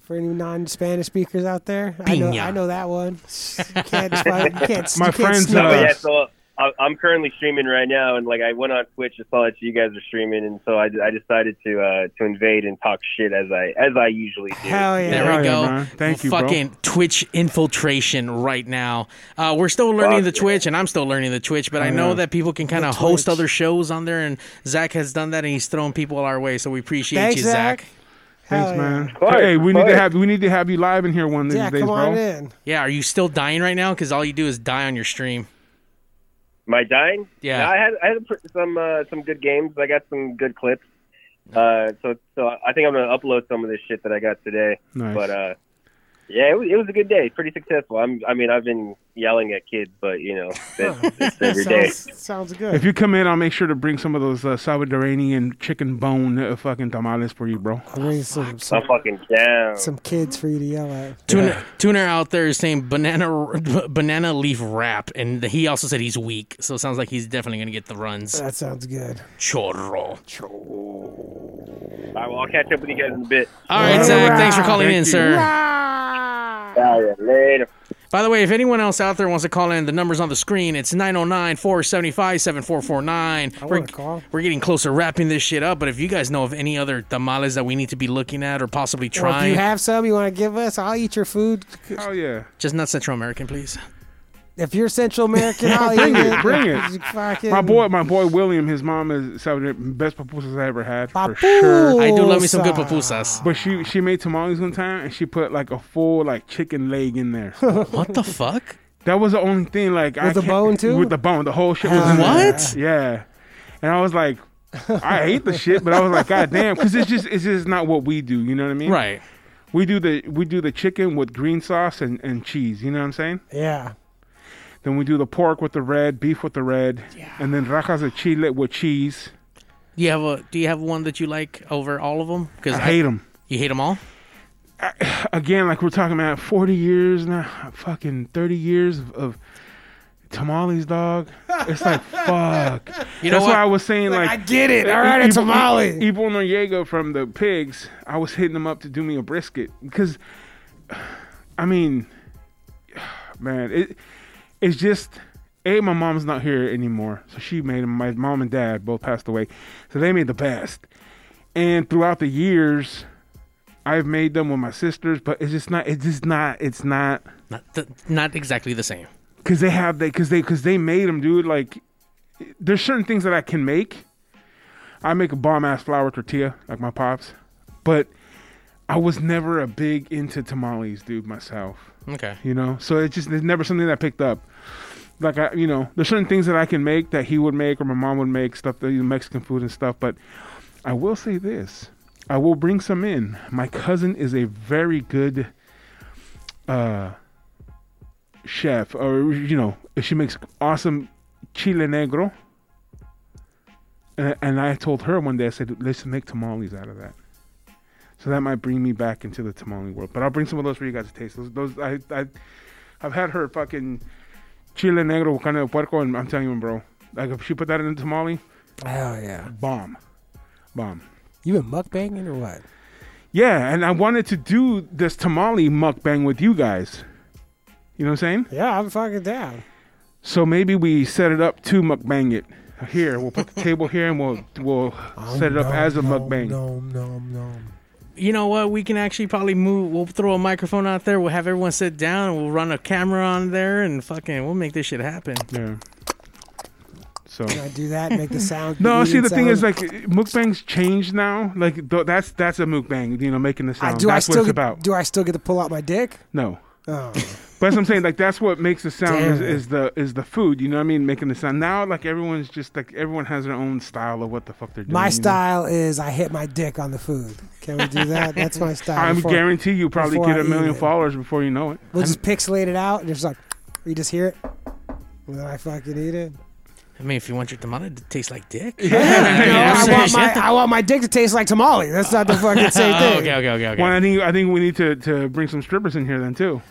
[SPEAKER 3] for any non-Spanish speakers out there, I know,
[SPEAKER 2] Piña.
[SPEAKER 3] I know that one. You can't, you can't,
[SPEAKER 1] My
[SPEAKER 3] you can't
[SPEAKER 1] friends,
[SPEAKER 3] sneak
[SPEAKER 4] No, but
[SPEAKER 1] Uh,
[SPEAKER 4] yeah, so I- I'm currently streaming right now, and like I went on Twitch and saw that you guys are streaming, and so I, I decided to uh, to invade and talk shit as I as I usually do.
[SPEAKER 3] Hell yeah.
[SPEAKER 2] There
[SPEAKER 1] Hell
[SPEAKER 2] we
[SPEAKER 1] yeah,
[SPEAKER 2] go.
[SPEAKER 1] man. Thank you, bro.
[SPEAKER 2] Fucking Twitch infiltration right now. Uh, we're still learning
[SPEAKER 4] Fuck
[SPEAKER 2] the
[SPEAKER 4] yeah.
[SPEAKER 2] Twitch, and I'm still learning the Twitch. But I know that people can kind of host
[SPEAKER 3] Twitch.
[SPEAKER 2] other shows on there, and Zach has done that, and he's thrown people our way. So we appreciate
[SPEAKER 3] Thanks,
[SPEAKER 2] you, Zach.
[SPEAKER 3] Zach.
[SPEAKER 1] Thanks,
[SPEAKER 3] Hell yeah.
[SPEAKER 1] man.
[SPEAKER 4] course,
[SPEAKER 1] hey, we need
[SPEAKER 4] course.
[SPEAKER 1] to have we need to have you live in here one of these
[SPEAKER 3] Yeah,
[SPEAKER 1] days,
[SPEAKER 3] come
[SPEAKER 1] bro.
[SPEAKER 3] on in.
[SPEAKER 2] Yeah, are you still dying right now? Because all you do is die on your stream.
[SPEAKER 4] Am I dying?
[SPEAKER 2] Yeah.
[SPEAKER 4] No, I had I had pr- some uh, some good games. I got some good clips. Uh, so so I think I'm gonna upload some of this shit that I got today.
[SPEAKER 1] Nice.
[SPEAKER 4] But uh, yeah, it was, it was a good day. Pretty successful. I'm I mean I've been yelling at kids, but you know
[SPEAKER 3] [LAUGHS]
[SPEAKER 4] that's, it's every day.
[SPEAKER 3] Sounds, sounds good.
[SPEAKER 1] If you come in, I'll make sure to bring some of those uh, Salvadorian chicken bone uh, fucking tamales for you, bro.
[SPEAKER 3] I'll bring some, some,
[SPEAKER 4] I'm fucking down.
[SPEAKER 3] some kids for you to yell at.
[SPEAKER 2] Tuner, tuner out there is saying banana banana leaf wrap, and he also said he's weak. So it sounds like he's definitely gonna get the runs.
[SPEAKER 3] That sounds good.
[SPEAKER 2] Chorro.
[SPEAKER 4] All right, well, I'll catch up with you guys in a bit.
[SPEAKER 2] All right, Zach. Thanks for calling
[SPEAKER 1] Thank
[SPEAKER 2] in,
[SPEAKER 1] you.
[SPEAKER 2] sir.
[SPEAKER 4] All right, later.
[SPEAKER 2] By the way, if anyone else out there wants to call in, the number's on the screen. It's 909 475 7449.
[SPEAKER 3] wanna call.
[SPEAKER 2] We're getting closer wrapping this shit up, but if you guys know of any other tamales that we need to be looking at or possibly
[SPEAKER 3] Or if
[SPEAKER 2] trying,
[SPEAKER 3] you have some you want to give us, I'll eat your food.
[SPEAKER 1] Hell yeah.
[SPEAKER 2] just not Central American, please.
[SPEAKER 3] If you're Central American, I'll eat
[SPEAKER 1] [LAUGHS] Bring
[SPEAKER 3] it.
[SPEAKER 1] it, bring it.
[SPEAKER 3] You fucking-
[SPEAKER 1] My boy, my boy William, his mom is Salvadorian. Best pupusas I ever had for
[SPEAKER 3] Papu-
[SPEAKER 1] sure.
[SPEAKER 2] I do love me some good
[SPEAKER 3] Pupusas.
[SPEAKER 2] pupusas.
[SPEAKER 1] But she she made tamales one time and she put like a full like chicken leg
[SPEAKER 3] [LAUGHS]
[SPEAKER 1] in there.
[SPEAKER 2] What the fuck?
[SPEAKER 1] That was the only thing like I
[SPEAKER 3] With the
[SPEAKER 1] can't-
[SPEAKER 3] bone, too?
[SPEAKER 1] With the bone, the whole shit was in there.
[SPEAKER 2] What?
[SPEAKER 1] Yeah, and I was like, I hate the shit, but I was like, God damn, because it's just it's just not what we do. You know what I mean?
[SPEAKER 2] Right.
[SPEAKER 1] We do the we do the chicken with green sauce and and cheese. You know what I'm saying?
[SPEAKER 3] Yeah.
[SPEAKER 1] Then we do the pork with the red, beef with the red, and then rajas de chile with cheese.
[SPEAKER 2] Do you have a Do you have one that you like over all of them? Because
[SPEAKER 1] I hate them.
[SPEAKER 2] You hate them all.
[SPEAKER 1] again, like we're talking about 40 years now, fucking 30 years of, of tamales, dog. It's like, fuck.
[SPEAKER 2] You know
[SPEAKER 1] That's
[SPEAKER 2] what?
[SPEAKER 1] why I was saying, like,
[SPEAKER 3] I get it. All right, a
[SPEAKER 1] Evil-
[SPEAKER 3] tamale.
[SPEAKER 1] Evil Noriega from the Pigs, I was hitting him up to do me a brisket because, I mean, [SIGHS] man, it it's just a my mom's not here anymore, so she made 'em. My mom and dad both passed away, so they made the best. And throughout the years, I've made them with my sisters, but it's just not. It's just not. It's not
[SPEAKER 2] Not th- Not exactly the same.
[SPEAKER 1] because they have they because they because they made them, dude. Like, there's certain things that I can make. I make a bomb ass flour tortilla like my pops, but I was never a big into tamales, dude. Myself,
[SPEAKER 2] Okay.
[SPEAKER 1] you know. So it's just it's never something that I picked up. Like I, you know, there's certain things that I can make that he would make or my mom would make stuff that you know, Mexican food and stuff. But I will say this: I will bring some in. My cousin is a very good uh, chef, or you know, she makes awesome chile negro. And, and I told her one day, I said, "Let's make tamales out of that." So that might bring me back into the tamale world. But I'll bring some of those for you guys to taste. Those, those I, I, I've had her fucking chile negro carne de puerco, and I'm telling you, bro, like if she put that in a tamale,
[SPEAKER 3] Hell yeah.
[SPEAKER 1] bomb, bomb.
[SPEAKER 3] You been mukbanging or what?
[SPEAKER 1] Yeah, and I wanted to do this tamale mukbang with you guys. You know what I'm saying?
[SPEAKER 3] Yeah, I'm fucking down.
[SPEAKER 1] So maybe we set it up to mukbang it. Here, we'll put the table here and we'll we'll
[SPEAKER 3] Oh,
[SPEAKER 1] set it up as a mukbang.
[SPEAKER 3] Nom nom nom.
[SPEAKER 2] You know what? We can actually probably move. We'll throw a microphone out there. We'll have everyone sit down. And we'll run a camera on there and fucking we'll make this shit happen.
[SPEAKER 1] Yeah. So
[SPEAKER 3] Can I do that? Make the sound.
[SPEAKER 1] [LAUGHS] no, see
[SPEAKER 3] eating
[SPEAKER 1] the thing
[SPEAKER 3] sound?
[SPEAKER 1] is like mukbangs changed now. Like th- that's that's a mukbang, you know, making the
[SPEAKER 3] I,
[SPEAKER 1] sound.
[SPEAKER 3] do I
[SPEAKER 1] that's
[SPEAKER 3] still
[SPEAKER 1] what it's
[SPEAKER 3] get,
[SPEAKER 1] about.
[SPEAKER 3] do I still get to pull out my dick?
[SPEAKER 1] no.
[SPEAKER 3] Oh,
[SPEAKER 1] But that's what I'm saying. Like that's what makes the sound is,
[SPEAKER 3] Damn.
[SPEAKER 1] is the is the food. You know what I mean? Making the sound. Now like everyone's just like everyone has their own style of what the fuck they're doing.
[SPEAKER 3] my
[SPEAKER 1] you know?
[SPEAKER 3] style is I hit my dick on the food. Can we do that? That's
[SPEAKER 1] [LAUGHS]
[SPEAKER 3] my style.
[SPEAKER 1] I
[SPEAKER 3] Before-
[SPEAKER 1] guarantee you probably
[SPEAKER 3] before
[SPEAKER 1] get
[SPEAKER 3] I
[SPEAKER 1] a million
[SPEAKER 3] eat it.
[SPEAKER 1] followers before you know it.
[SPEAKER 3] We'll just pixelate it out and just like you just hear it. And then I fucking
[SPEAKER 2] [LAUGHS]
[SPEAKER 3] eat it.
[SPEAKER 2] I mean, if you want your tamale to taste like dick.
[SPEAKER 3] [LAUGHS] No, I,
[SPEAKER 2] I'm
[SPEAKER 3] want
[SPEAKER 2] serious.
[SPEAKER 3] my, I want my dick to taste like tamale. That's not the fucking
[SPEAKER 2] [LAUGHS]
[SPEAKER 3] same
[SPEAKER 2] Oh,
[SPEAKER 3] thing.
[SPEAKER 2] okay, okay, okay, okay.
[SPEAKER 1] Well, I think I think we need to, to bring some strippers in here then too.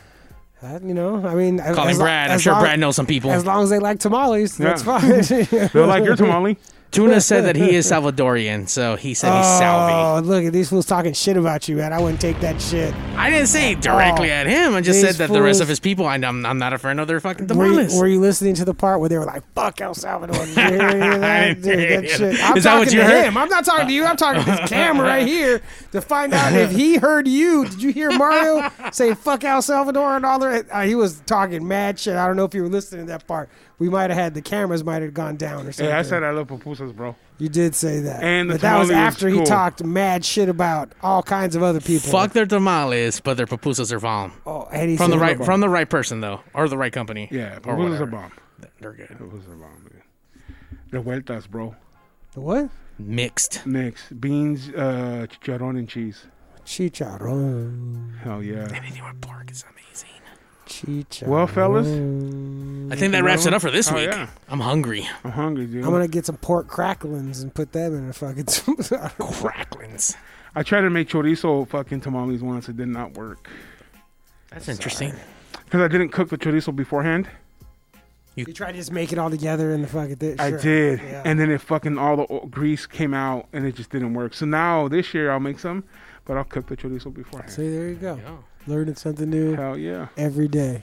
[SPEAKER 3] Uh, you know, I mean, as-
[SPEAKER 2] Calling
[SPEAKER 3] as lo-
[SPEAKER 2] Brad. I'm
[SPEAKER 3] as
[SPEAKER 2] sure
[SPEAKER 3] long-
[SPEAKER 2] Brad knows some people.
[SPEAKER 3] As long as they like tamales,
[SPEAKER 1] Yeah.
[SPEAKER 2] [LAUGHS]
[SPEAKER 3] that's fine. [LAUGHS]
[SPEAKER 1] They'll like your tamale.
[SPEAKER 2] Tuna said that he is Salvadorian, so he said he's Salvi.
[SPEAKER 3] Oh, look at these fools talking shit about you, man. I wouldn't take that shit.
[SPEAKER 2] I didn't say directly
[SPEAKER 3] Oh,
[SPEAKER 2] at him. I just
[SPEAKER 3] these
[SPEAKER 2] said that the rest
[SPEAKER 3] fools-
[SPEAKER 2] of his people. I, I'm, I'm not a friend of their fucking
[SPEAKER 3] Were
[SPEAKER 2] tamales.
[SPEAKER 3] you, were you listening to the part where they were like, "Fuck El Salvador"? Did you hear any
[SPEAKER 2] [LAUGHS]
[SPEAKER 3] of
[SPEAKER 2] I didn't
[SPEAKER 3] that? Dude,
[SPEAKER 2] hear
[SPEAKER 3] that
[SPEAKER 2] it.
[SPEAKER 3] shit. I'm
[SPEAKER 2] Is that
[SPEAKER 3] talking
[SPEAKER 2] what you
[SPEAKER 3] to
[SPEAKER 2] heard?
[SPEAKER 3] him. I'm not talking to you. I'm talking to this camera right here to find out if he heard you. Did you hear Mario say "fuck El Salvador" and all that? Uh, he was talking mad shit. I don't know if you were listening to that part. We might have had the cameras might have gone down or something.
[SPEAKER 1] [LAUGHS] Hey, I
[SPEAKER 2] uh,
[SPEAKER 1] said I love pupusas, bro.
[SPEAKER 3] you did say that,
[SPEAKER 1] And the
[SPEAKER 3] but that was
[SPEAKER 1] tamale was
[SPEAKER 3] after he
[SPEAKER 1] cool.
[SPEAKER 3] talked mad shit about all kinds of other people.
[SPEAKER 2] Fuck their tamales, but their pupusas are bomb.
[SPEAKER 3] oh, and he
[SPEAKER 2] From the
[SPEAKER 3] said-
[SPEAKER 2] right, from the right person though, or the right company.
[SPEAKER 1] Yeah,
[SPEAKER 2] or
[SPEAKER 1] pupusas
[SPEAKER 2] whatever.
[SPEAKER 1] are bomb.
[SPEAKER 2] They're good.
[SPEAKER 1] Pupusas are bomb. Dude. The vueltas, bro.
[SPEAKER 3] what?
[SPEAKER 2] Mixed.
[SPEAKER 1] Mix beans, uh, chicharron, and cheese.
[SPEAKER 3] Chicharron.
[SPEAKER 1] Hell yeah.
[SPEAKER 2] Anything with pork is amazing.
[SPEAKER 3] Chicharron.
[SPEAKER 1] Well, fellas,
[SPEAKER 2] I think that wraps it up for this
[SPEAKER 1] Oh,
[SPEAKER 2] week.
[SPEAKER 1] yeah.
[SPEAKER 2] I'm hungry.
[SPEAKER 1] I'm hungry, dude.
[SPEAKER 3] I'm gonna get some pork cracklings and put them in a fucking. [LAUGHS]
[SPEAKER 2] Cracklings.
[SPEAKER 1] I tried to make chorizo fucking tamales once. It did not work
[SPEAKER 2] That's interesting.
[SPEAKER 1] because I didn't cook the chorizo beforehand.
[SPEAKER 3] you try to just make it all together in the fucking dish.
[SPEAKER 1] I
[SPEAKER 3] Sure.
[SPEAKER 1] did,
[SPEAKER 3] Yeah.
[SPEAKER 1] and then it fucking all the o- grease came out, and it just didn't work. So now this year I'll make some, but I'll cook the chorizo beforehand.
[SPEAKER 3] See, there you go.
[SPEAKER 2] Yeah.
[SPEAKER 3] Learning something new
[SPEAKER 1] Hell yeah!
[SPEAKER 3] every day.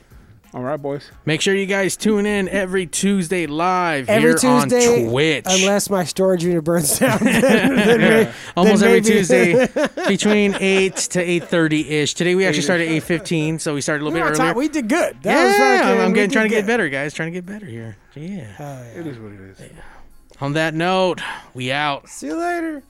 [SPEAKER 1] All right, boys.
[SPEAKER 2] Make sure you guys tune in every Tuesday live here
[SPEAKER 3] Every Tuesday,
[SPEAKER 2] on Twitch.
[SPEAKER 3] Unless my storage unit burns down, then, then may-
[SPEAKER 2] Almost
[SPEAKER 3] then
[SPEAKER 2] every
[SPEAKER 3] maybe-
[SPEAKER 2] Tuesday
[SPEAKER 3] [LAUGHS]
[SPEAKER 2] between 8 to 8.30 ish. Today we actually started at 8.15, so we started a
[SPEAKER 3] we, [LAUGHS]
[SPEAKER 2] little
[SPEAKER 3] were
[SPEAKER 2] bit
[SPEAKER 3] on
[SPEAKER 2] earlier.
[SPEAKER 3] top. we did good. That was
[SPEAKER 2] yeah,
[SPEAKER 3] fucking-
[SPEAKER 2] I'm, getting,
[SPEAKER 3] we did
[SPEAKER 2] trying to get
[SPEAKER 3] good.
[SPEAKER 2] better, guys. Trying to get better here. Yeah.
[SPEAKER 3] Hell yeah.
[SPEAKER 1] It is what it is.
[SPEAKER 2] On that note, we out.
[SPEAKER 3] See you later.